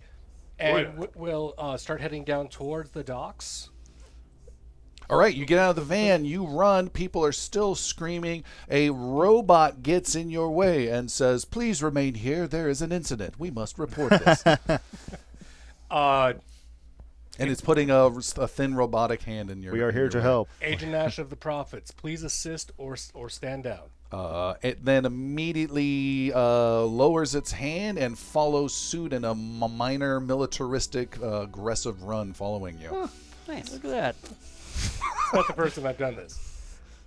And w- will uh, start heading down towards the docks.
All right, you get out of the van, you run. People are still screaming. A robot gets in your way and says, "Please remain here. There is an incident. We must report this."
Uh,
and it's putting a, a thin robotic hand in your.
We are
in
here
your
to
way.
help.
Agent Ash of the Prophets, please assist or or stand down.
Uh, it then immediately uh, lowers its hand and follows suit in a m- minor militaristic uh, aggressive run following you.
Nice.
Look at that.
It's not the first time I've done this.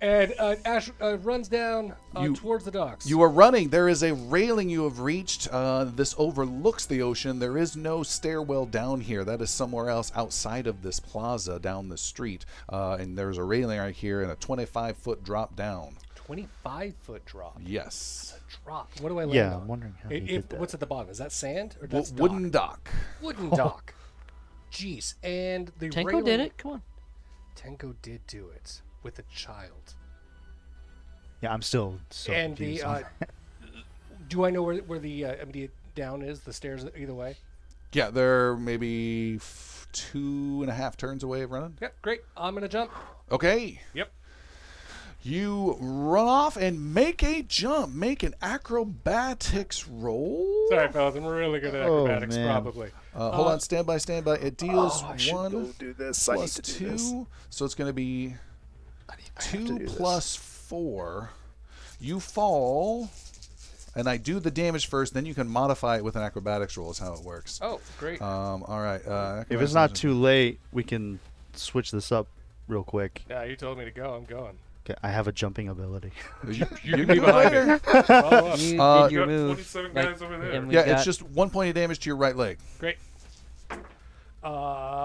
And uh, Ash uh, runs down uh,
You-
towards the docks.
You are running. There is a railing you have reached. Uh, this overlooks the ocean. There is no stairwell down here. That is somewhere else outside of this plaza down the street. Uh, and there's a railing right here and a 25 foot drop down.
25 foot drop.
Yes.
Drop. What do I land
Yeah,
on?
I'm wondering how
I-
he
if,
did that.
What's at the bottom? Is that sand
W-
or that's
wooden
dock?
dock.
Wooden dock. Jeez. And the
Tenko
railing-
did it. Come on.
Tenko did do it with a child.
Yeah, I'm still so
and
Oh,
confused
the
on
uh,
that.
Do I know where where the uh, immediate down is? The stairs either way.
Yeah, they're maybe f- two and a half turns away of running.
Yep. Great. I'm gonna jump.
Okay.
Yep.
You run off and make a jump. Make an acrobatics roll.
Sorry, fellas, I'm really good at
Oh,
acrobatics,
man.
probably.
Uh,
Oh.
hold on, standby, standby. It deals one
do this.
plus two, so it's going to be two plus four. You fall, and I do the damage first. Then you can modify it with an acrobatics roll. Is how it works.
Oh, great.
Um, all right. Uh,
If
acrobatics
it's not
is-
too late, we can switch this up real quick.
Yeah, you told me to go. I'm going.
'Kay, I have a jumping ability.
you, you can be behind it.
Follow up.
You
Uh,
did your
Got
move.
27
like,
guys over there.
and we
Yeah,
got-
it's just one point of damage to your right leg.
Great.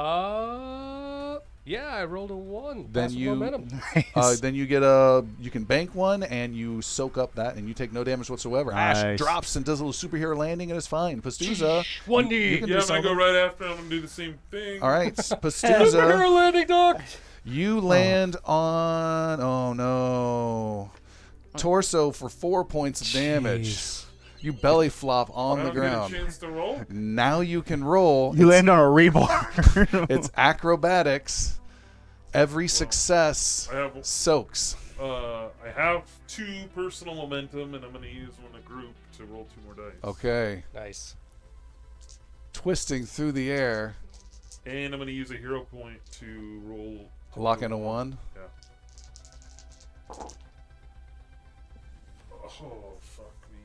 Uh, yeah, I rolled a one.
Then
Passive
you-
momentum.
Uh, then you get a you can bank one and you soak up that and you take no damage whatsoever. Ash
Nice.
drops and does a little superhero landing and is fine. Pastuza,
One knee.
can
Yeah,
do
I'm gonna go
something.
right after. I'm gonna do the same thing.
all right, Pastuza,
Superhero landing, dog.
you land on oh no, torso for four points of damage. You belly flop on
I
the
don't get a
ground.
chance to roll.
Now you can roll.
You land on a rebar.
It's acrobatics. Every success
I have
soaks.
uh, I have two personal momentum, and I'm gonna use one a group to roll two more dice.
Okay,
Nice.
twisting through the air,
And I'm gonna use a hero point to roll.
lock in a one.
Oh fuck me.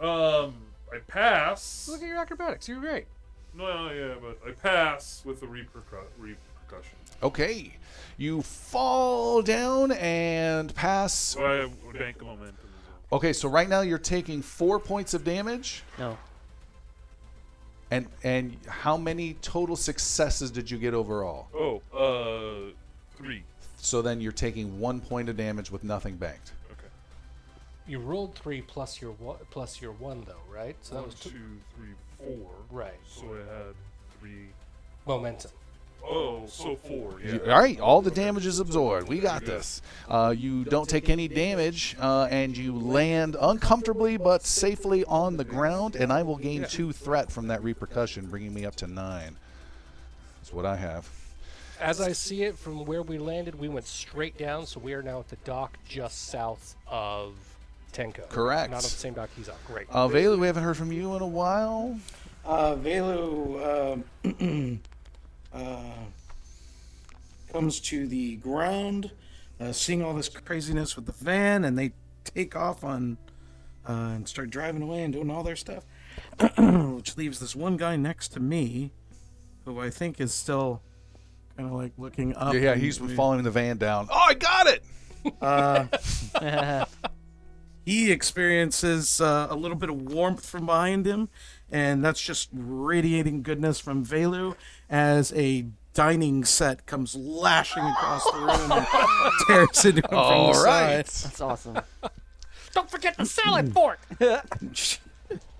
Um, I pass.
Look at your acrobatics. You're great.
No, yeah, but I pass with a repercu- repercussion.
Okay. You fall down and pass.
So I have a bank of momentum. as well.
Okay, so right now you're taking four points of damage.
no.
And and how many total successes did you get overall?
Oh, uh, three.
So then you're taking one point of damage with nothing banked.
You rolled three plus your one, plus your one though, right? So that
One,
was two.
two, three, four.
Right.
So I had three.
Momentum.
Oh, so four. Yeah.
You- all right, all the damage is absorbed. We got this. Uh, you don't take any damage, uh, and you land uncomfortably but safely on the ground. And I will gain two threat from that repercussion, bringing me up to nine. That's what I have.
As I see it from where we landed, we went straight down, so we are now at the dock just south of Tenko.
Correct.
Not on the same dock he's on. Great.
Uh, Velu, we haven't heard from you in a while.
Uh, Velu um, uh, comes to the ground, uh, seeing all this craziness with the van, and they take off on uh, and start driving away and doing all their stuff, which leaves this one guy next to me, who I think is still kind of like looking up.
Yeah, yeah,
and-
he's been following the van down. Oh, I got it!
Uh, he experiences uh, a little bit of warmth from behind him, and that's just radiating goodness from Velu as a dining set comes lashing across the room and tears into him from
All
the
right.
side.
That's awesome.
Don't forget the salad fork.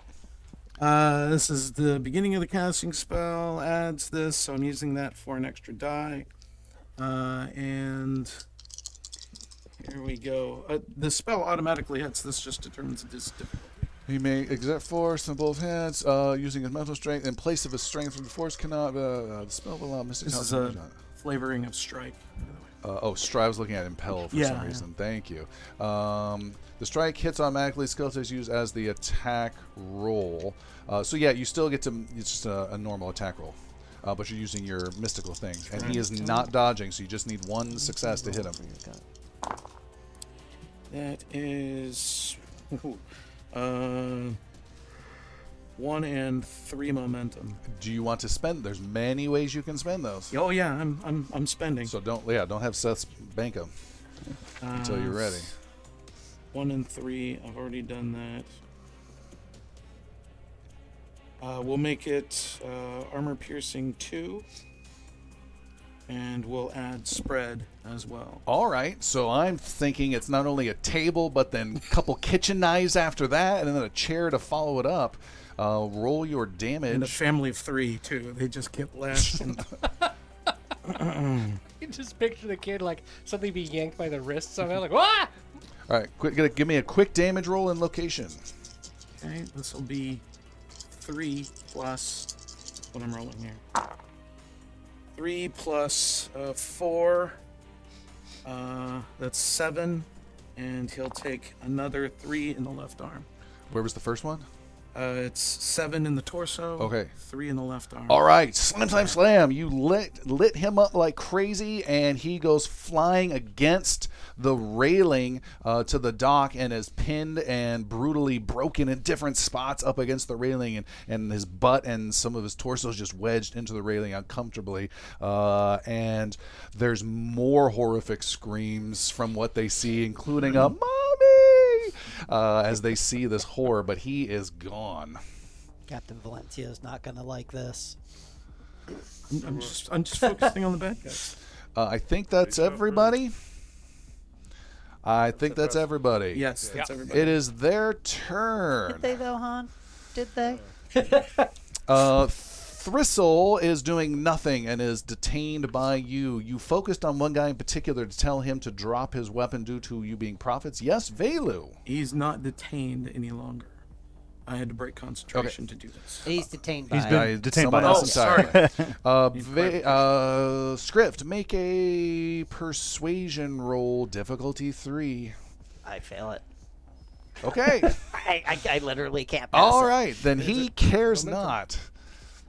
Uh, this is the beginning of the casting spell. Adds this, so I'm using that for an extra die. Uh, and here we go. Uh, the spell automatically hits. This just determines it is difficult.
He may exert force in both hands, uh, using his mental strength in place of his strength from the force cannot. Uh, uh, the spell will allow mystic
This
knowledge
is
to
a-
be done.
flavoring of strike. by the way.
Uh, oh, Strive was looking at Impel for
Yeah,
some
yeah.
reason. Thank you. Um, the strike hits automatically. Skill test used as the attack roll. Uh, so yeah, you still get to. It's just a, a normal attack roll, uh, but you're using your mystical thing, and he is not dodging. So you just need one success to hit him.
That is ooh, uh, one and three momentum.
Do you want to spend? There's many ways you can spend those.
Oh yeah, I'm I'm I'm spending
So don't yeah, don't have Seth bank 'em until
Mm.
you're ready.
Uh, one and three. I've already done that. Uh, we'll make it uh, armor piercing two, and we'll add spread as well.
All right, so I'm thinking it's not only a table, but then a couple kitchen knives after that, and then a chair to follow it up. Uh, roll your
And a
damage.
family of three too. They just get lashed. and-
You just picture the kid like suddenly be yanked by the wrist somehow, like, ah!
All right, quick, give me a quick damage roll and location.
Okay, this will be three plus what I'm rolling here. Three plus uh, four. Uh, that's seven, and he'll take another three in the left arm.
Where was the first one?
Uh, it's seven in the torso.
Okay.
Three in the left arm.
All right, slam, slam, slam! You lit lit him up like crazy, and he goes flying against the railing uh, to the dock, and is pinned and brutally broken in different spots up against the railing, and, and his butt and some of his torso is just wedged into the railing uncomfortably. Uh, and there's more horrific screams from what they see, including a mommy uh, as they see this horror. But he is gone.
Captain Valencia is not gonna like this.
I'm, I'm just I'm just focusing on the bad guys.
Uh, I think that's everybody. I think that's everybody.
Yes, that's everybody.
It is their turn.
They though, Han? Did they?
Uh, Thristle is doing nothing and is detained by you. You focused on one guy in particular to tell him to drop his weapon due to you being prophets. Yes, Velu.
He's not detained any longer. I had to break concentration to do this.
He's detained by.
He's been
I-
detained
Uh, someone
by
else
us. Oh,
entirely. uh, va- uh, script, make a persuasion roll, difficulty three.
I fail it.
Okay.
I, I, I literally can't pass
All
it.
right, then he cares not.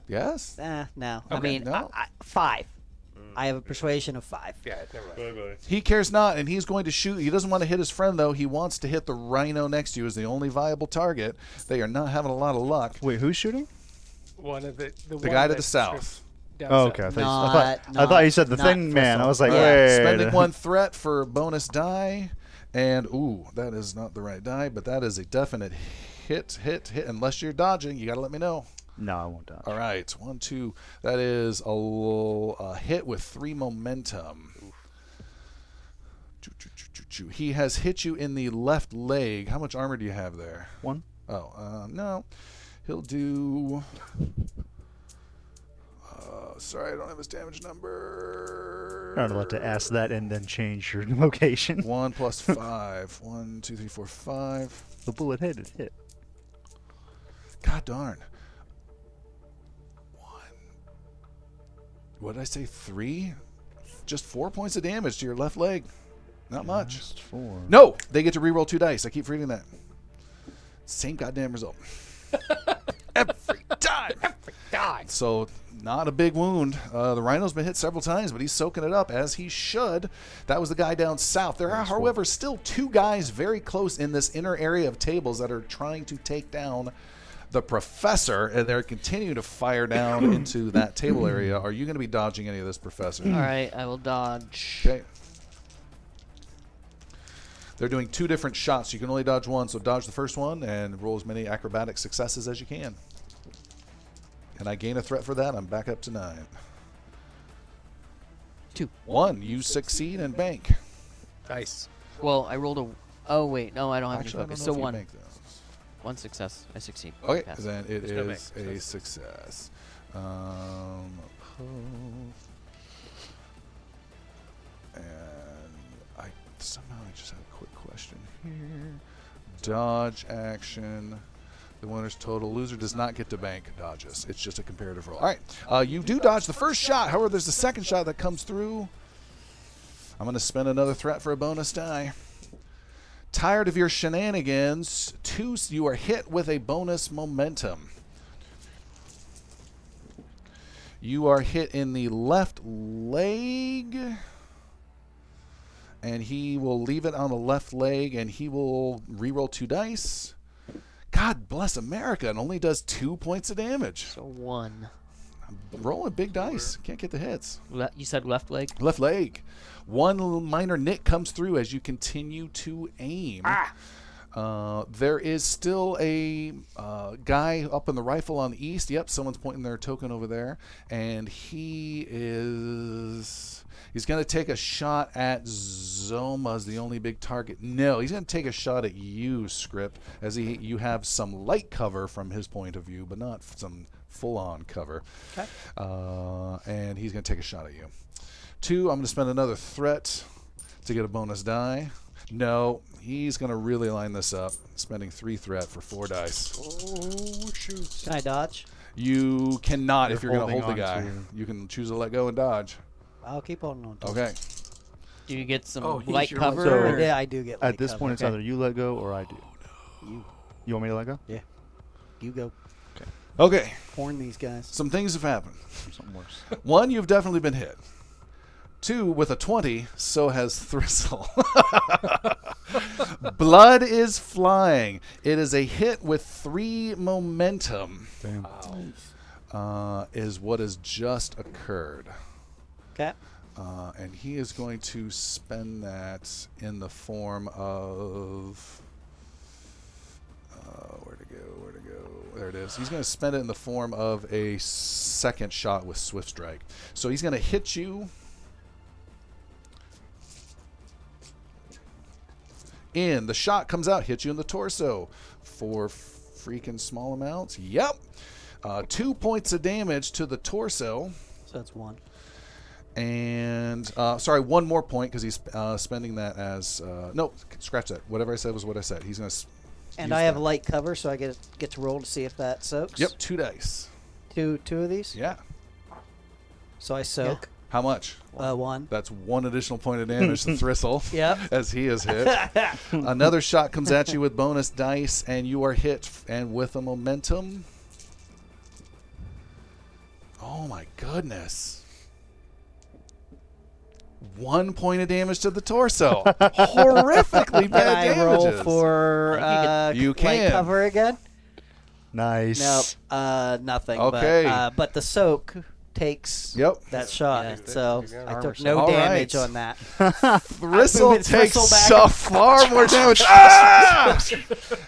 Yes.
Eh, no. I mean,
no.
I, I, five. I have a persuasion of five.
Yeah, never mind.
He cares not, and he's going to shoot. He doesn't want to hit his friend, though. He wants to hit the rhino next to you as the only viable target. They are not having a lot of luck.
Wait, who's shooting?
One of the the,
The
one
guy to
that tripped
the south.
down
Oh,
south.
okay. I thought,
Not-
you, I, thought, I thought you said the
not- not
thin man. I
Thristle.
was like,
Yeah,
wait.
Spending one threat for a bonus die, and ooh, that is not the right die, but that is a definite hit, hit, hit. Unless you're dodging, you got to let me know.
No, I won't die.
All right, one, two. That is a, l- a hit with three momentum. Choo, choo, choo, choo, choo. He has hit you in the left leg. How much armor do you have there?
One.
Oh, um, no. He'll do. Uh, sorry, I don't have his damage number.
I don't want to ask that and then change your location.
One plus five. One, two, three, four, five.
The bullet hit it hit.
God darn. One. What did I say? Three? Just four points of damage to your left leg. Not much.
Just four.
No, they get to reroll two dice. I keep reading that. Same goddamn result. Every time. Every time. So not a big wound. Uh, the rhino's been hit several times, but he's soaking it up as he should. That was the guy down south. There are, however, still two guys very close in this inner area of tables that are trying to take down the professor, and they're continuing to fire down into that table area. Are you going to be dodging any of this, professor?
All right, I will dodge.
Okay. They're doing two different shots. You can only dodge one, so dodge the first one and roll as many acrobatic successes as you can. And I gain a threat for that. I'm back up to nine.
Two.
One, you succeed and bank.
Nice.
Well, I rolled a. Oh wait, no, I don't have
Actually, I
any
don't
focus.
know
So
if you
one,
bank those.
one success. I succeed.
Okay,
Pass.
then it is
There's no bank, so
a
it's-
success. Um, oppose. and I somehow I just have a quick question here. Dodge action. The winner's total loser does not get to bank dodges. It's just a comparative roll. All right, uh, you do dodge the first shot. However, there's the second shot that comes through. I'm going to spend another threat for a bonus die tired of your shenanigans. Two, you are hit with a bonus momentum. You are hit in the left leg. And he will leave it on the left leg and he will reroll two dice. God bless America. It only does two points of damage.
So one.
Rolling big dice. Can't get the hits.
Le- you said left leg.
Left leg. One little minor nick comes through as you continue to aim. Uh, there is still a uh, guy up in the rifle on the east. Yep, someone's pointing their token over there, and he is. He's going to take a shot at Zoma's the only big target. No, he's going to take a shot at you, Script, as he you have some light cover from his point of view, but not some full-on cover. Okay. Uh, and he's going to take a shot at you. Two, I'm going to spend another threat to get a bonus die. No, he's going to really line this up, spending three threat for four dice.
Oh shoot!
Can I dodge?
You cannot, if
You're
you're going to
holding
hold the
on
guy,
to-
you can choose to let go and dodge.
I'll keep holding on. To
Okay.
Do you get some
Oh, he's
light
your
cover?
So-
or-
it. Yeah, I do get.
At
light
this
cover.
point, it's
Okay.
either you let go or I do.
You.
You want me to let go?
you go
Okay.
horn these guys.
Some things have happened.
Something worse.
One, you've definitely been hit. Two, with a 20, so has Thristle. Blood is flying. It is a hit with three momentum,
Damn.
uh, is what has just occurred.
Okay.
Uh, and he is going to spend that in the form of. Uh, where to go? Where to go? There it is. He's going to spend it in the form of a second shot with Swift Strike. So he's going to hit you. In. The shot comes out, hits you in the torso for freaking small amounts. Yep. Uh, two points of damage to the torso
So that's one.
and uh, sorry, one more point because he's uh, spending that as uh, no, scratch that. Whatever I said was what I said. He's gonna. s-
And
use
I have
that.
light cover, so I get get to roll to see if that soaks.
Yep, two dice.
Two two of these.
Yeah.
So I soak
How much?
uh, one.
That's one additional point of damage to Thristle.
Yep.
As he is hit. Another shot comes at you with bonus dice, and you are hit, f- and with a momentum. Oh my goodness. One point of damage to the torso. Horrifically
Can
bad
I roll
damages.
for uh,
You
light
can.
cover again?
Nice.
No, uh, nothing.
Okay.
But, uh, but the soak takes
Yep.
that shot, so I took no
All
damage
right.
on that.
Bristle
moving
takes
Bristle back
so far more damage. Ah!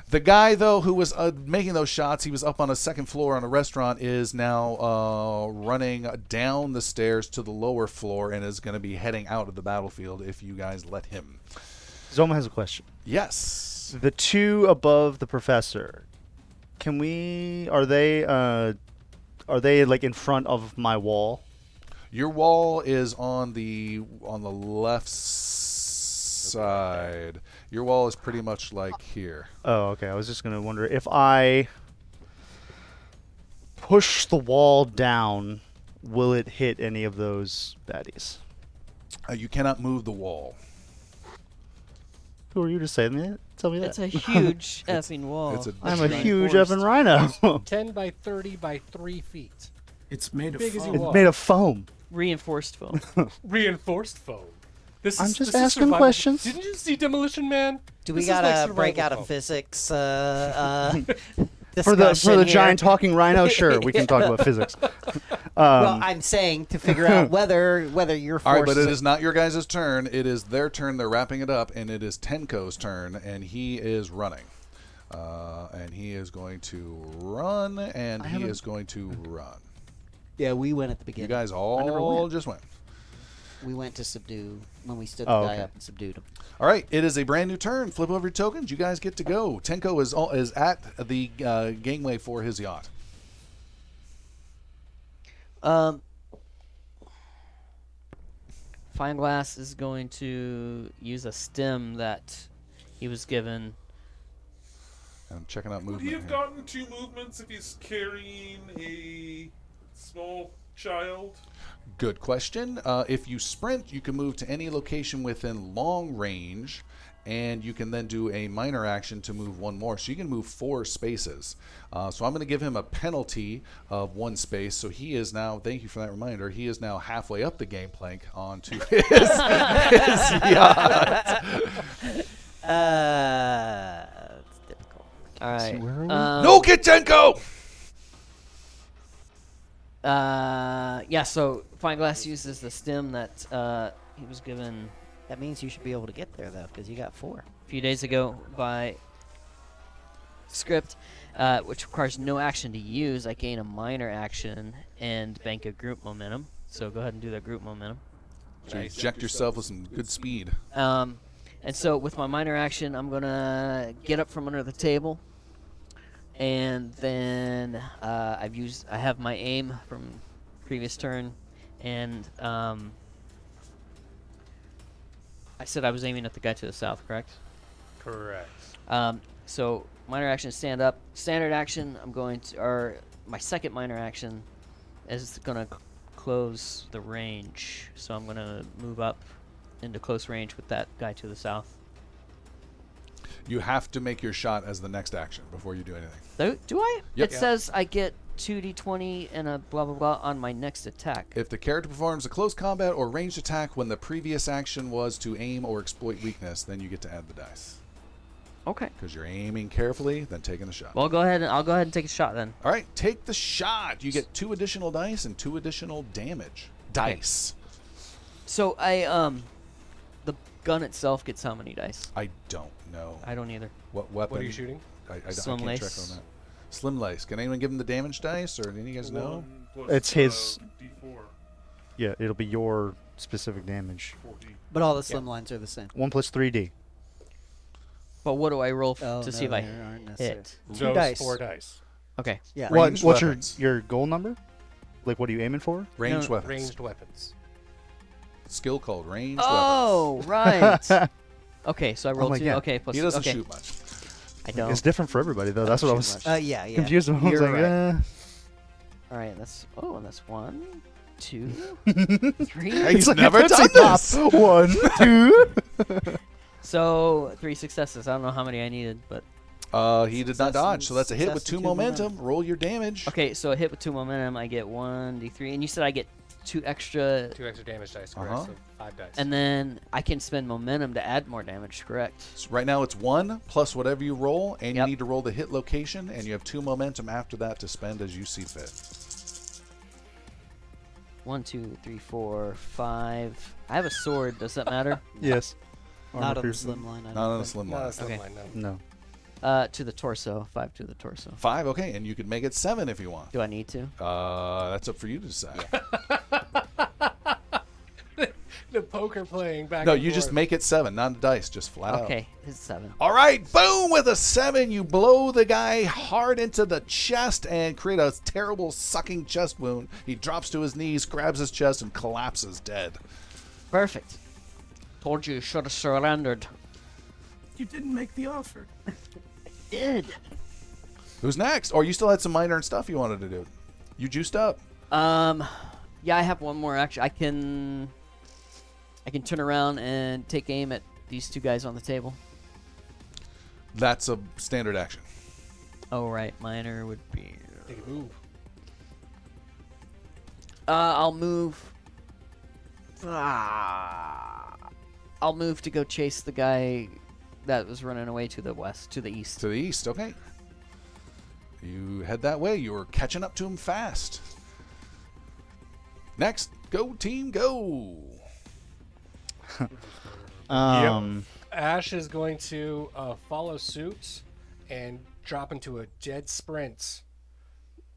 the guy though who was uh, making those shots, he was up on a second floor on a restaurant, is now uh, running down the stairs to the lower floor and is going to be heading out of the battlefield if you guys let him.
Zoma has a question.
Yes.
The two above the professor, can we? Are they? Uh, are they like in front of my wall?
Your wall is on the on the left side. Your wall is pretty much like here.
Oh, okay. I was just gonna wonder if I push the wall down, will it hit any of those baddies?
Uh, you cannot move the wall.
Who are you to say that? Tell me
It's
that.
a huge effing wall.
It's a
I'm a
giant
huge
forest.
effing rhino.
Ten by thirty by three feet.
It's made of
Big as he
foam.
was.
it's made of foam.
reinforced foam.
Reinforced foam. This
I'm
is,
just
this is
asking
survival-
questions.
Didn't you see Demolition Man?
Do we
This is like
gotta break
survival
out of
foam.
physics? Uh, uh,
for the for
discussion
the
here?
giant talking rhino. Sure, we can talk about physics. Um,
well, I'm saying to figure out whether whether you're
All
forced.
right, but it is not your guys' turn. It is their turn. They're wrapping it up, and it is Tenko's turn, and he is running. Uh, and he is going to run, and he is going to run.
Yeah, we went at the
You
beginning.
guys all just went.
we went to subdue when we stood
Oh,
the guy
okay.
up and subdued him.
All right, it is a brand new turn. Flip over your tokens. You guys get to go. Tenko is all, is at the uh, gangway for his yacht.
Um,
Fineglass is going to use a stem that he was given.
And I'm checking out
Would
movement.
he have
here.
gotten two movements if he's carrying a small child?
Good question. Uh, if you sprint, you can move to any location within long range, and you can then do a minor action to move one more. So you can move four spaces. Uh, so I'm going to give him a penalty of one space. So he is now, thank you for that reminder, he is now halfway up the game plank onto his, his yacht.
uh, it's difficult.
All right.
where are we?
um,
No, Kitchenko!
Uh, yeah. So Fineglass uses the stem that uh, he was given
That means you should be able to get there though, because you got four.
a few days ago by script, uh, which requires no action to use. I gain a minor action and bank a group momentum. So go ahead and do that group momentum.
So inject yourself with some good speed.
Um, and so with my minor action, I'm gonna get up from under the table, and then uh, I've used I have my aim from previous turn, and um, I said I was aiming at the guy to the south, correct?
Correct.
Um, so minor action, stand up. Standard action, I'm going to, or my second minor action is going to close the range. So I'm going to move up into close range with that guy to the south.
You have to make your shot as the next action before you do anything.
Do, do I?
Yep.
It
Yeah.
says I get 2d20 and a blah blah blah on my next attack.
If the character performs a close combat or ranged attack when the previous action was to aim or exploit weakness, then you get to add the dice.
Okay.
Because you're aiming carefully, then taking the shot.
Well, go ahead and I'll go ahead and take a shot then.
All right, take the shot. You get two additional dice and two additional damage. Dice.
So I um, the gun itself gets how many dice?
I don't know.
I don't either.
What weapon?
you shooting?
I, I,
Slim
I can't
Lace.
check on that. Slim Lace. Can anyone give him the damage dice, or do you guys know?
One plus,
It's his-
uh, D4.
Yeah, it'll be your specific damage.
4D.
But all the slim lines are the same.
One plus three D.
But what do I roll f-
Oh,
to see if
no,
I
there aren't necessarily-
hit?
Two
Those
dice.
four dice.
Okay.
Yeah.
What?
Ranged
What's
weapons.
your your goal number? Like, what are you aiming for?
Ranged
No,
weapons.
Ranged weapons.
Skill called ranged
Oh right. okay, so I rolled
like,
two.
yeah.
Okay,
weapons.
plus
He doesn't
okay.
shoot much.
I don't.
It's Oh. different for everybody though. That's what I was
Uh, yeah, yeah.
confused about. I was
You're
like,
right.
eh.
All right, that's oh, and that's one, two, three.
He's
It's like a
never
Tootsie
done this.
Pop. One, two.
So three successes. I don't know how many I needed, but
Uh, he did not dodge, so that's a hit
success
with
and
two
two
momentum. Roll your damage.
okay. So a hit with two momentum, I get one d3, and you said I get two extra,
Two extra damage dice, correct?
Uh-huh.
So five dice.
and then I can spend momentum to add more damage, correct?
So right now it's one plus whatever you roll, and
Yep.
you need to roll the hit location, and you have two momentum after that to spend as you see fit.
One, two, three, four, five. I have a sword. Does that matter?
Yes.
Not
Armor
on the
piercing.
slim line. I
Not
don't
on a
think.
slim
no,
line.
that's not
Okay.
mine, no.
No.
Uh, to the torso. Five to the torso.
Five, okay, and you could make it seven if you want.
Do I need to?
Uh, that's up for you to decide.
The poker playing back.
No,
and
you just
forth.
make it seven, not a dice, just flat out.
Okay, it's seven.
All right, boom! With a seven, you blow the guy hard into the chest and create a terrible sucking chest wound. He drops to his knees, grabs his chest, and collapses dead.
Perfect. Told you you should have surrendered.
You didn't make the offer.
Did.
Who's next? Or you still had some minor stuff you wanted to do? You juiced up.
Um, yeah, I have one more action. I can, I can turn around and take aim at these two guys on the table.
That's a standard action.
Oh right, minor would be.
They can move.
Uh, I'll move. Ah, I'll move to go chase the guy that was running away to the west, to the east.
To the east, okay. You head that way. You were catching up to him fast. Next, go team, go.
Um.
Ash is going to uh, follow suit and drop into a dead sprint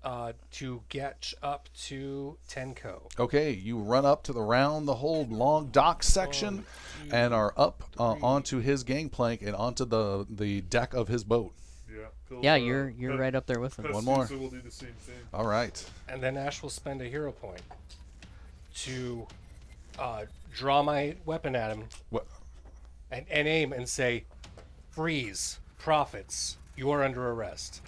uh, to get up to Tenko.
Okay, you run up to the round the whole long dock section and are up uh, onto his gangplank and onto the the deck of his boat.
Yeah. till,
Yeah,
uh,
you're you're
Pes-
right up there with him.
One more.
Pestinza will do the same thing.
All right.
And then Ash will spend a hero point to uh, draw my weapon at him
What?
and, and aim and say, Freeze, prophets, you are under arrest.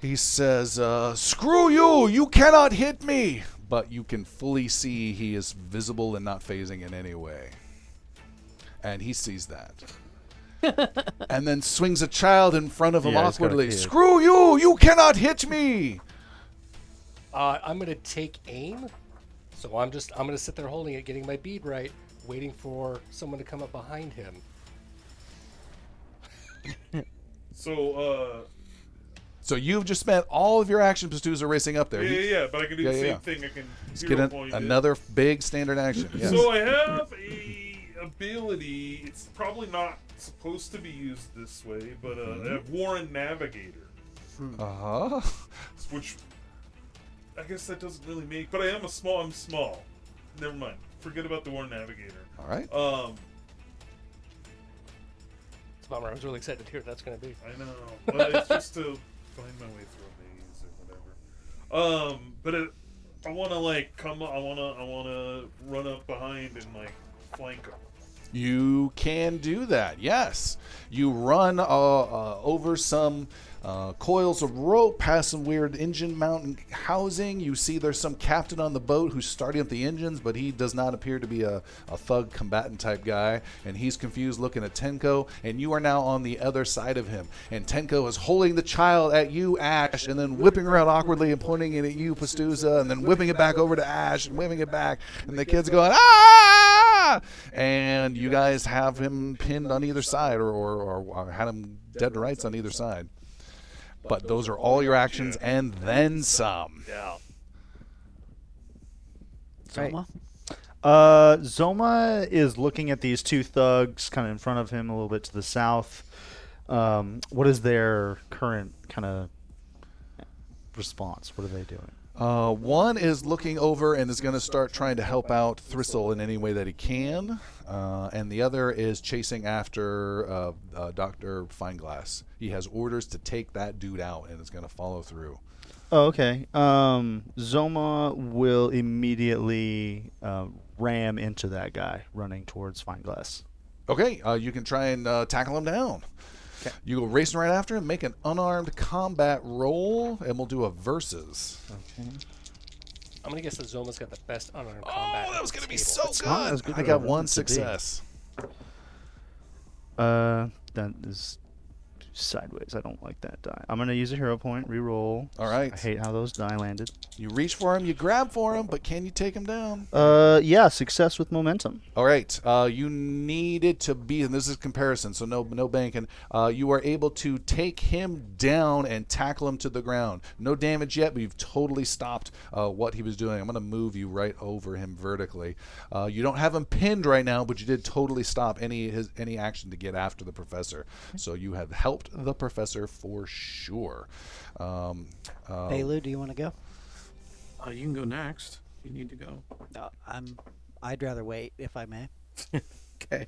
He says, uh, "Screw you! You cannot hit me!" But you can fully see he is visible and not phasing in any way, and he sees that. and then swings a child in front of him
Yeah, he's got a
awkwardly.
kid.
Screw you! You cannot hit me!
Uh, I'm going to take aim. So I'm just, I'm going to sit there holding it, getting my bead right, waiting for someone to come up behind him.
So, uh,
So you've just spent all of your action pursuits are racing up there.
yeah,
He-
yeah, yeah, but I can do
Yeah,
the
yeah,
same
yeah.
thing. I can
Let's
hero
get an-
point it.
another big standard action. Yes.
So I have a ability. It's probably not supposed to be used this way, but uh,
Mm-hmm.
I have Warren Navigator,
uh-huh.
which I guess that doesn't really make. But I am a small. I'm small. Never mind. Forget about the Warren Navigator.
All right.
Um,
It's a bummer. I was really excited to hear what that's going to be.
I know, but it's just to find my way through a maze or whatever. Um, but it, I want to like come. I want to. I want to run up behind and like flank him.
You can do that. Yes, you run uh, uh, over some uh, coils of rope, past some weird engine mount housing. You see, there's some captain on the boat who's starting up the engines, but he does not appear to be a, a thug combatant type guy, and he's confused looking at Tenko. And you are now on the other side of him, and Tenko is holding the child at you, Ash, and then whipping around awkwardly and pointing it at you, Pastuza, and then whipping it back over to Ash and whipping it back, and the kid's going ah, and you guys have him pinned on either side, or or, or, or had him dead to rights on either side. But those are all your actions and then some. Yeah.
Zoma? Uh, Zoma is looking at these two thugs kind of in front of him, a little bit to the south. Um, what is their current kind of response? What are they doing?
Uh, one is looking over and is going to start trying to help out Thristle in any way that he can, uh, and the other is chasing after uh, uh, Doctor Fineglass. He has orders to take that dude out, and is going to follow through.
Oh, okay. Um, Zoma will immediately uh, ram into that guy running towards Fineglass.
Okay, uh, you can try and uh, tackle him down. You go racing right after him. Make an unarmed combat roll, and we'll do a versus. Okay.
I'm gonna guess that Zoma's got the best unarmed combat. Oh, that was gonna be
so
not as good
I
as I
got
wanted
one
it to be.
success.
Uh, that is sideways. I don't like that die. I'm gonna use a hero point. Reroll.
All right.
I hate how those die landed.
You reach for him, you grab for him, but can you take him down?
Uh, yeah, success with momentum.
All right. Uh, you needed to be, and this is comparison, so no, no banking. Uh, you are able to take him down and tackle him to the ground. No damage yet, but you've totally stopped uh, what he was doing. I'm going to move you right over him vertically. Uh, you don't have him pinned right now, but you did totally stop any his any action to get after the professor. So you have helped the professor for sure. Um, uh,
Hey Lou, do you want to go?
Uh, you can go next. You need to go.
No, I'm. I'd rather wait if I may.
Okay.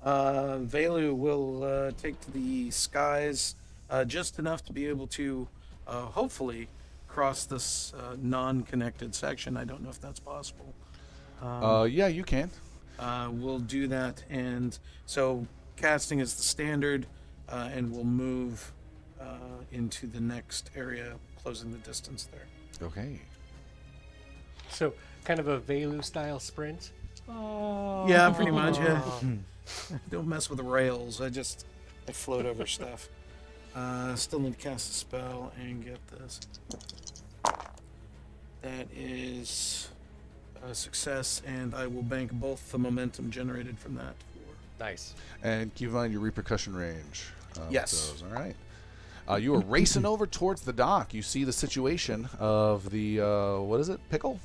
Uh, Velu will uh, take to the skies uh, just enough to be able to uh, hopefully cross this uh, non connected section. I don't know if that's possible. Um,
uh, yeah, you can.
uh, we'll do that. And so casting is the standard, uh, and we'll move uh, into the next area, closing the distance there.
Okay.
So kind of a Velu style sprint.
Yeah, pretty much. Yeah. don't mess with the rails. I just I float over stuff. Uh, still need to cast a spell and get this. That is a success, and I will bank both the momentum generated from that.
Nice.
And keep in mind your repercussion range. Uh,
Yes.
all right. Uh, you are racing over towards the dock. You see the situation of the uh, what is it? Pickle?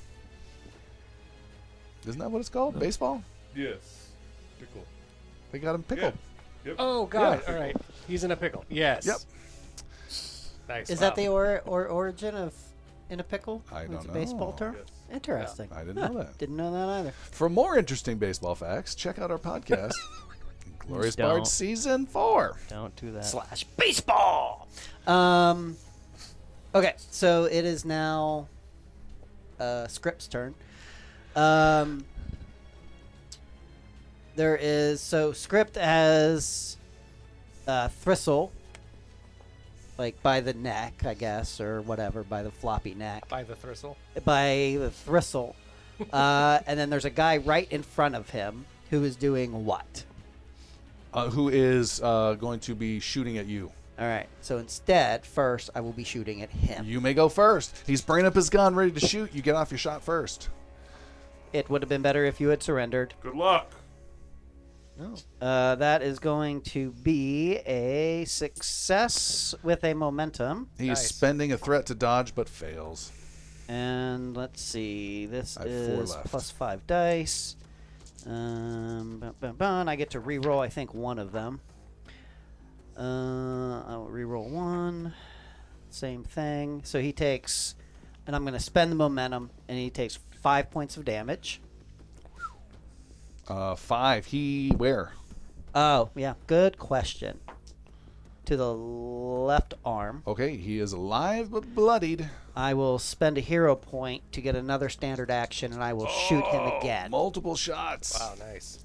Isn't that what it's called? Baseball?
Yes. Pickle.
They got him pickled.
Yep.
Oh god! All right, he's in a pickle. Yes.
Yep.
Nice.
Is
Wow.
that the or, or origin of in a pickle?
I
It's
don't
a baseball
know.
term. Interesting.
I didn't know
Huh,
that.
Didn't know that either.
For more interesting baseball facts, check out our podcast, Glorious
Don't.
Bard Season 4.
Don't do that.
Slash baseball. Um. Okay, so it is now uh, Scripps' turn. Um. There is so Script has uh, Thristle, like by the neck, I guess, or whatever, by the floppy neck.
By the Thristle.
by the Thristle. Uh, and then there's a guy right in front of him who is doing what?
Uh, who is uh, going to be shooting at you?
All right. So instead, first, I will be shooting at him.
You may go first. He's bringing up his gun, ready to shoot. You get off your shot first.
It would have been better if you had surrendered.
Good luck.
Uh, that is going to be a success with a momentum.
He is spending a threat to dodge, but fails.
And let's see. This
I have four
is
left.
plus five dice. Um, bum, bum, bum. I get to re-roll. I think, one of them. Uh, I'll re-roll one. Same thing. So he takes, and I'm going to spend the momentum, and he takes five points of damage.
Uh, five. He where?
Oh, yeah. Good question. To the left arm.
Okay, he is alive but bloodied.
I will spend a hero point to get another standard action, and I will shoot him again.
Multiple shots.
Wow, nice.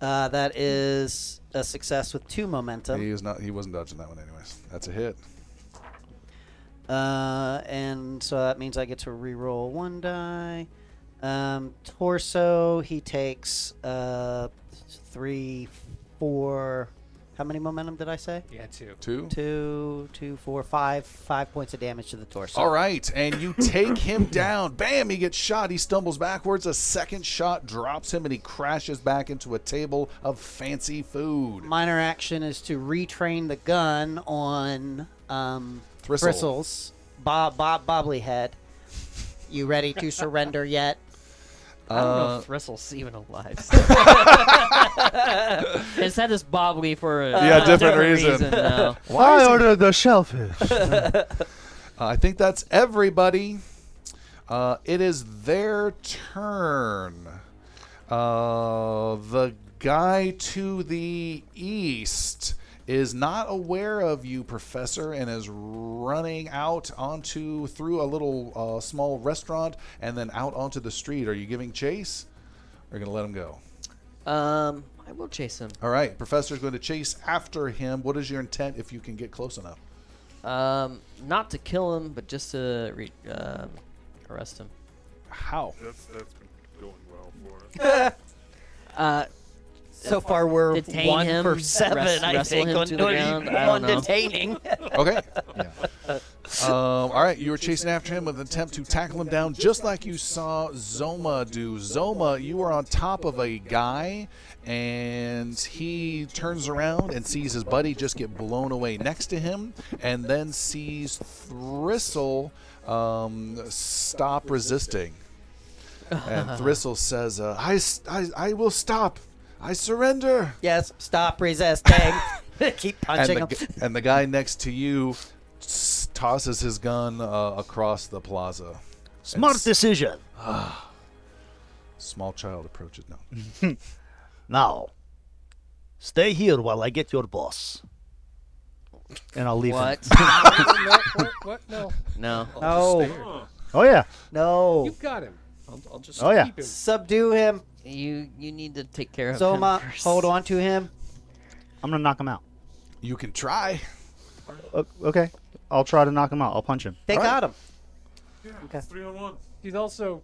Uh, that is a success with two momentum.
He is not. He wasn't dodging that one, anyways. That's a hit.
Uh, and so that means I get to re-roll one die. Um, torso, he takes uh, three, four. How many momentum did I say?
Yeah, two.
Two?
Two, two, four, five. Five points of damage to the torso.
All right, and you take him down. Bam! He gets shot. He stumbles backwards. A second shot drops him, and he crashes back into a table of fancy food.
Minor action is to retrain the gun on um,
Thistle.
Bristles. Bob, Bob, Bobblyhead. You ready to surrender yet?
I don't
Uh,
know if Thistle's even alive. His head is bobbly for a
Yeah, different reason.
now.
Why is
I
he-
ordered the shellfish.
Uh, I think that's everybody. Uh, it is their turn. Uh, the guy to the east is not aware of you, Professor, and is running out onto through a little uh, small restaurant and then out onto the street. Are you giving chase? Or are you gonna let him go?
Um, I will chase him.
All right, Professor's going to chase after him. What is your intent if you can get close enough?
Um, not to kill him, but just to re- um, arrest him.
How?
That's that's been going well for us.
Uh,
So far, we're
Detain
one
him,
for seven,
wrest-
I
wrestle
think,
him
on,
to the
doing-
ground. I
on
don't know.
detaining.
Okay. Um, all right, you are chasing after him with an attempt to tackle him down, just like you saw Zoma do. Zoma, you are on top of a guy, and he turns around and sees his buddy just get blown away next to him, and then sees Thristle um, stop resisting. And Thristle says, uh, I, s- I- I will stop. I surrender.
Yes, stop resisting. Keep
And
punching
the,
him.
gu- and the guy next to you s- tosses his gun uh, across the plaza.
Smart
It's-
decision.
Small child approaches. No.
Now, stay here while I get your boss. And I'll leave him.
what?
no, what, what? No.
no.
No,
Oh yeah.
no.
You've got him.
I'll, I'll just
Oh yeah.
keep him.
Subdue him.
You you need to take care of
Zoma,
him first.
hold on to him.
I'm gonna knock him out.
You can try.
O- okay. I'll try to knock him out. I'll punch him.
They
All right.
got him.
Yeah, it's three on one.
He's also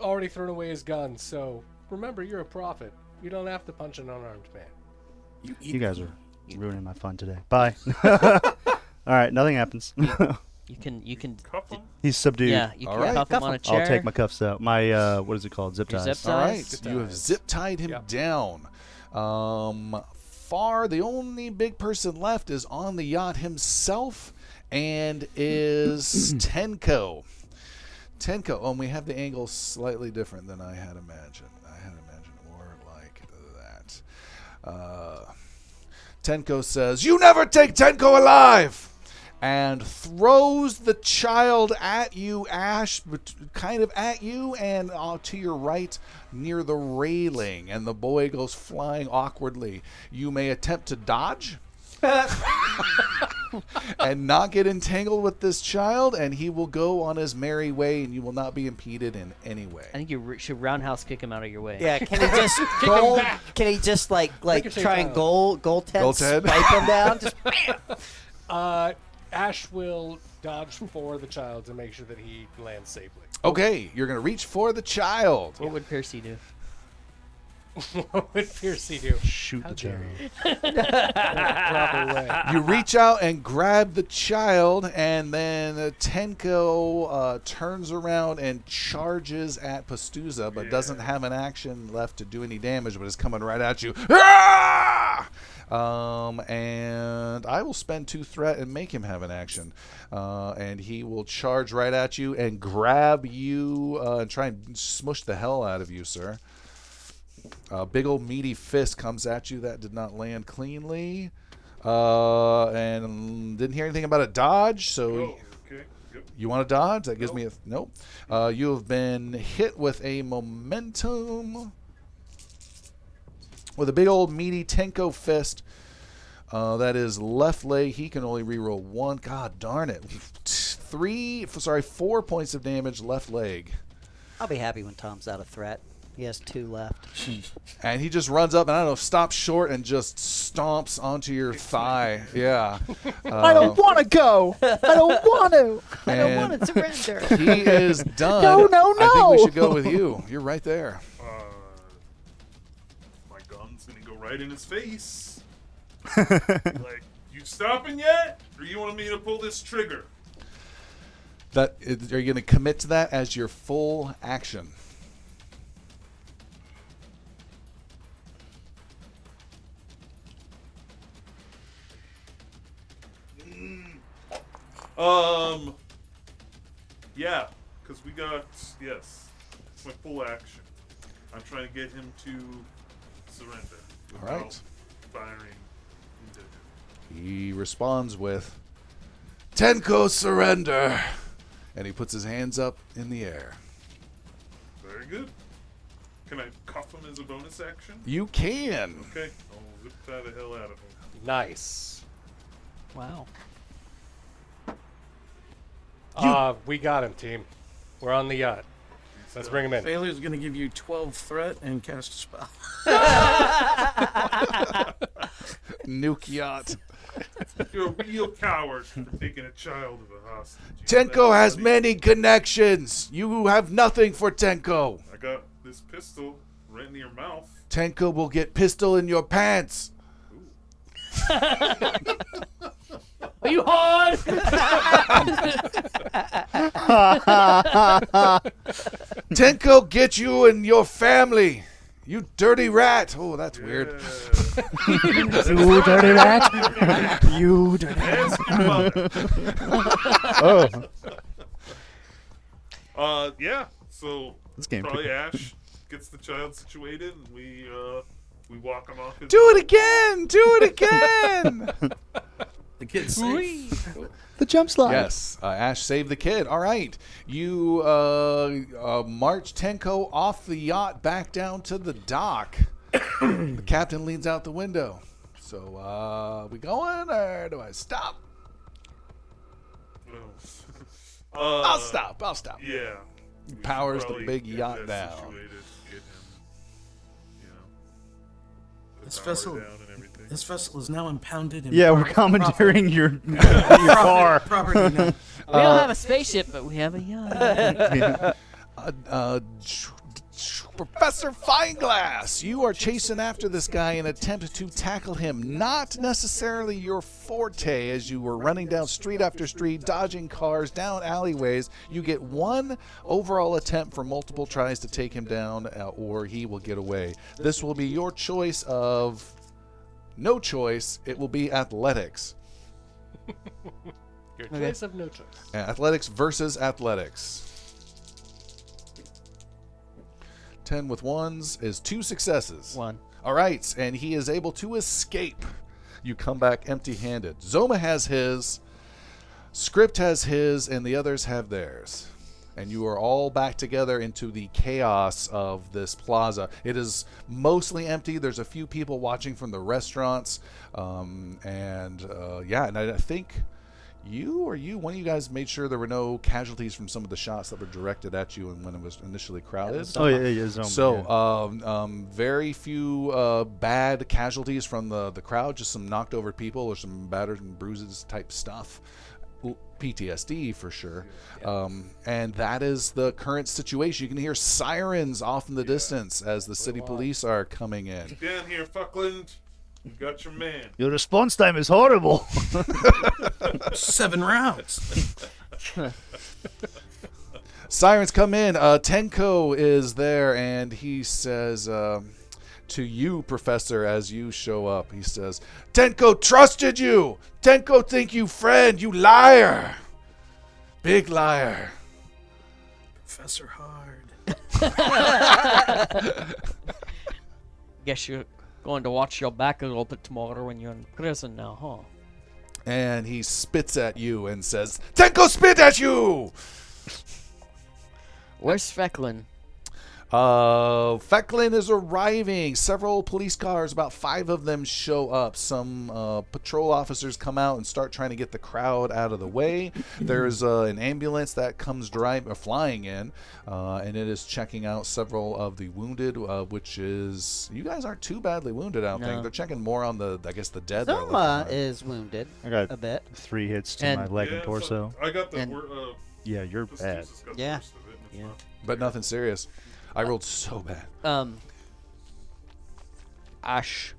already thrown away his gun, so remember, you're a prophet. You don't have to punch an unarmed man.
You guys are ruining my fun today. Bye. All right. Nothing happens.
You can you can
Cuff him.
He's subdued.
yeah you
All
can
right.
cuff him
Cuff
on a
him.
chair.
I'll take my cuffs out. My uh, what is it called? Zip
Your
ties.
zip
All right.
Nice.
You have zip tied him down. Um, far, the only big person left is on the yacht himself and is Tenko. Tenko. Oh, and we have the angle slightly different than I had imagined. I had imagined more like that. Uh, Tenko says, You never take Tenko alive! And throws the child at you, Ash, bet- kind of at you, and uh, to your right near the railing. And the boy goes flying awkwardly. You may attempt to dodge and not get entangled with this child, and he will go on his merry way, and you will not be impeded in any way.
I think you r- should roundhouse kick him out of your way.
Yeah, can he just goal? Can he just like like
Ricochet
try and
down.
goal goal tent,
Goal tent?
swipe him down? Just
Uh, Ash will dodge for the child to make sure that he lands safely.
Okay, you're going to reach for the child.
What would Percy do?
what would Piercy do?
Shoot the child.
Drop away.
you reach out and grab the child, and then uh, Tenko uh, turns around and charges at Pastuza, but doesn't have an action left to do any damage, but is coming right at you. Ah! Um, and I will spend two threat and make him have an action. Uh, and he will charge right at you and grab you uh, and try and smush the hell out of you, sir. A big old meaty fist comes at you that did not land cleanly. Uh, and didn't hear anything about a dodge, so
Oh, okay. Yep.
you want to dodge? That gives me a nope. Uh, you have been hit with a momentum with a big old meaty Tenko fist. Uh, that is left leg. He can only reroll one. God darn it! Three, sorry, four points of damage left leg.
I'll be happy when Tom's out of threat. He has two left.
and he just runs up and I don't know, stops short and just stomps onto your thigh. Yeah.
I don't
Uh,
want to go. I don't want to.
I don't wanna And
surrender.
He is done.
No, no,
I think we
no.
should go with you. You're right there.
My gun's gonna go right in his face. like, you stopping yet? Or you want me to pull this trigger?
That is- are you going to commit to that as your full action?
Um. Yeah, because we got yes, it's my full action. I'm trying to get him to surrender.
All right.
without Firing. into him.
He responds with Tenko surrender. And he puts his hands up in the air.
Very good. Can I cuff him as a bonus action?
You can.
Okay, I'll zip that the hell out of him.
Nice.
Wow.
Uh, we got him, team. We're on the yacht. Let's bring him in.
Failure going to give you 12 threat and cast a spell.
Nuke yacht.
You're a real coward for taking a child of a hostage. You
Tenko
let
has
somebody-
many connections. You have nothing for Tenko.
I got this pistol right in your mouth.
Tenko will get pistol in your pants.
Are you hard?
Tenko get you and your family. You dirty rat. Oh, that's weird.
You dirty rat. You dirty
Ask your mother.
Oh.
Uh, yeah. So
This game
probably
people-
Ash gets the child situated, and we uh we walk him off. His
Do it again. Do it again.
The kid's safe.
The jump slide.
Yes, uh, Ash saved the kid. All right, you uh, uh, march Tenko off the yacht back down to the dock. the captain leans out the window. So, uh, we going or do I stop?
Oh. uh,
I'll stop. I'll stop.
Yeah. We should
Powers the
probably
big
get
yacht
that
down.
situated, get him, you know, the
This
power
vessel-
down and everything.
This vessel is now impounded. And
Yeah, we're
property-
commandeering your, your car.
Property uh, now.
We don't have a spaceship, but we have a yacht.
Uh, uh, ch- ch- Professor Fineglass, you are chasing after this guy in attempt to tackle him. Not necessarily your forte as you were running down street after street, dodging cars, down alleyways. You get one overall attempt for multiple tries to take him down, uh, or he will get away. This will be your choice of no choice. It will be athletics.
Your choice of no choice.
Uh, Athletics versus athletics. 10 with ones is two successes.
One.
All right, and he is able to escape. You come back empty handed. Zoma has his, Script has his, and the others have theirs. And you are all back together into the chaos of this plaza. It is mostly empty. There's a few people watching from the restaurants. Um, and uh, yeah, and I, I think you or you, one of you guys made sure there were no casualties from some of the shots that were directed at you and when it was initially crowded.
Oh yeah, yeah, Zoma.
So,
yeah.
um, um, very few uh, bad casualties from the, the crowd, just some knocked over people or some battered and bruises type stuff. L- PTSD for sure. Um, and that is the current situation. You can hear sirens off in the distance as the city police are coming in.
Down here, Fuckland. We got your man.
your response time is horrible.
Seven rounds.
Sirens come in. Uh, Tenko is there and he says um to you, Professor, as you show up, he says, Tenko trusted you. Tenko think you friend. You liar. Big liar.
Professor Hard.
Guess you're going to watch your back a little bit tomorrow when you're in prison now, huh?
And he spits at you and says, Tenko spit at you.
Where's Fecklin?
Uh, Fecklin is arriving. Several police cars, about five of them, show up. Some uh, patrol officers come out and start trying to get the crowd out of the way. There's uh, an ambulance that comes drive, uh, flying in, uh, and it is checking out several of the wounded, uh, which is you guys aren't too badly wounded. I don't think
No. uh,
they're checking more on the, I guess, the dead. they're looking
Zoma
at.
is wounded
I got
a bit.
three hits to my leg and torso.
I got the.
And-
wor- uh,
yeah, you're
Pistis
bad.
has got the
Yeah.
worst of it, and it's
Yeah.
not-
but nothing serious. I rolled so bad.
Um,
Ash,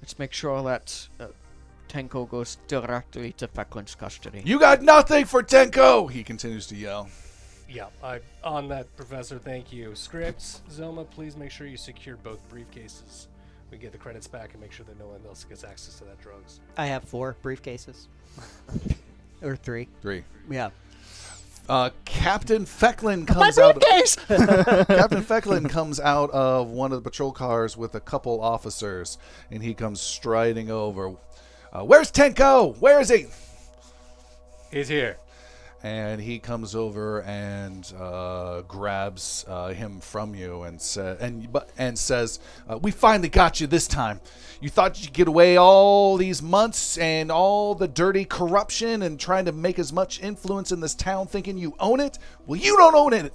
let's make sure that uh, Tenko goes directly to Feklin's custody.
You got nothing for Tenko. He continues to yell.
Yeah, I on that, Professor. Thank you. Scripts, Zelma. Please make sure you secure both briefcases. We get the credits back and make sure that no one else gets access to that drugs.
I have four briefcases, or three.
Three.
Yeah.
Uh, Captain Fecklin comes out. Captain Fecklin comes out of one of the patrol cars with a couple officers, and he comes striding over. Uh, Where's Tenko? Where is he?
He's here.
And he comes over and uh, grabs uh, him from you and sa- and but- and says, uh, "We finally got you this time. You thought you'd get away all these months and all the dirty corruption and trying to make as much influence in this town, thinking you own it. Well, you don't own it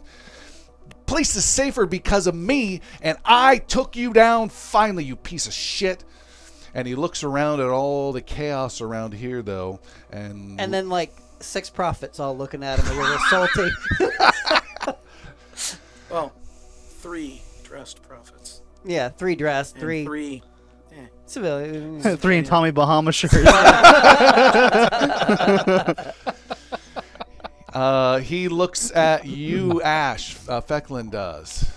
place is safer because of me, and I took you down finally, you piece of shit. And he looks around at all the chaos around here, though, and,
And then like six prophets all looking at him a little salty.
Well, three dressed prophets.
yeah, three dressed,
And
three,
Three. eh.
civilian.
Three in Tommy Bahama shirts.
uh, he looks at you, Ash. Uh, Fecklin does,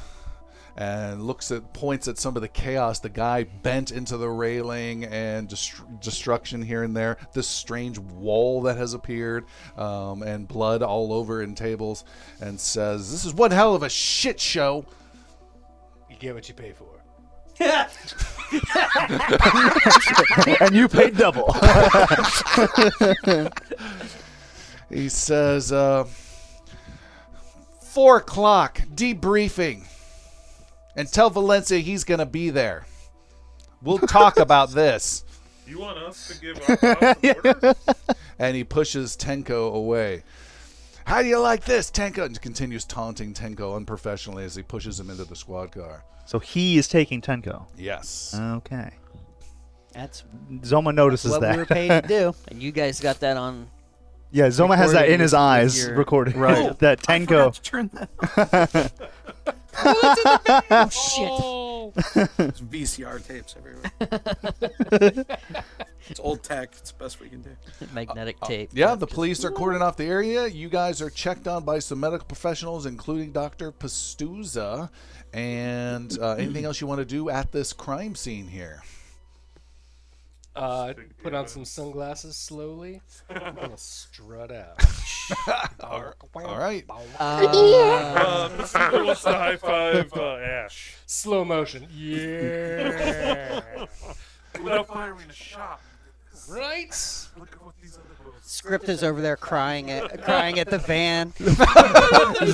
and looks at points at some of the chaos. The guy bent into the railing and dest- destruction here and there. This strange wall that has appeared, um, and blood all over in tables, and says, "This is one hell of a shit show."
You get what you pay for.
and you paid double.
He says, uh, four o'clock, debriefing. And tell Valencia he's going to be there. We'll talk about this.
You want us to give up an order?
And he pushes Tenko away. How do you like this, Tenko? And continues taunting Tenko unprofessionally as he pushes him into the squad car.
so he is taking Tenko.
Yes.
Uh, Okay.
That's
Zoma notices
what
that.
we were paid to do.
and you guys got that on.
yeah, Zoma has that
Recorded
in his
with
eyes,
your-
recorded. Right. that
I forgot
Tenko.
to turn that
Oh shit!
Oh,
There's VCR tapes everywhere. it's old tech. It's the best we can do.
Magnetic
Oh.
tape.
Yeah, the police are cordoning off the area. You guys are checked on by some medical professionals, including Dr. Pastuza. And uh, anything else you want to do at this crime scene here?
uh, put on some sunglasses slowly. I'm gonna strut out.
All right.
Uh, Pistis wants to high five uh, Ash.
Slow motion. Yeah.
Without firing a shot.
right.
Look at what these other boys.
Script is over there crying at crying at the van.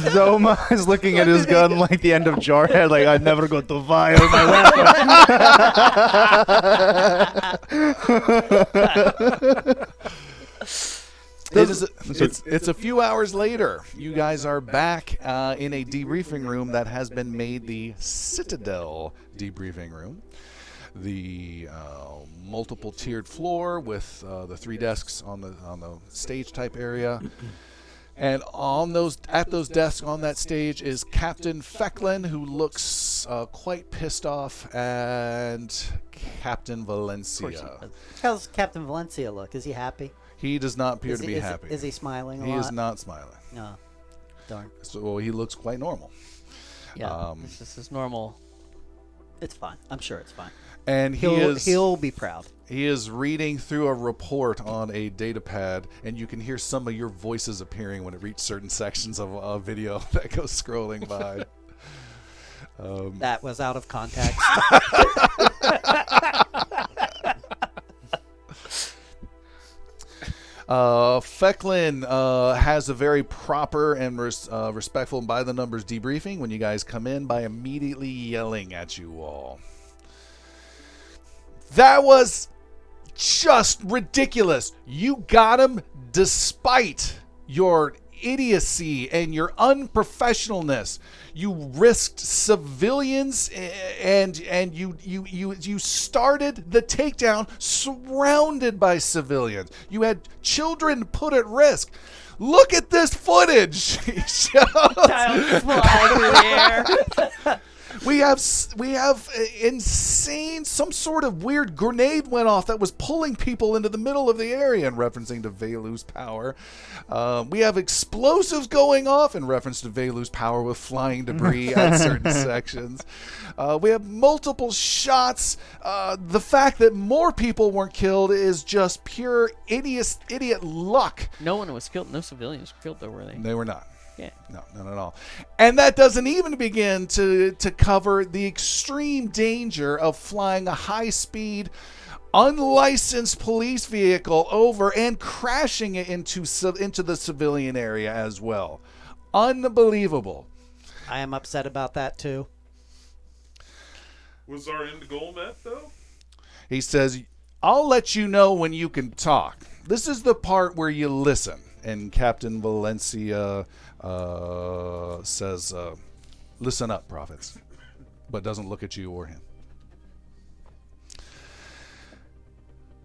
Zoma is looking at his gun like the end of Jarhead, like, i never go to fire my weapon.
It is. A, it's, it's a few hours later. You guys are back uh, in a debriefing room that has been made the Citadel debriefing room. The uh, multiple tiered floor with uh, the three desks on the on the stage type area. And on those, at those desks on that stage is Captain Fecklin, who looks uh, quite pissed off, and Captain Valencia.
How's Captain Valencia look? Is he happy?
He does not appear
is
to
he,
be
is, he-
happy.
Is he smiling a
He
lot?
is not smiling.
No. Darn.
So he looks quite normal.
Yeah,
Um,
this, this is normal.
It's fine. I'm sure it's fine.
And he
He'll
is
he'll be proud.
he is reading through a report on a data pad, and you can hear some of your voices appearing when it reaches certain sections of a video that goes scrolling by. um,
That was out of context.
Uh, Fecklin uh, has a very proper and res- uh, respectful and by the numbers debriefing when you guys come in by immediately yelling at you all. That was just ridiculous. You got him despite your idiocy and your unprofessionalness. You risked civilians a- and and you you you you started the takedown surrounded by civilians. You had children put at risk. Look at this footage. He shows- we have s- we have uh, insane some sort of weird grenade went off that was pulling people into the middle of the area in referencing to Velu's power. Um, we have explosives going off in reference to Velu's power with flying debris at certain sections. Uh, we have multiple shots. Uh, the fact that more people weren't killed is just pure idiot idiot luck.
No one was killed. No civilians were killed, though, were they?
They were not.
Yeah.
No, none at all. And that doesn't even begin to to cover the extreme danger of flying a high speed unlicensed police vehicle over and crashing it into civ- into the civilian area as well. Unbelievable.
I am upset about that too.
Was our end goal met, though?
He says, I'll let you know when you can talk. This is the part where you listen. And Captain Valencia uh, says, uh, Listen up, prophets, but doesn't look at you or him.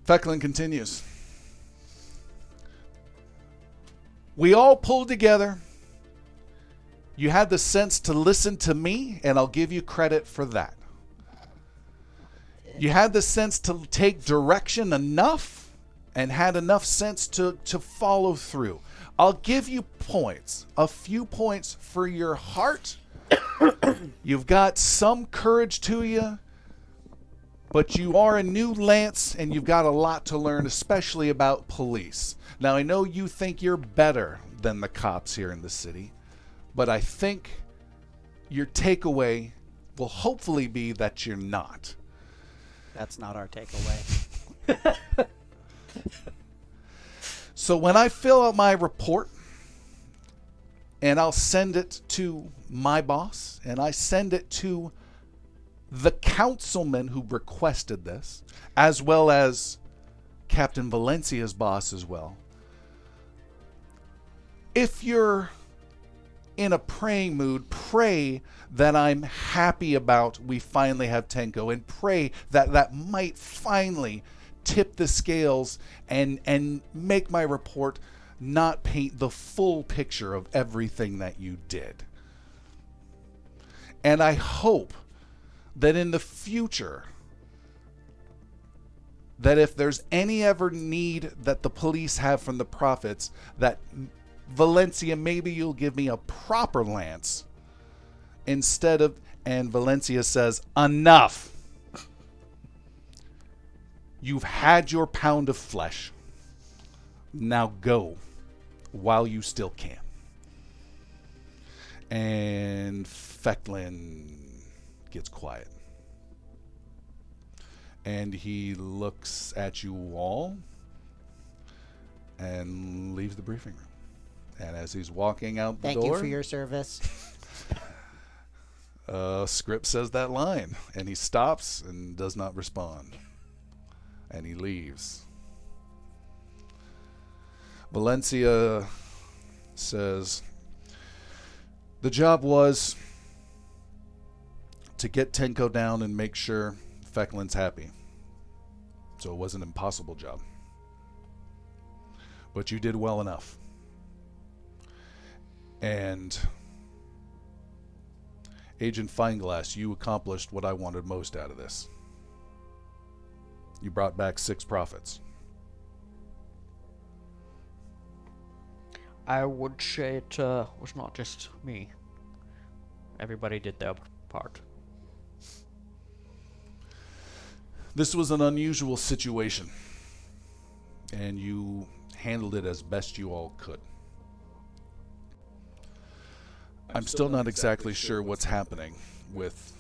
Fecklin continues. We all pulled together. You had the sense to listen to me, and I'll give you credit for that. You had the sense to take direction enough and had enough sense to, to follow through. I'll give you points, a few points for your heart. You've got some courage to you, but you are a new Lance and you've got a lot to learn, especially about police. Now, I know you think you're better than the cops here in the city, but I think your takeaway will hopefully be that you're not.
That's not our takeaway.
So when I fill out my report and I'll send it to my boss and I send it to the councilman who requested this, as well as Captain Valencia's boss as well. If you're in a praying mood, pray that I'm happy about we finally have Tenko and pray that that might finally tip the scales and and make my report not paint the full picture of everything that you did. And I hope that in the future that if there's any ever need that the police have from the prophets, that m- Valencia, maybe you'll give me a proper lance instead of. And Valencia says, Enough! You've had your pound of flesh. Now go while you still can. And Fecklin gets quiet and he looks at you all and leaves the briefing room. And as he's walking out the
Thank
door,
you for your service.
uh, script says that line, and he stops and does not respond, and he leaves. Valencia says, "The job was to get Tenko down and make sure Fecklin's happy. So it was an impossible job. But you did well enough. And Agent Fineglass, you accomplished what I wanted most out of this. You brought back six profits.
I would say it uh, was not just me. Everybody did their part.
This was an unusual situation, and you handled it as best you all could. I'm still not exactly sure what's happening with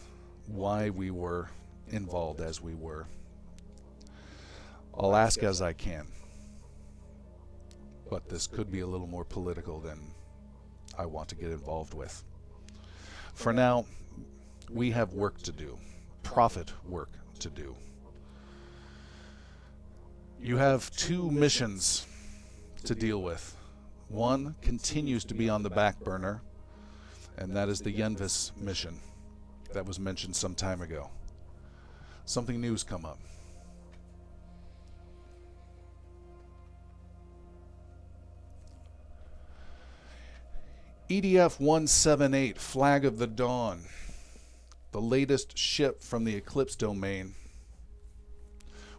why we were involved as we were. I'll ask as I can. but this could be a little more political than I want to get involved with. For now, we have work to do, profit work to do. You have two missions to deal with. One continues to be on the back burner, and that is the Yenvis mission that was mentioned some time ago. Something new's come up. EDF 178, Flag of the Dawn, the latest ship from the Eclipse Domain,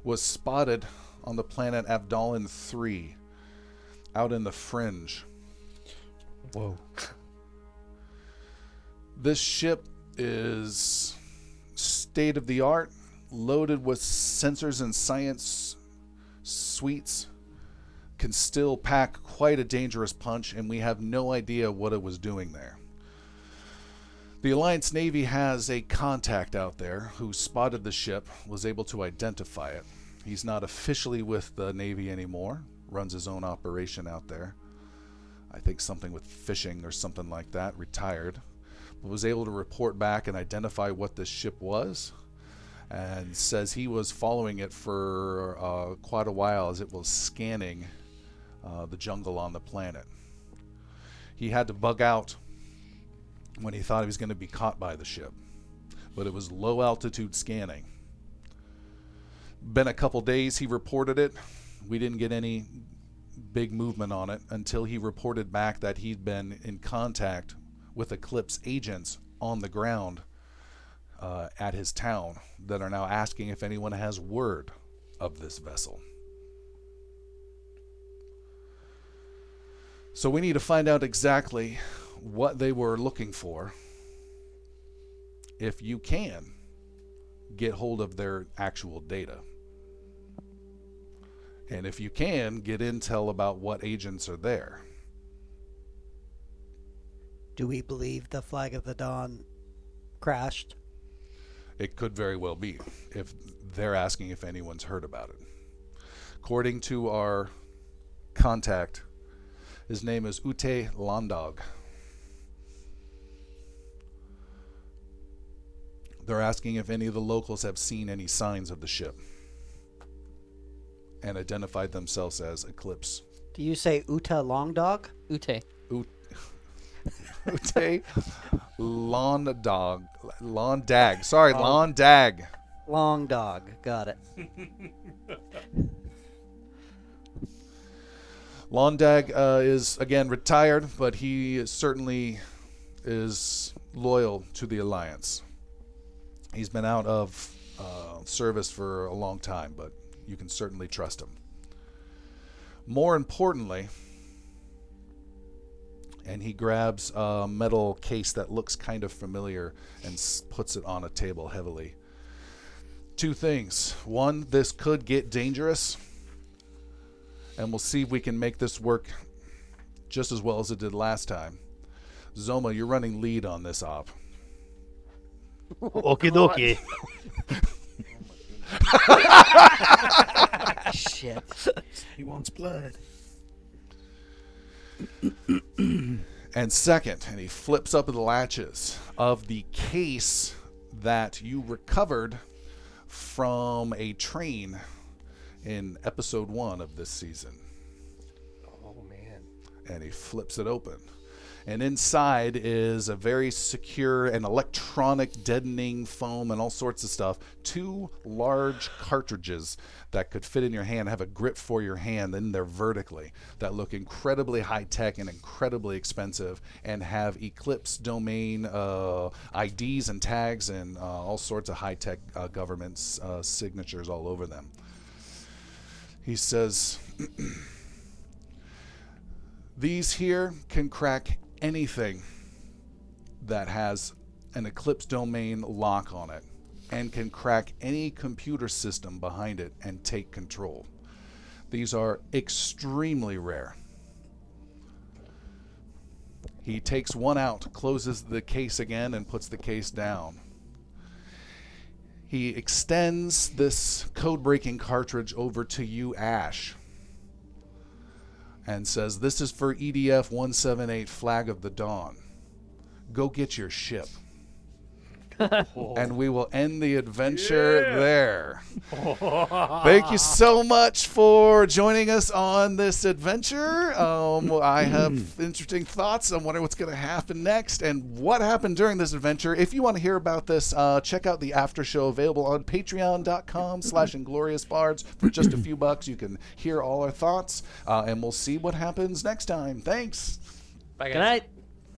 was spotted on the planet Abdalin 3 out in the fringe. Whoa. This ship is state of the art, loaded with sensors and science suites, can still pack quite a dangerous punch, and we have no idea what it was doing there. The Alliance Navy has a contact out there who spotted the ship, was able to identify it. He's not officially with the Navy anymore, runs his own operation out there. I think something with fishing or something like that, retired. But was able to report back and identify what this ship was and says he was following it for uh, quite a while as it was scanning uh, the jungle on the planet. He had to bug out when he thought he was going to be caught by the ship, but it was low altitude scanning. Been a couple days he reported it. We didn't get any big movement on it until he reported back that he'd been in contact with Eclipse agents on the ground uh, at his town that are now asking if anyone has word of this vessel. So we need to find out exactly what they were looking for. If you can get hold of their actual data. And if you can, get intel about what agents are there.
Do we believe the Flag of the Dawn crashed?
It could very well be if they're asking if anyone's heard about it. According to our contact, his name is Ute Landog. They're asking if any of the locals have seen any signs of the ship and identified themselves as Eclipse.
Do you say Uta Long Dog?
Ute.
Ut- Ute Londog. Londag. Sorry, Londag.
Long Dog. Got it.
Londag uh, is again retired, but he is certainly is loyal to the alliance. He's been out of uh, service for a long time, but you can certainly trust him. More importantly, and he grabs a metal case that looks kind of familiar and s- puts it on a table heavily. Two things. One, this could get dangerous, and we'll see if we can make this work just as well as it did last time. Zoma, you're running lead on this op.
Okie dokie.
Shit.
He wants blood.
And second, and he flips up the latches of the case that you recovered from a train in episode one of this season.
Oh man.
And he flips it open. And inside is a very secure and electronic deadening foam and all sorts of stuff. Two large cartridges that could fit in your hand, have a grip for your hand, and they're vertically, that look incredibly high tech and incredibly expensive, and have Eclipse domain uh, IDs and tags and uh, all sorts of high tech uh, government's uh, signatures all over them. He says, These here can crack anything that has an Eclipse domain lock on it and can crack any computer system behind it and take control. These are extremely rare. He takes one out, closes the case again, and puts the case down. He extends this code breaking cartridge over to you, Ash and says, This is for E EDF 178 Flag of the Dawn. Go get your ship. and we will end the adventure there. Thank you so much for joining us on this adventure. Um, I have interesting thoughts. I'm wondering what's going to happen next and what happened during this adventure. If you want to hear about this, uh, check out the after show available on patreon.com slash ingloriousbards. For just a few bucks, you can hear all our thoughts, uh, and we'll see what happens next time. Thanks.
Good night.